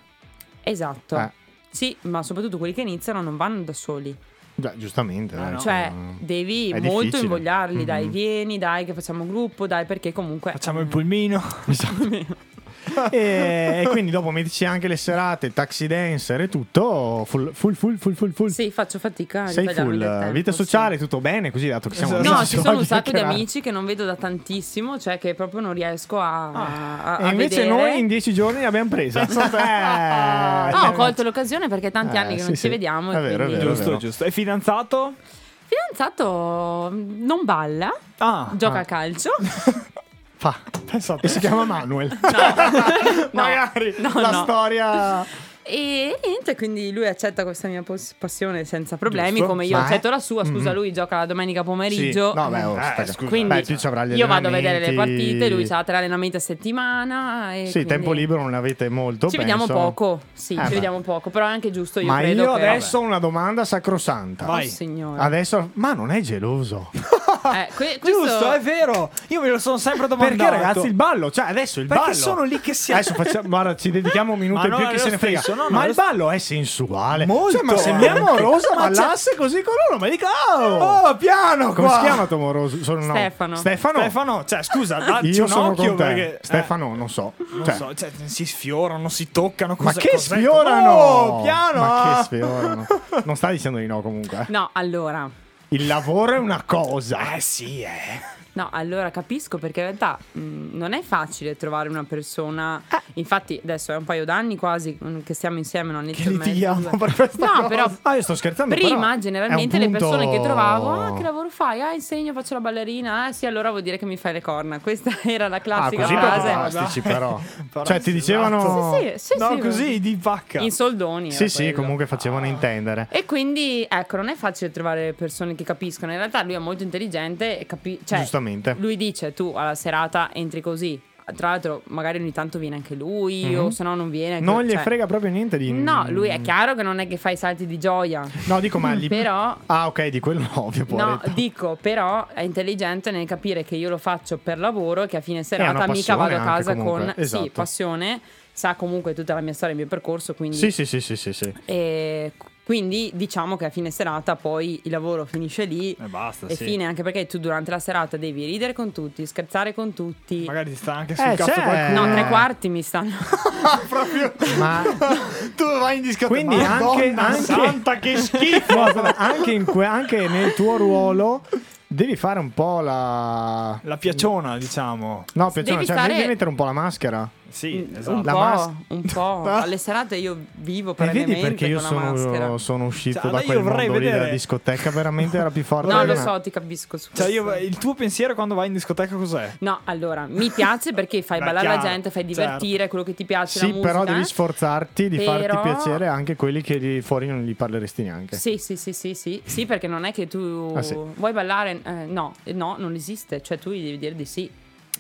[SPEAKER 7] Esatto.
[SPEAKER 6] Eh.
[SPEAKER 7] Sì, ma soprattutto quelli che iniziano non vanno da soli.
[SPEAKER 6] Già, giustamente. dai,
[SPEAKER 7] Cioè,
[SPEAKER 6] insomma.
[SPEAKER 7] devi
[SPEAKER 6] Eh, È
[SPEAKER 7] molto
[SPEAKER 6] difficile.
[SPEAKER 7] invogliarli, dai,
[SPEAKER 6] Mhm.
[SPEAKER 7] vieni, dai, che facciamo gruppo, dai, perché comunque... Facciamo il
[SPEAKER 5] pulmino.
[SPEAKER 6] e, e Eh, quindi dopo mettici anche le serate, taxi dancer e tutto. Full, full, full, full, full. full.
[SPEAKER 7] Sì, faccio fatica a
[SPEAKER 6] Sei
[SPEAKER 7] ritagliarmi
[SPEAKER 6] full.
[SPEAKER 7] del tempo,
[SPEAKER 6] Vita
[SPEAKER 7] sì.
[SPEAKER 6] sociale, tutto bene, così dato che siamo
[SPEAKER 7] No,
[SPEAKER 6] amici,
[SPEAKER 7] ci
[SPEAKER 6] si
[SPEAKER 7] sono
[SPEAKER 6] può
[SPEAKER 7] un sacco di
[SPEAKER 6] chiacchierare.
[SPEAKER 7] amici che non vedo da tantissimo, cioè che proprio non riesco a, a- a
[SPEAKER 6] Ah, E invece
[SPEAKER 7] vedere.
[SPEAKER 6] noi in dieci giorni l'abbiamo presa. Eh,
[SPEAKER 7] No, Ah, ho colto l'occasione perché è tanti
[SPEAKER 6] Eh,
[SPEAKER 7] anni che
[SPEAKER 6] sì,
[SPEAKER 7] non
[SPEAKER 6] sì.
[SPEAKER 7] ci vediamo.
[SPEAKER 6] È
[SPEAKER 7] e
[SPEAKER 6] vero, è
[SPEAKER 7] quindi-
[SPEAKER 6] vero, è
[SPEAKER 5] Giusto,
[SPEAKER 6] vero.
[SPEAKER 5] giusto. E fidanzato?
[SPEAKER 7] Fidanzato mh, non balla,
[SPEAKER 5] Ah.
[SPEAKER 6] Ah,
[SPEAKER 7] gioca a calcio.
[SPEAKER 6] Fa. Pensate. E si chiama Manuel. Magari la
[SPEAKER 7] no.
[SPEAKER 6] storia.
[SPEAKER 7] E niente, quindi lui accetta questa mia pos- passione senza problemi,
[SPEAKER 6] Giusto.
[SPEAKER 7] come io
[SPEAKER 6] Ma è-
[SPEAKER 7] accetto la sua. Scusa,
[SPEAKER 6] Mhm.
[SPEAKER 7] lui gioca la domenica
[SPEAKER 6] Sì.
[SPEAKER 7] pomeriggio.
[SPEAKER 6] No, beh, oh,
[SPEAKER 7] Eh,
[SPEAKER 6] aspetta.
[SPEAKER 7] scusa.
[SPEAKER 6] Quindi,
[SPEAKER 7] quindi
[SPEAKER 6] beh, tu ci avrai gli
[SPEAKER 7] io vado a vedere le
[SPEAKER 6] allenamenti.
[SPEAKER 7] partite, lui ha tre allenamenti a settimana. E
[SPEAKER 6] Sì,
[SPEAKER 7] quindi-
[SPEAKER 6] tempo libero non ne avete molto. penso.
[SPEAKER 7] Ci vediamo poco, sì,
[SPEAKER 6] Eh,
[SPEAKER 7] ci
[SPEAKER 6] beh.
[SPEAKER 7] vediamo poco, però è anche giusto, io
[SPEAKER 6] Ma
[SPEAKER 7] credo
[SPEAKER 6] io
[SPEAKER 7] che...
[SPEAKER 6] adesso ho una domanda sacrosanta.
[SPEAKER 7] Vai. Oh, signore.
[SPEAKER 6] Adesso, ma non è geloso.
[SPEAKER 7] Eh, que- questo-
[SPEAKER 5] Giusto, è vero. Io me lo sono sempre domandato.
[SPEAKER 6] Perché ragazzi il ballo, cioè adesso il
[SPEAKER 5] Perché
[SPEAKER 6] ballo.
[SPEAKER 5] sono lì che si-
[SPEAKER 6] Adesso facciamo, guarda, ci dedichiamo un minuto
[SPEAKER 5] Ma
[SPEAKER 6] in
[SPEAKER 5] no,
[SPEAKER 6] più
[SPEAKER 5] è
[SPEAKER 6] chi
[SPEAKER 5] lo
[SPEAKER 6] se ne frega.
[SPEAKER 5] stesso, no, no,
[SPEAKER 6] ma
[SPEAKER 5] è
[SPEAKER 6] il
[SPEAKER 5] lo
[SPEAKER 6] ballo è sensuale.
[SPEAKER 5] Molto. eh,
[SPEAKER 6] Cioè, ma sembriamo Rosa
[SPEAKER 5] Ma c'è-
[SPEAKER 6] ballasse così con uno, ma dica "Oh,
[SPEAKER 5] Oh, piano
[SPEAKER 6] Come
[SPEAKER 5] qua."
[SPEAKER 6] si chiama Tomoroso? Sono, no.
[SPEAKER 5] Stefano.
[SPEAKER 6] Stefano.
[SPEAKER 5] Stefano, cioè, scusa, dacci
[SPEAKER 6] Io
[SPEAKER 5] un
[SPEAKER 6] sono
[SPEAKER 5] occhio
[SPEAKER 6] con te.
[SPEAKER 5] perché- eh,
[SPEAKER 6] Stefano, non so.
[SPEAKER 5] Non
[SPEAKER 6] Cioè,
[SPEAKER 5] so, cioè, si sfiorano, si toccano.
[SPEAKER 6] ma
[SPEAKER 5] cosa-
[SPEAKER 6] che
[SPEAKER 5] cos'è?
[SPEAKER 6] sfiorano!
[SPEAKER 5] Oh, piano!
[SPEAKER 6] Ma che
[SPEAKER 5] ah.
[SPEAKER 6] sfiorano! Non sta dicendo di no comunque. eh.
[SPEAKER 7] No, allora...
[SPEAKER 6] Il lavoro è una cosa.
[SPEAKER 5] Eh sì, eh.
[SPEAKER 7] No, allora capisco perché in realtà mh, non è facile trovare una persona.
[SPEAKER 6] Eh.
[SPEAKER 7] Infatti, adesso è un paio d'anni quasi mh, che stiamo insieme, non
[SPEAKER 6] Che
[SPEAKER 7] inizio
[SPEAKER 6] litighiamo per questa
[SPEAKER 7] No,
[SPEAKER 6] cosa.
[SPEAKER 7] però-
[SPEAKER 6] Ah, io sto scherzando. però è
[SPEAKER 7] Prima,
[SPEAKER 6] un
[SPEAKER 7] generalmente, le
[SPEAKER 6] punto-
[SPEAKER 7] persone che trovavo, ah, che lavoro fai? Ah, insegno, faccio la ballerina. Ah, sì, allora vuol dire che mi fai le corna. Questa era la
[SPEAKER 6] Ah,
[SPEAKER 7] classica
[SPEAKER 6] così
[SPEAKER 7] frase.
[SPEAKER 6] fantastici, però.
[SPEAKER 5] Però esatto.
[SPEAKER 6] Cioè, ti dicevano.
[SPEAKER 7] Sì, Eh, sì, sì,
[SPEAKER 5] No,
[SPEAKER 7] sì,
[SPEAKER 5] così di pacca.
[SPEAKER 7] In soldoni.
[SPEAKER 6] Sì,
[SPEAKER 7] era
[SPEAKER 6] sì,
[SPEAKER 7] quello.
[SPEAKER 6] comunque facevano intendere.
[SPEAKER 7] E quindi, ecco, non è facile trovare persone che capiscono. In realtà lui è molto intelligente e capisce.
[SPEAKER 6] Giustamente.
[SPEAKER 7] Lui dice, tu alla serata entri così. Tra l'altro, magari ogni tanto viene anche lui,
[SPEAKER 6] Mhm.
[SPEAKER 7] o se no non viene.
[SPEAKER 6] Non gli
[SPEAKER 7] cioè-
[SPEAKER 6] frega proprio niente di.
[SPEAKER 7] No, lui è chiaro che non è che fa i salti di gioia.
[SPEAKER 6] No, dico, ma gli-
[SPEAKER 7] Però...
[SPEAKER 6] Ah, ok, di quello no, ovvio.
[SPEAKER 7] No,
[SPEAKER 6] poveretto.
[SPEAKER 7] dico, però è intelligente nel capire che io lo faccio per lavoro e che a fine
[SPEAKER 6] Eh, una
[SPEAKER 7] serata
[SPEAKER 6] passione
[SPEAKER 7] mica vado a
[SPEAKER 6] anche
[SPEAKER 7] casa
[SPEAKER 6] comunque,
[SPEAKER 7] con
[SPEAKER 6] esatto.
[SPEAKER 7] sì, passione, sa comunque tutta la mia storia, il mio percorso, quindi
[SPEAKER 6] Sì, sì, sì, sì, sì. sì.
[SPEAKER 7] e quindi diciamo che a fine serata poi il lavoro finisce lì e
[SPEAKER 5] basta. sì.
[SPEAKER 7] fine, anche perché tu durante la serata devi ridere con tutti, scherzare con tutti.
[SPEAKER 5] Magari ti sta anche sul
[SPEAKER 7] Eh,
[SPEAKER 5] cazzo
[SPEAKER 7] c'è.
[SPEAKER 5] qualcuno.
[SPEAKER 7] No, tre quarti mi stanno.
[SPEAKER 6] Ma
[SPEAKER 5] Tu vai in discoteca.
[SPEAKER 6] Quindi anche, anche-
[SPEAKER 5] santa che schifo.
[SPEAKER 6] No, aspetta, anche, in que- anche nel tuo ruolo devi fare un po' la.
[SPEAKER 5] La piacciona, diciamo.
[SPEAKER 6] No, piacere,
[SPEAKER 7] Devi
[SPEAKER 6] cioè,
[SPEAKER 7] stare-
[SPEAKER 6] devi mettere un po' la maschera.
[SPEAKER 5] Sì,
[SPEAKER 7] Un
[SPEAKER 5] esatto.
[SPEAKER 6] Mm, La mas-
[SPEAKER 7] po', un po'. Alle serate io vivo
[SPEAKER 6] E vedi
[SPEAKER 7] perennemente
[SPEAKER 6] perché io
[SPEAKER 7] con la maschera.
[SPEAKER 6] sono, sono uscito
[SPEAKER 5] Cioè,
[SPEAKER 6] da
[SPEAKER 5] io
[SPEAKER 6] quel
[SPEAKER 5] vorrei
[SPEAKER 6] mondo lì della
[SPEAKER 5] vedere-
[SPEAKER 6] discoteca, veramente era più forte.
[SPEAKER 7] No,
[SPEAKER 6] di
[SPEAKER 7] lo
[SPEAKER 6] me.
[SPEAKER 7] so, ti capisco. su
[SPEAKER 5] Cioè, io-
[SPEAKER 7] questo.
[SPEAKER 5] il tuo pensiero quando vai in discoteca cos'è?
[SPEAKER 7] No, allora, mi piace perché fai
[SPEAKER 5] Beh,
[SPEAKER 7] ballare la
[SPEAKER 5] chiaro,
[SPEAKER 7] gente, fai
[SPEAKER 5] certo.
[SPEAKER 7] divertire quello che ti piace,
[SPEAKER 6] Sì,
[SPEAKER 7] la musica.
[SPEAKER 6] però devi sforzarti di farti
[SPEAKER 7] Però-
[SPEAKER 6] piacere anche quelli che lì fuori non gli parleresti neanche.
[SPEAKER 7] Sì, sì, sì, sì, sì, sì, perché non è che tu
[SPEAKER 6] Ah, sì.
[SPEAKER 7] vuoi ballare, eh, no, eh, no, non esiste, cioè tu gli devi dire di sì,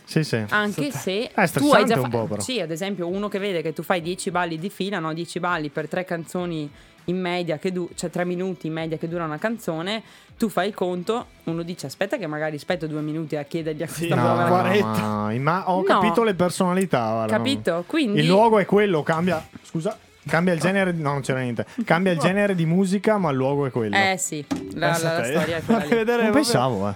[SPEAKER 6] Sì, sì. Eh,
[SPEAKER 7] anche se
[SPEAKER 6] Ah, È
[SPEAKER 7] tu hai
[SPEAKER 6] stressante
[SPEAKER 7] già
[SPEAKER 6] un po', però.
[SPEAKER 7] Sì, ad esempio uno che vede che tu fai 10 balli di fila, no, 10 balli per tre canzoni in media che du- cioè 3 minuti in media che dura una canzone, tu fai il conto, uno dice "Aspetta che magari aspetto due minuti a chiedergli a questa
[SPEAKER 5] Sì,
[SPEAKER 6] No, eh,
[SPEAKER 7] povera".
[SPEAKER 6] no, ma, ma ho
[SPEAKER 7] No.
[SPEAKER 6] capito le personalità. guarda.
[SPEAKER 7] Capito? Quindi
[SPEAKER 6] Il luogo è quello, cambia. Scusa. Cambia il genere, di- no, non c'era niente. Cambia il genere di musica, ma il luogo è quello.
[SPEAKER 7] Eh sì, la,
[SPEAKER 5] Pensa
[SPEAKER 7] la- la
[SPEAKER 5] te.
[SPEAKER 7] storia è quella
[SPEAKER 5] Vai a
[SPEAKER 7] lì.
[SPEAKER 5] vedere
[SPEAKER 6] non
[SPEAKER 5] proprio
[SPEAKER 6] pensavo, eh.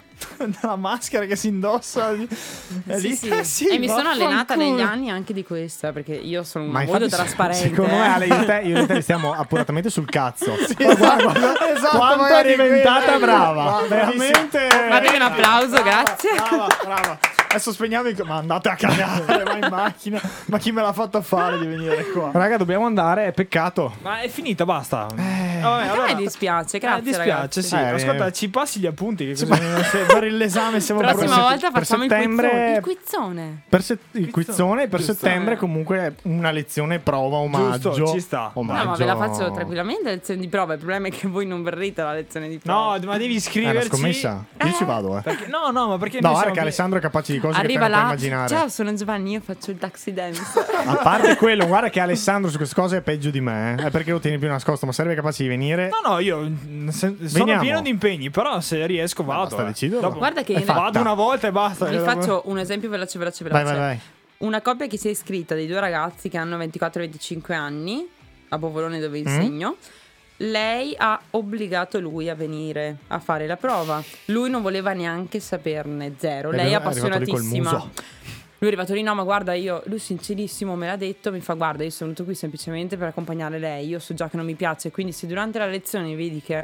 [SPEAKER 5] la maschera che si indossa. lì. È
[SPEAKER 7] Sì,
[SPEAKER 5] lì.
[SPEAKER 7] sì.
[SPEAKER 5] Eh, sì,
[SPEAKER 7] e mi sono
[SPEAKER 5] vaffanculo.
[SPEAKER 7] allenata negli anni anche di questa perché io sono
[SPEAKER 6] Ma
[SPEAKER 7] molto
[SPEAKER 6] infatti, se-
[SPEAKER 7] trasparente.
[SPEAKER 6] Secondo
[SPEAKER 7] eh.
[SPEAKER 6] me, Ale, io e te, io e te stiamo appuratamente sul cazzo. Guarda, guarda
[SPEAKER 5] Esatto,
[SPEAKER 6] quanto è
[SPEAKER 5] magari eh,
[SPEAKER 6] diventata
[SPEAKER 5] quello.
[SPEAKER 6] brava.
[SPEAKER 5] Ma
[SPEAKER 6] veramente.
[SPEAKER 7] Fatevi un applauso, grazie.
[SPEAKER 5] Brava, brava. Adesso spegniamo i... co- Ma andate a cagare, vai in macchina. Ma chi me l'ha fatta fare di venire qua?
[SPEAKER 6] Raga, dobbiamo andare, è peccato.
[SPEAKER 5] Ma è finita, basta.
[SPEAKER 6] Eh,
[SPEAKER 5] vabbè,
[SPEAKER 7] A me dispiace, grazie,
[SPEAKER 5] Eh, dispiace,
[SPEAKER 7] ragazzi.
[SPEAKER 5] sì.
[SPEAKER 7] Eh,
[SPEAKER 5] Ascolta,
[SPEAKER 6] eh.
[SPEAKER 5] ci passi gli appunti che così non se- fare l'esame siamo
[SPEAKER 7] La prossima
[SPEAKER 6] per-
[SPEAKER 7] volta
[SPEAKER 6] per
[SPEAKER 7] facciamo il
[SPEAKER 6] settembre-
[SPEAKER 7] quizzone. Il quizzone.
[SPEAKER 6] Per set- il quizzone per
[SPEAKER 7] Giusto.
[SPEAKER 6] settembre comunque una lezione prova omaggio.
[SPEAKER 5] Giusto, ci sta.
[SPEAKER 6] Omaggio.
[SPEAKER 7] No, ma ve la faccio tranquillamente la lezione di prova. Il problema è che voi non verrete alla lezione di prova.
[SPEAKER 5] No, ma devi
[SPEAKER 6] È una
[SPEAKER 5] iscriverci.
[SPEAKER 6] Eh, scommessa. Io ci vado, eh.
[SPEAKER 5] Perché- no, no, ma perché
[SPEAKER 6] No,
[SPEAKER 5] noi
[SPEAKER 6] guarda
[SPEAKER 5] siamo
[SPEAKER 6] che
[SPEAKER 5] qui-
[SPEAKER 6] Alessandro è capace di cose
[SPEAKER 7] Arriva
[SPEAKER 6] che te non
[SPEAKER 7] là.
[SPEAKER 6] puoi immaginare.
[SPEAKER 7] Ciao, sono Giovanni, io faccio il taxi dance.
[SPEAKER 6] A parte quello, guarda che Alessandro su queste cose è peggio di me. eh. È perché lo tieni più nascosto, ma sarebbe capace di venire.
[SPEAKER 5] No, no, io mm, se- sono
[SPEAKER 6] Veniamo.
[SPEAKER 5] pieno di impegni, però se riesco vado.
[SPEAKER 6] basta
[SPEAKER 5] eh.
[SPEAKER 6] deciderlo.
[SPEAKER 5] Dopo-
[SPEAKER 7] Guarda che in
[SPEAKER 5] vado
[SPEAKER 7] realtà-
[SPEAKER 5] una volta e basta.
[SPEAKER 7] Vi faccio un esempio veloce, veloce, veloce.
[SPEAKER 6] Vai, vai, vai.
[SPEAKER 7] Una coppia che si è iscritta dei due ragazzi che hanno 24 e 25 anni a Bovolone dove
[SPEAKER 6] Mm.
[SPEAKER 7] insegno. Lei ha obbligato lui a venire a fare la prova. Lui non voleva neanche saperne, zero.
[SPEAKER 6] Eh, È
[SPEAKER 7] Lei è
[SPEAKER 6] arrivato- è arrivato lì col
[SPEAKER 7] appassionatissima.
[SPEAKER 6] muso.
[SPEAKER 7] Lui è arrivato lì, no, ma guarda, io, lui sincerissimo me l'ha detto, mi fa guarda, io sono venuto qui semplicemente per accompagnare lei, io so già che non mi piace, quindi se durante la lezione vedi che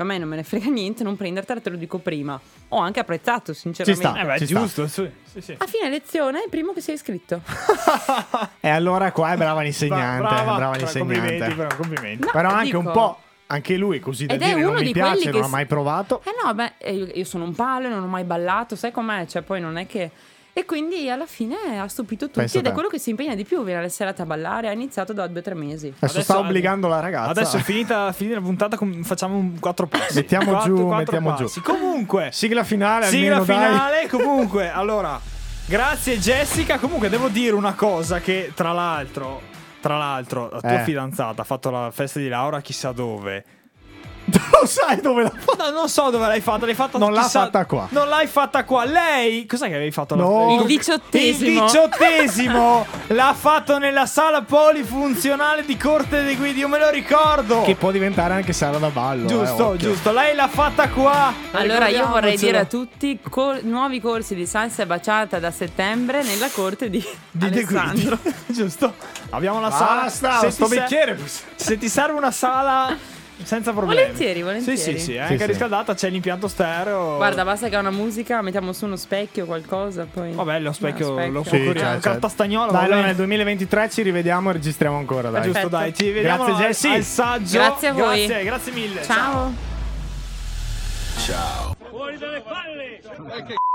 [SPEAKER 7] a me non me ne frega niente, non prendertela, te lo dico prima. Ho anche apprezzato, sinceramente.
[SPEAKER 6] sta, Eh beh, ci sta. Eh,
[SPEAKER 5] giusto, sì, sì, sì.
[SPEAKER 7] A fine lezione è il primo che si è iscritto.
[SPEAKER 6] E allora qua è brava l'insegnante.
[SPEAKER 5] Bra- brava,
[SPEAKER 6] brava
[SPEAKER 5] bra-
[SPEAKER 6] l'insegnante.
[SPEAKER 5] complimenti, brava, complimenti.
[SPEAKER 7] No,
[SPEAKER 6] Però
[SPEAKER 7] ti
[SPEAKER 6] anche un
[SPEAKER 7] dico-
[SPEAKER 6] po'. Anche lui così da
[SPEAKER 7] Ed è
[SPEAKER 6] dire non
[SPEAKER 7] uno
[SPEAKER 6] mi
[SPEAKER 7] di
[SPEAKER 6] piace,
[SPEAKER 7] quelli che
[SPEAKER 6] non l'ho
[SPEAKER 7] s-
[SPEAKER 6] mai provato.
[SPEAKER 7] Eh no, beh, eh, io, io sono un palo, non ho mai ballato, sai com'è? Cioè, poi non è che. E quindi alla fine ha stupito tutti
[SPEAKER 6] Pensa
[SPEAKER 7] ed è
[SPEAKER 6] te.
[SPEAKER 7] quello che si impegna di più, viene alle serate a ballare, ha iniziato da due o tre mesi.
[SPEAKER 6] Adesso,
[SPEAKER 5] Adesso-
[SPEAKER 6] sta obbligando la ragazza.
[SPEAKER 5] Adesso finita, finita la puntata, com- facciamo un quattro passi.
[SPEAKER 6] Mettiamo
[SPEAKER 5] Quattro-
[SPEAKER 6] giù,
[SPEAKER 5] quattro
[SPEAKER 6] mettiamo giù.
[SPEAKER 5] passi. Comunque,
[SPEAKER 6] Sigla finale,
[SPEAKER 5] sigla
[SPEAKER 6] almeno dai.
[SPEAKER 5] finale. Comunque, allora, grazie Jessica. Comunque, devo dire una cosa che, tra l'altro, tra l'altro, la tua
[SPEAKER 6] Eh.
[SPEAKER 5] fidanzata ha fatto la festa di Laura chissà dove. Oh,
[SPEAKER 6] Lo sai dove l'ha fatta?
[SPEAKER 5] No, non so dove l'hai fatta, l'hai fatta
[SPEAKER 6] Non l'ha
[SPEAKER 5] chissà-
[SPEAKER 6] fatta qua.
[SPEAKER 5] Non l'hai fatta qua. Lei, cos'è che avevi fatto? la-
[SPEAKER 6] No.
[SPEAKER 7] Il diciottesimo.
[SPEAKER 5] Il diciottesimo l'ha fatto nella sala polifunzionale di Corte dei Guidi, io me lo ricordo.
[SPEAKER 6] Che può diventare anche sala da ballo. eh,
[SPEAKER 5] giusto,
[SPEAKER 6] occhio.
[SPEAKER 5] giusto. Lei l'ha fatta qua.
[SPEAKER 7] Allora io
[SPEAKER 5] Ricordiamocelo.
[SPEAKER 7] vorrei dire a tutti cor- nuovi corsi di salsa e baciata da settembre nella corte di,
[SPEAKER 5] Di De
[SPEAKER 7] Alessandro.
[SPEAKER 5] Guidi. giusto. Abbiamo la sala.
[SPEAKER 6] Basta,
[SPEAKER 5] Se
[SPEAKER 6] sto
[SPEAKER 5] ti ser-
[SPEAKER 6] bicchiere.
[SPEAKER 5] Se ti serve una sala senza problemi.
[SPEAKER 7] Volentieri, volentieri.
[SPEAKER 5] Sì, sì, sì, è
[SPEAKER 6] Sì,
[SPEAKER 5] anche
[SPEAKER 6] sì.
[SPEAKER 5] riscaldata, c'è l'impianto stereo.
[SPEAKER 7] Guarda, basta che ha una musica, mettiamo su uno specchio qualcosa, poi
[SPEAKER 5] Vabbè, lo specchio,
[SPEAKER 7] specchio.
[SPEAKER 5] lo
[SPEAKER 7] Sì,
[SPEAKER 6] Sì,
[SPEAKER 5] sì,
[SPEAKER 6] cioè, cioè.
[SPEAKER 5] carta stagnola. va
[SPEAKER 6] Dai, allora
[SPEAKER 5] bene.
[SPEAKER 6] nel 2023 ci rivediamo e registriamo ancora. Dai.
[SPEAKER 5] Giusto, dai, ci vediamo
[SPEAKER 6] Grazie,
[SPEAKER 5] al-
[SPEAKER 6] Jessy.
[SPEAKER 5] al saggio.
[SPEAKER 7] Grazie a voi.
[SPEAKER 5] Grazie, grazie mille.
[SPEAKER 7] Ciao.
[SPEAKER 4] Fuori dalle palle!